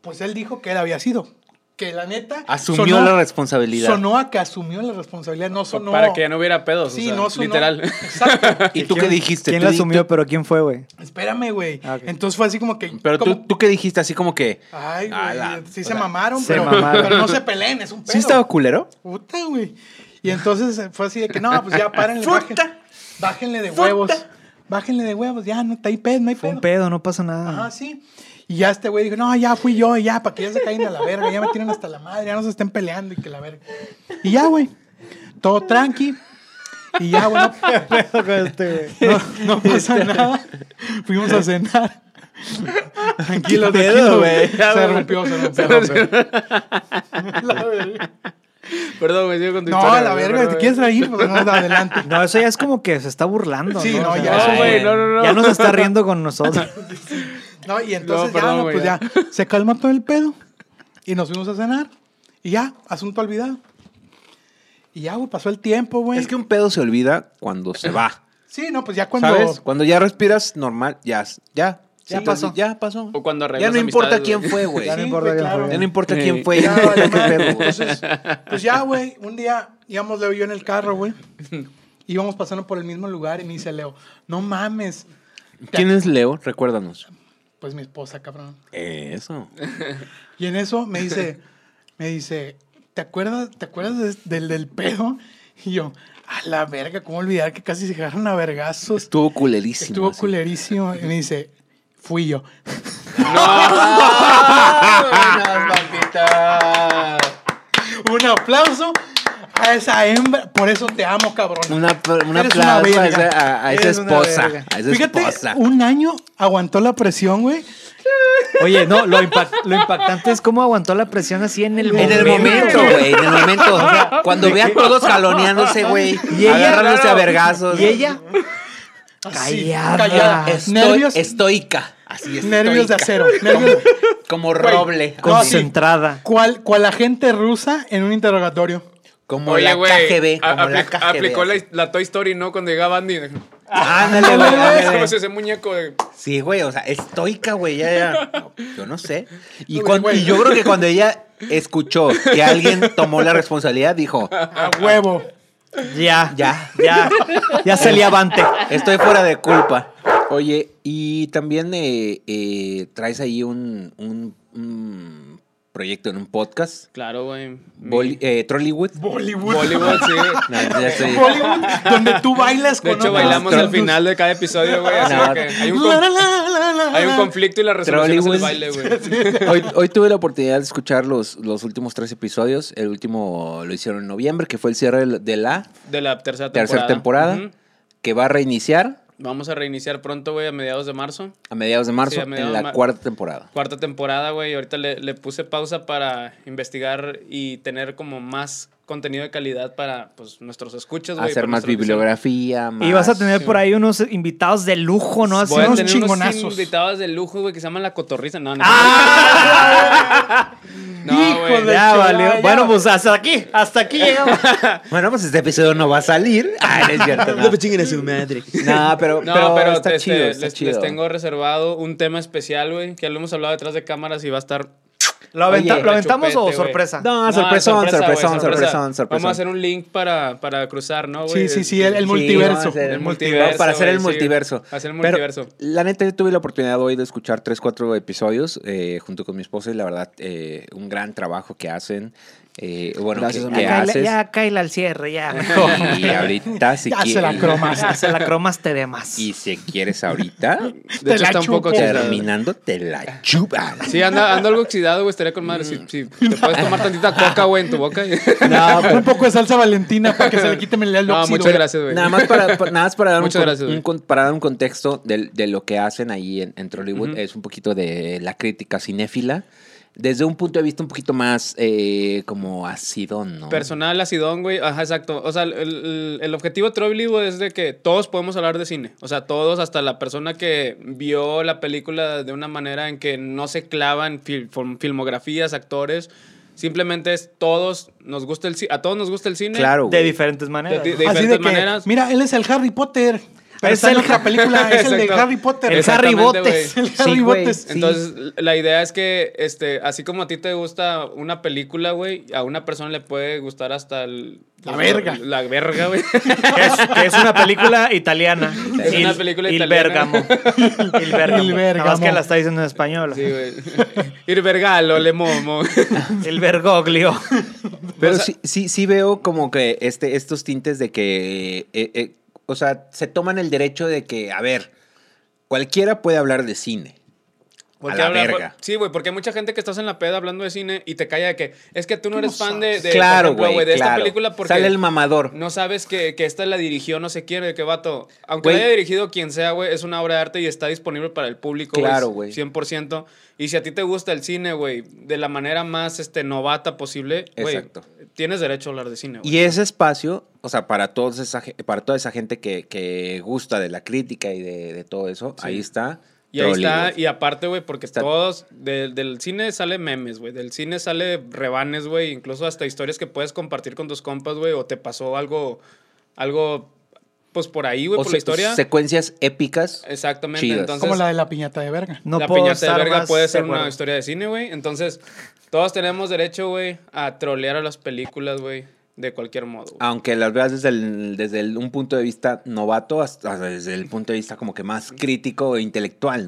Speaker 4: Pues él dijo que él había sido. Que la neta.
Speaker 5: Asumió la responsabilidad.
Speaker 4: Sonó a que asumió la responsabilidad, no sonó.
Speaker 1: Para que ya no hubiera pedos.
Speaker 4: Sí,
Speaker 1: o sea,
Speaker 4: no sonó.
Speaker 1: Literal.
Speaker 4: Exacto.
Speaker 5: Ah, ¿Y tú qué
Speaker 6: ¿Quién-
Speaker 5: dijiste?
Speaker 6: ¿Quién
Speaker 5: Tú
Speaker 6: la
Speaker 5: di-
Speaker 6: asumió? ¿Pero quién fue, güey?
Speaker 4: Espérame, güey.
Speaker 6: Ah, ok.
Speaker 4: Entonces fue así como que.
Speaker 5: Pero
Speaker 4: como-
Speaker 5: tú, tú qué dijiste, así como que.
Speaker 4: Ay, güey.
Speaker 5: A la-
Speaker 4: sí
Speaker 5: o
Speaker 4: se
Speaker 5: sea,
Speaker 4: mamaron,
Speaker 6: se
Speaker 4: pero,
Speaker 6: mamaron.
Speaker 4: pero no se peleen, es un pedo.
Speaker 5: ¿Sí estaba culero?
Speaker 4: Puta, güey. Y entonces eh, fue así de que, no, pues ya párenle. bajen-
Speaker 5: Puta.
Speaker 4: bájenle de huevos. Bájenle de huevos, ya, no, está ahí pedo, no hay
Speaker 6: Fue
Speaker 4: pedo.
Speaker 6: un pedo, no pasa nada.
Speaker 4: Ajá, sí. Y ya este güey dijo, no, ya fui yo, y ya, para que ya se caigan a la verga, ya me tienen hasta la madre, ya no se estén peleando y que la verga. Y ya, güey. Todo tranqui. Y ya, güey, no-
Speaker 6: Con este, güey.
Speaker 4: no, no pasa nada. Fuimos a cenar. Tranquilo,
Speaker 5: ¿Qué pedo,
Speaker 4: tranquilo,
Speaker 5: güey?
Speaker 4: güey. Se rompió, se rompió. La verga.
Speaker 1: Perdón, güey, sigo con tu
Speaker 4: No,
Speaker 1: historia,
Speaker 4: a la
Speaker 1: güey,
Speaker 4: verga,
Speaker 1: perdón,
Speaker 4: ¿te quieres reír? Pues no, adelante.
Speaker 6: No, eso ya es como que se está burlando.
Speaker 4: Sí, no,
Speaker 6: O sea,
Speaker 4: ya,
Speaker 6: ay,
Speaker 4: güey,
Speaker 1: no, no, no.
Speaker 6: Ya nos está riendo con nosotros.
Speaker 4: No, y entonces
Speaker 1: No, perdón,
Speaker 4: ya, no,
Speaker 1: güey,
Speaker 4: pues
Speaker 1: ya.
Speaker 4: ya. Se calmó todo el pedo. Y nos fuimos a cenar. Y ya, asunto olvidado. Y ya, güey, pasó el tiempo, güey.
Speaker 5: Es que un pedo se olvida cuando se va.
Speaker 4: Sí, no, pues ya cuando...
Speaker 5: ¿Sabes? Cuando ya respiras normal, ya. Ya,
Speaker 4: Ya
Speaker 5: Sí,
Speaker 4: pasó.
Speaker 5: Ya pasó.
Speaker 1: O cuando
Speaker 5: Ya
Speaker 1: arreglas
Speaker 5: no importa
Speaker 1: amistades,
Speaker 5: quién
Speaker 1: güey.
Speaker 5: fue, güey.
Speaker 6: Ya
Speaker 4: Sí,
Speaker 6: no importa
Speaker 4: güey,
Speaker 6: quién
Speaker 4: claro.
Speaker 6: fue.
Speaker 5: Ya no importa
Speaker 1: Sí.
Speaker 5: quién
Speaker 4: Ya,
Speaker 5: fue. ya no
Speaker 4: vale,
Speaker 5: importa qué
Speaker 4: madre.
Speaker 5: pedo, güey.
Speaker 4: Entonces, pues ya, güey, un día íbamos Leo y yo en el carro, güey. Íbamos pasando por el mismo lugar y me dice Leo, no mames.
Speaker 5: ¿Quién es Leo? Recuérdanos.
Speaker 4: Pues mi esposa, cabrón.
Speaker 5: Eso.
Speaker 4: Y en eso me dice, me dice, ¿te acuerdas, te acuerdas de- del, del pedo? Y yo, a la verga, ¿cómo olvidar que casi se agarraron a vergazos?
Speaker 5: Estuvo culerísimo.
Speaker 4: Estuvo
Speaker 5: así.
Speaker 4: culerísimo. Y me dice, fui yo. Un aplauso a esa hembra. Por eso te amo, cabrón.
Speaker 5: Una, una
Speaker 4: Eres una
Speaker 5: aplauso a
Speaker 4: verga.
Speaker 5: esa, a- a esa
Speaker 6: Eres una
Speaker 5: esposa.
Speaker 6: verga.
Speaker 5: A esa
Speaker 4: Fíjate,
Speaker 5: esposa.
Speaker 4: un año aguantó la presión, güey.
Speaker 6: Oye, no, lo, impact- lo impactante es cómo aguantó la presión así en el
Speaker 5: En
Speaker 6: momento.
Speaker 5: el momento, güey. En el momento. O sea, cuando vean todos jaloneándose, güey.
Speaker 6: Y ella,
Speaker 5: agarrándose
Speaker 6: claro.
Speaker 5: a vergazos. Ah,
Speaker 6: Y ella,
Speaker 4: Así,
Speaker 6: Callada.
Speaker 4: callada.
Speaker 5: Estoy-
Speaker 4: Nervios,
Speaker 5: Estoica. Así es.
Speaker 4: nervios de acero. Nervios.
Speaker 5: Como roble.
Speaker 4: No,
Speaker 5: así.
Speaker 4: sí.
Speaker 6: concentrada.
Speaker 4: ¿Cuál, cuál agente rusa en un interrogatorio?
Speaker 5: Como
Speaker 1: Oye,
Speaker 5: la
Speaker 1: güey.
Speaker 5: KGB.
Speaker 1: a-
Speaker 5: Como la
Speaker 1: apli-
Speaker 5: KGB.
Speaker 1: Aplicó la,
Speaker 5: así.
Speaker 1: la Toy Story, ¿no? Cuando llegaba Andy.
Speaker 5: Ándale, güey.
Speaker 1: Es
Speaker 5: ándale.
Speaker 1: como si ese muñeco de.
Speaker 5: Sí, güey, o sea, estoica, güey, ya, ya. No, yo no sé. Y,
Speaker 4: Güey,
Speaker 5: cuan-
Speaker 4: güey.
Speaker 5: y yo creo que cuando ella escuchó que alguien tomó la responsabilidad, dijo,
Speaker 4: A
Speaker 1: Ah,
Speaker 4: huevo.
Speaker 6: Ya,
Speaker 5: ya,
Speaker 6: ya, ya salí avante.
Speaker 5: estoy fuera de culpa. Oye, y también eh, eh, traes ahí un, un- un proyecto en un podcast,
Speaker 1: Claro, güey. Mi-
Speaker 5: Boli- eh, Trollywood.
Speaker 4: Bollywood.
Speaker 1: Bollywood, sí.
Speaker 5: No, ya estoy-
Speaker 4: Bollywood, donde tú bailas con
Speaker 1: De hecho,
Speaker 4: otros
Speaker 1: bailamos al
Speaker 4: tus-
Speaker 1: final de cada episodio, güey. Así
Speaker 5: No.
Speaker 1: de que hay un,
Speaker 4: La, la,
Speaker 1: con-
Speaker 4: la, la, la,
Speaker 1: hay un
Speaker 4: la.
Speaker 1: conflicto y la resolución es el
Speaker 5: Trollywood.
Speaker 1: baile, güey.
Speaker 5: Hoy, hoy tuve la oportunidad de escuchar los, los últimos tres episodios. El último lo hicieron en noviembre, que fue el cierre de- de la
Speaker 1: De la tercera temporada.
Speaker 5: tercera temporada,
Speaker 1: Ujú.
Speaker 5: que va a reiniciar
Speaker 1: Vamos a reiniciar pronto, güey, a mediados de marzo.
Speaker 5: A mediados de marzo,
Speaker 1: Sí, a mediados
Speaker 5: en
Speaker 1: de
Speaker 5: la
Speaker 1: mar-
Speaker 5: cuarta temporada.
Speaker 1: Cuarta temporada, güey. Ahorita le, le puse pausa para investigar y tener como más contenido de calidad para pues, nuestros escuchas, güey.
Speaker 5: Hacer
Speaker 1: para
Speaker 5: más
Speaker 1: nuestra audiencia.
Speaker 5: bibliografía, más...
Speaker 6: Y vas a tener
Speaker 1: sí,
Speaker 6: por ahí unos invitados de lujo, ¿no? Así
Speaker 1: Voy a
Speaker 6: unos
Speaker 1: tener
Speaker 6: chingones.
Speaker 1: unos
Speaker 4: chingonazos.
Speaker 6: Ah,
Speaker 1: invitados Ah, de lujo, güey, que se llaman La Cotorriza. No, no. No, güey.
Speaker 4: de
Speaker 6: Ya
Speaker 4: hecho,
Speaker 6: valió.
Speaker 4: ya.
Speaker 6: Bueno, pues hasta aquí, hasta aquí llegamos.
Speaker 5: Bueno, pues este episodio no va a salir. Ah, no es cierto. No,
Speaker 7: a su madre.
Speaker 5: No, pero,
Speaker 1: No,
Speaker 5: pero,
Speaker 1: pero,
Speaker 5: está
Speaker 1: este,
Speaker 5: chido.
Speaker 1: les,
Speaker 5: está
Speaker 1: les
Speaker 5: chido.
Speaker 1: tengo reservado un tema especial, güey, que lo hemos hablado detrás de cámaras y va a estar...
Speaker 6: ¿Lo, aventa-
Speaker 5: Oye,
Speaker 6: ¿lo aventamos o
Speaker 1: chupete, güey.
Speaker 6: sorpresa?
Speaker 5: No,
Speaker 1: No,
Speaker 5: sorpresón,
Speaker 1: sorpresa, güey,
Speaker 5: sorpresón, sorpresón,
Speaker 1: Vamos a
Speaker 5: sorpresón.
Speaker 1: hacer un link para, para cruzar, ¿no, güey?
Speaker 4: Sí, sí, sí, el, el
Speaker 5: Sí, vamos a
Speaker 4: multiverso.
Speaker 5: hacer
Speaker 1: el multiverso,
Speaker 5: Para hacer el
Speaker 1: güey, sí.
Speaker 5: multiverso.
Speaker 1: Hacer el
Speaker 5: Pero,
Speaker 1: multiverso.
Speaker 5: la neta, yo tuve la oportunidad hoy de escuchar tres, cuatro episodios eh, junto con mi esposa y la verdad, eh, un gran trabajo que hacen. Eh, bueno,
Speaker 7: Gracias,
Speaker 5: que,
Speaker 7: amigo.
Speaker 5: que
Speaker 6: Ya, Kyle-
Speaker 5: haces.
Speaker 6: ya Kyle al cierre, ya.
Speaker 5: Y ahorita, si
Speaker 4: Ya se la
Speaker 5: quieres.
Speaker 4: cromas.
Speaker 6: Ya Se la cromaste de más.
Speaker 5: Y si quieres ahorita,
Speaker 1: De
Speaker 4: Te
Speaker 1: hecho,
Speaker 4: la
Speaker 1: está un
Speaker 4: chupo.
Speaker 1: poco oxidado.
Speaker 5: terminando, te la chupa.
Speaker 1: Sí, anda, ando algo oxidado, güey. Estaría con madre. Si, si te puedes tomar tantita coca, güey, en tu boca.
Speaker 5: No,
Speaker 4: Un poco de salsa valentina para que se le quite el óxido.
Speaker 1: Ah, No, muchas gracias, güey.
Speaker 5: Nada más para, pa- nada más para dar un,
Speaker 1: Muchas
Speaker 5: con-
Speaker 1: gracias,
Speaker 5: un
Speaker 1: güey.
Speaker 5: con- para dar un contexto del- de, lo que hacen ahí en, en Trollywood. Es un poquito de la crítica cinéfila. Desde un punto de vista un poquito más eh, como acidón, ¿no?
Speaker 1: Personal, acidón, güey. Ajá, exacto. O sea, el, el- el objetivo de Trolleywood es de que todos podemos hablar de cine. O sea, todos, hasta la persona que vio la película de una manera en que no se clavan filmografías, actores. Simplemente es todos nos gusta el ci- A todos nos gusta el cine.
Speaker 5: Claro,
Speaker 6: De
Speaker 5: güey.
Speaker 6: diferentes
Speaker 1: De,
Speaker 6: maneras.
Speaker 1: de
Speaker 6: ¿no?
Speaker 1: diferentes
Speaker 4: Así de que,
Speaker 1: maneras.
Speaker 4: mira, él es el Harry Potter. Pero
Speaker 6: Es
Speaker 4: está en
Speaker 6: el-
Speaker 4: otra película, es el de
Speaker 1: Exacto.
Speaker 4: Harry Potter.
Speaker 6: El Harry
Speaker 1: Exactamente,
Speaker 6: Botes.
Speaker 1: güey.
Speaker 4: El Harry
Speaker 7: Sí, güey.
Speaker 4: Botes.
Speaker 1: Entonces, la idea es que, este, así como a ti te gusta una película, güey, a una persona le puede gustar hasta el-
Speaker 4: La verga.
Speaker 1: La verga, güey.
Speaker 6: Que es, que es una película italiana.
Speaker 1: Es una película
Speaker 6: Il
Speaker 1: italiana.
Speaker 6: Bergamo. Il Bergamo.
Speaker 4: Il
Speaker 6: Nada más
Speaker 4: Bergamo.
Speaker 6: que la está diciendo en español.
Speaker 1: Sí, güey. Ir vergalo, le momo.
Speaker 6: El Bergoglio.
Speaker 5: Pero
Speaker 1: O sea-
Speaker 5: sí, sí, sí veo como que este, estos tintes de que, eh, eh, o sea, se toman el derecho de que, a ver, cualquiera puede hablar de cine.
Speaker 1: Porque
Speaker 5: a
Speaker 1: habla-
Speaker 5: la verga.
Speaker 1: Sí, güey, porque hay mucha gente que estás en la peda hablando de cine y te calla de que es que tú no eres fan de, de, por
Speaker 5: claro,
Speaker 1: ejemplo,
Speaker 5: güey,
Speaker 1: de esta
Speaker 5: claro.
Speaker 1: película porque
Speaker 5: Sale el mamador.
Speaker 1: no sabes que, que esta la dirigió no sé quién, de qué vato. Aunque
Speaker 5: Güey.
Speaker 1: la haya dirigido quien sea, güey, es una obra de arte y está disponible para el público,
Speaker 5: Claro,
Speaker 1: güey.
Speaker 5: güey.
Speaker 1: 100%. Y si a ti te gusta el cine, güey, de la manera más este, novata posible, güey,
Speaker 5: Exacto.
Speaker 1: tienes derecho a hablar de cine, güey.
Speaker 5: Y ese espacio, o sea, para, todos esa, ge- para toda esa gente que, que gusta de la crítica y de, de todo eso, ahí está.
Speaker 1: Y ahí está,
Speaker 5: Trollywood.
Speaker 1: y aparte, güey, porque
Speaker 5: Está-
Speaker 1: todos, de- del cine sale memes, güey, del cine sale rebanes, güey, incluso hasta historias que puedes compartir con tus compas, güey, o te pasó algo, algo, pues por ahí, güey,
Speaker 5: O
Speaker 1: por
Speaker 5: se-
Speaker 1: la historia.
Speaker 5: Secuencias épicas.
Speaker 1: Exactamente,
Speaker 5: Chidas.
Speaker 1: entonces.
Speaker 4: Como la de la piñata de verga.
Speaker 6: No
Speaker 1: la
Speaker 6: puedo
Speaker 1: piñata de
Speaker 6: estar
Speaker 1: verga
Speaker 6: más
Speaker 1: puede ser
Speaker 6: de
Speaker 1: una
Speaker 6: acuerdo.
Speaker 1: historia de cine, güey. Entonces, todos tenemos derecho, güey, a trolear a las películas, güey, de cualquier modo. güey.
Speaker 5: Aunque las veas desde, el- desde el- un punto de vista novato hasta desde el punto de vista como que más crítico e intelectual,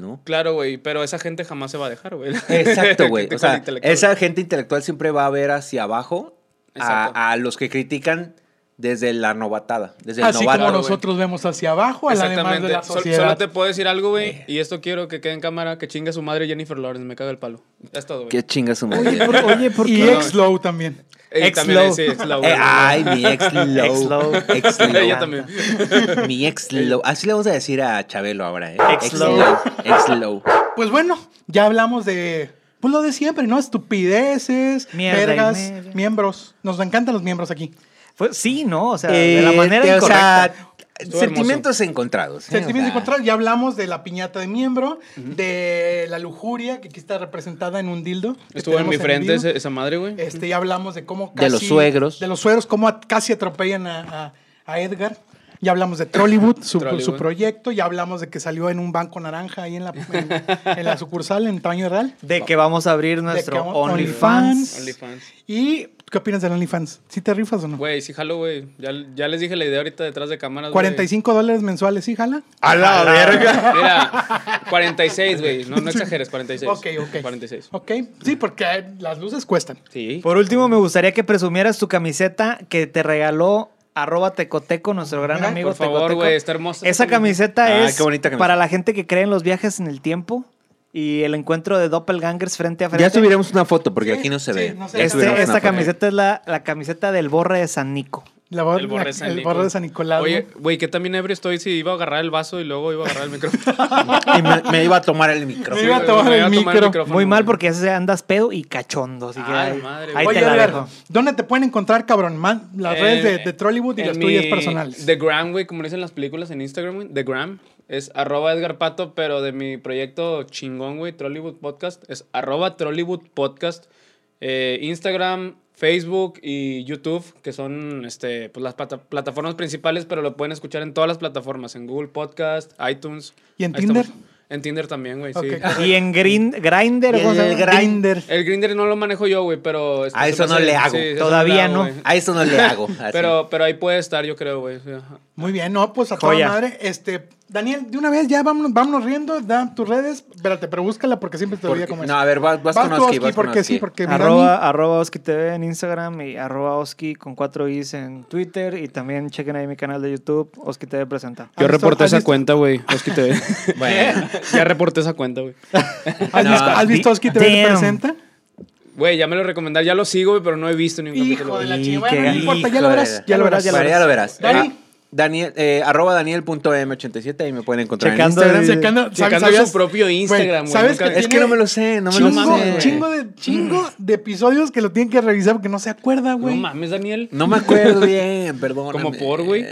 Speaker 5: ¿no?
Speaker 1: Claro, güey, pero esa gente jamás se va a dejar, güey.
Speaker 5: Exacto, güey. o
Speaker 1: Crítico e
Speaker 5: sea,
Speaker 1: intelectual.
Speaker 5: esa gente intelectual siempre va a ver hacia abajo
Speaker 1: Exacto.
Speaker 5: a, a los que critican desde la novatada, desde el
Speaker 4: Así
Speaker 5: novato.
Speaker 4: como
Speaker 1: güey.
Speaker 4: nosotros vemos hacia abajo a la demás de la
Speaker 1: Sol-
Speaker 4: sociedad.
Speaker 1: solo te puedo decir algo, güey.
Speaker 6: Eh.
Speaker 1: Y esto quiero que quede en cámara. Que chinga su madre Jennifer Lawrence. Me cago el palo. Ya es todo, güey.
Speaker 5: Qué chinga su madre.
Speaker 6: Oye, ¿por
Speaker 4: Y
Speaker 6: qué?
Speaker 1: No.
Speaker 4: X-Low también.
Speaker 1: Ey,
Speaker 6: Ex
Speaker 1: también,
Speaker 6: Low.
Speaker 1: sí, ex Low,
Speaker 5: Eh,
Speaker 1: güey.
Speaker 5: ay, mi ex
Speaker 6: Ex-low.
Speaker 5: low. Ex low.
Speaker 1: Yo también.
Speaker 5: Mi ex low. Así le vamos a decir a Chabelo ahora, ¿eh?
Speaker 6: Ex low.
Speaker 5: Ex low.
Speaker 4: Pues bueno, ya hablamos de. Pues lo de siempre, ¿no? Estupideces,
Speaker 6: Mierda y
Speaker 4: vergas,
Speaker 6: media.
Speaker 4: miembros. Nos encantan los miembros aquí.
Speaker 6: Fue- sí, no, o sea, de la manera
Speaker 5: Eh, o sea,
Speaker 6: incorrecta.
Speaker 1: Estuvo
Speaker 5: sentimientos encontrados. ¿eh?
Speaker 4: Sentimientos
Speaker 5: O sea,
Speaker 4: de control, ya hablamos de la piñata de miembro, de la lujuria que aquí está representada en un dildo. que
Speaker 1: Estuvo en
Speaker 4: tenemos
Speaker 1: mi frente
Speaker 4: vivo.
Speaker 1: ese- esa madre, güey.
Speaker 4: Este, ya hablamos de cómo
Speaker 5: De los suegros.
Speaker 4: De los suegros, cómo at- casi atropellan a, a- a Edgar. Ya hablamos de Trollywood, su,
Speaker 1: Trollywood.
Speaker 4: su proyecto. Ya hablamos de que salió en un banco naranja ahí en la, en, en la sucursal, en Tamaño Real.
Speaker 6: De que vamos a abrir
Speaker 4: De que
Speaker 6: nuestro
Speaker 4: OnlyFans.
Speaker 6: OnlyFans.
Speaker 1: OnlyFans.
Speaker 4: ¿Y qué opinas del OnlyFans? ¿Sí te rifas o no?
Speaker 1: Güey, sí, jalo, güey. Ya, ya les dije la idea ahorita detrás de cámaras. güey.
Speaker 4: 45 dólares mensuales, ¿sí, jala?
Speaker 5: A la verga.
Speaker 1: Mira, 46, güey. No, no exageres, 46.
Speaker 4: Ok, ok.
Speaker 1: 46.
Speaker 4: Ok, sí, porque eh, las luces cuestan.
Speaker 1: Sí.
Speaker 6: Por último, me gustaría que presumieras tu camiseta que te regaló arroba Tecoteco, nuestro gran
Speaker 4: Mira,
Speaker 6: amigo
Speaker 1: por favor,
Speaker 6: Tecoteco.
Speaker 1: güey, está hermosa esa
Speaker 6: Esa camiseta
Speaker 5: camiseta.
Speaker 6: es
Speaker 5: Ah, qué bonita camiseta.
Speaker 6: para la gente que cree en los viajes en el tiempo y el encuentro de doppelgangers frente a frente.
Speaker 5: Ya subiremos una foto porque
Speaker 4: Sí,
Speaker 5: aquí no se
Speaker 4: sí,
Speaker 5: ve.
Speaker 4: no se
Speaker 5: Ya
Speaker 4: ve.
Speaker 6: Este-
Speaker 5: subiremos una
Speaker 6: esta
Speaker 5: foto.
Speaker 6: camiseta es la, la camiseta del borre de San Nico.
Speaker 4: La bor-
Speaker 1: El borre de San
Speaker 4: el
Speaker 1: Nicolás.
Speaker 4: borre de San Nicolás.
Speaker 1: Oye,
Speaker 4: güey.
Speaker 1: güey, que también ebrio estoy si iba a agarrar el vaso y luego iba a agarrar el micrófono.
Speaker 5: Y me, me iba a tomar el micrófono.
Speaker 4: Me iba a
Speaker 1: Sí,
Speaker 4: tomar
Speaker 1: güey,
Speaker 4: el micro.
Speaker 6: Muy mal
Speaker 1: güey.
Speaker 6: porque ya se andas pedo y cachondo. Así que
Speaker 1: Ay,
Speaker 6: ahí,
Speaker 1: madre,
Speaker 6: ahí
Speaker 1: güey.
Speaker 6: te
Speaker 4: Oye,
Speaker 6: la
Speaker 4: Edgar,
Speaker 6: dejo.
Speaker 4: ¿dónde te pueden encontrar, cabrón? Man, las redes de,
Speaker 1: En-
Speaker 4: de Trollywood y
Speaker 1: Eh, en
Speaker 4: las tuyas
Speaker 1: mi-
Speaker 4: personales.
Speaker 1: The Gram, güey, como le dicen las películas en Instagram, güey. The Gram es arroba Edgar Pato, pero de mi proyecto chingón, güey, Trollywood Podcast, es arroba Trollywood Podcast. eh, Instagram, Facebook y YouTube, que son este, pues, las plata- plataformas principales, pero lo pueden escuchar en todas las plataformas, en Google Podcast, iTunes.
Speaker 4: ¿Y en
Speaker 1: Ahí estamos.
Speaker 4: Tinder?
Speaker 1: En Tinder también, güey,
Speaker 4: Ok.
Speaker 1: sí.
Speaker 6: Y en Green, Grinder,
Speaker 5: Y en
Speaker 6: ¿cómo se
Speaker 5: el
Speaker 6: llama?
Speaker 4: Grinder.
Speaker 1: El Grinder no lo manejo yo, güey, pero... este,
Speaker 5: A
Speaker 1: se
Speaker 5: eso
Speaker 1: me
Speaker 5: no le hago.
Speaker 1: eso le
Speaker 6: Todavía
Speaker 1: hago,
Speaker 6: no.
Speaker 1: güey.
Speaker 5: A eso no Ah, le hago. así.
Speaker 1: Pero, pero ahí puede estar, yo creo, güey. sí, ajá.
Speaker 4: Muy bien, no, pues a toda
Speaker 6: Joya.
Speaker 4: madre. Este, Daniel, de una vez ya vámonos, vámonos riendo, da tus redes, espérate, pero búscala porque siempre te voy a
Speaker 5: Porque-
Speaker 4: comer.
Speaker 5: no, a ver, vas- vas con
Speaker 4: tú,
Speaker 5: Oski, vas
Speaker 4: porque
Speaker 5: con
Speaker 4: sí,
Speaker 5: Oski.
Speaker 4: porque mi Dani-
Speaker 6: Arroba, arroba Oski TV en Instagram y arroba Oski con cuatro Is en Twitter. Y también chequen ahí mi canal de YouTube, Oski TV Presenta.
Speaker 1: Yo
Speaker 4: ¿Has visto-
Speaker 1: reporté
Speaker 4: has
Speaker 1: esa
Speaker 4: visto-
Speaker 1: cuenta, güey. Oski TV.
Speaker 5: Bueno.
Speaker 1: ya reporté esa cuenta, güey.
Speaker 4: ¿Has
Speaker 5: No,
Speaker 4: visto, ¿has
Speaker 6: di-
Speaker 4: visto Oski TV
Speaker 6: damn.
Speaker 4: presenta?
Speaker 1: Güey, ya me lo recomendaron. Ya lo sigo, güey, pero no he visto ningún capítulo.
Speaker 4: Hijo de
Speaker 1: güey.
Speaker 4: la
Speaker 6: Y
Speaker 4: chingada,
Speaker 6: que-
Speaker 4: no importa, ya lo
Speaker 5: Híjole.
Speaker 4: verás, ya lo verás, ya lo
Speaker 5: Bueno, ya lo
Speaker 4: verás.
Speaker 5: verás.
Speaker 4: Dani.
Speaker 5: Ah, Daniel, eh, arroba daniel.m87, ahí me pueden encontrar
Speaker 6: Checando
Speaker 5: en
Speaker 6: el-
Speaker 5: Instagram.
Speaker 4: Checando-
Speaker 1: Checando
Speaker 4: Este, ¿sabías?
Speaker 1: su propio Instagram,
Speaker 4: Güey,
Speaker 1: güey.
Speaker 4: ¿Sabes
Speaker 1: Nunca-
Speaker 4: que
Speaker 5: Es que no me lo sé, no me lo
Speaker 4: chingo,
Speaker 5: sé.
Speaker 4: chingo de chingo de episodios que lo tienen que revisar porque no se acuerda,
Speaker 1: No
Speaker 4: güey.
Speaker 1: mames, Daniel.
Speaker 5: No me acuerdo bien, Eh, perdón.
Speaker 1: Como por, güey.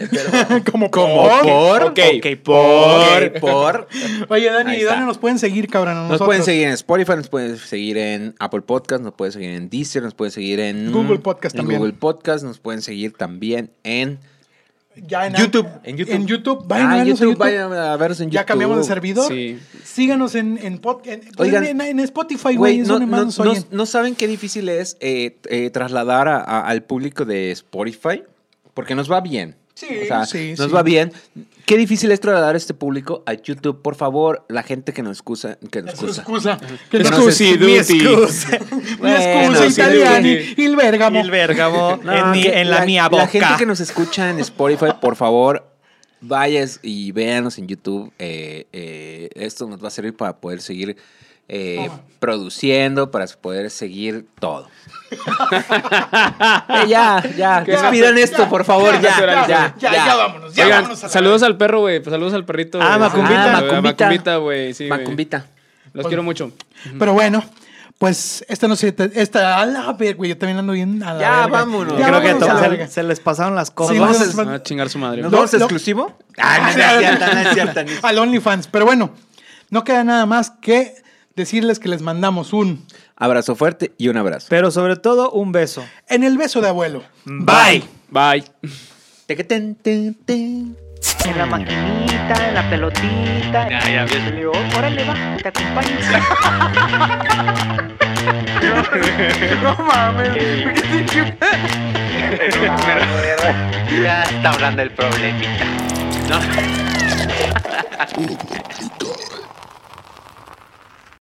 Speaker 4: Como
Speaker 5: Como por.
Speaker 1: Ok,
Speaker 5: por. por.
Speaker 4: Oye, Dani,
Speaker 5: Ahí está.
Speaker 4: Dani nos pueden seguir, cabrón. a
Speaker 5: Nos
Speaker 4: nosotros.
Speaker 5: pueden seguir en Spotify, nos pueden seguir en Apple Podcast, nos pueden seguir en Deezer, nos pueden seguir en
Speaker 4: Google Podcast
Speaker 5: en
Speaker 4: también.
Speaker 5: Google Podcast, nos pueden seguir también en
Speaker 4: Ya en
Speaker 5: YouTube.
Speaker 4: En YouTube. En YouTube. Vayan,
Speaker 5: Ah,
Speaker 4: a
Speaker 5: en
Speaker 4: vernos en
Speaker 5: YouTube,
Speaker 4: YouTube.
Speaker 5: vayan a vernos en YouTube.
Speaker 4: Ya cambiamos de servidor.
Speaker 1: Sí.
Speaker 4: Síganos en, en, pod- en,
Speaker 5: Oigan.
Speaker 4: en, en Spotify,
Speaker 5: Güey,
Speaker 4: güey. Es
Speaker 5: no,
Speaker 4: donde más
Speaker 5: no-
Speaker 4: nos
Speaker 5: no-
Speaker 4: oyen.
Speaker 5: no saben qué difícil es eh, eh, trasladar a- a- al público de Spotify, porque nos va bien.
Speaker 4: Sí,
Speaker 5: O sea,
Speaker 4: sí,
Speaker 5: nos
Speaker 4: sí.
Speaker 5: va bien. Qué difícil es trasladar este público a YouTube. Por favor, la gente que nos excusa, que nos
Speaker 4: Su
Speaker 5: excusa.
Speaker 4: excusa.
Speaker 5: Que nos excusa.
Speaker 6: Mi excusa.
Speaker 4: Mi
Speaker 5: Bueno,
Speaker 4: excusa
Speaker 5: sí,
Speaker 4: italiana.
Speaker 1: sí.
Speaker 4: Il Bergamo.
Speaker 6: El Bérgamo
Speaker 5: No,
Speaker 6: en, mi-
Speaker 5: que
Speaker 6: en la, mía boca.
Speaker 5: La gente que nos escucha en Spotify, por favor, vayas y véanos en YouTube. Eh, eh, esto nos va a servir para poder seguir eh, produciendo, para poder seguir todo. Eh, ya, ya, despidan esto, por favor, ya, ya, ya.
Speaker 4: ya, ya, vámonos. Ya
Speaker 1: Oigan,
Speaker 4: vámonos a la
Speaker 1: saludos al perro, güey. pues, Saludos al perrito.
Speaker 6: Ah,
Speaker 1: güey.
Speaker 6: Macumbita.
Speaker 1: Ah,
Speaker 5: Macumbita.
Speaker 1: Macumbita, güey. Sí, güey.
Speaker 5: Macumbita.
Speaker 1: Los quiero mucho.
Speaker 4: Pero bueno, pues esta no se. Esta, a la verga, güey. Yo también ando bien. A la
Speaker 5: Ya,
Speaker 4: verga.
Speaker 5: vámonos.
Speaker 4: Ya
Speaker 6: Creo que
Speaker 4: vámonos a la
Speaker 6: to-
Speaker 4: verga.
Speaker 6: se, se les pasaron las cosas.
Speaker 4: Sí,
Speaker 5: vamos
Speaker 4: nos-
Speaker 1: Ah, chingar su madre.
Speaker 5: ¿Nos
Speaker 1: güey.
Speaker 5: vamos a
Speaker 4: lo-
Speaker 5: exclusivo? Ah, no, no es cierto, no es cierto, ni-
Speaker 4: Al OnlyFans. Pero bueno, no queda nada más que decirles que les mandamos un.
Speaker 5: Abrazo fuerte y un abrazo.
Speaker 6: Pero sobre todo, un beso.
Speaker 4: En el beso de abuelo.
Speaker 6: Bye.
Speaker 1: Bye.
Speaker 5: Tequeten, ten, ten.
Speaker 2: En la maquinita, en la pelotita.
Speaker 3: Ya, ya, bien.
Speaker 2: Le digo, órale, va, te acompaño.
Speaker 4: No mames.
Speaker 3: Ya está hablando el problemita.
Speaker 7: Todo.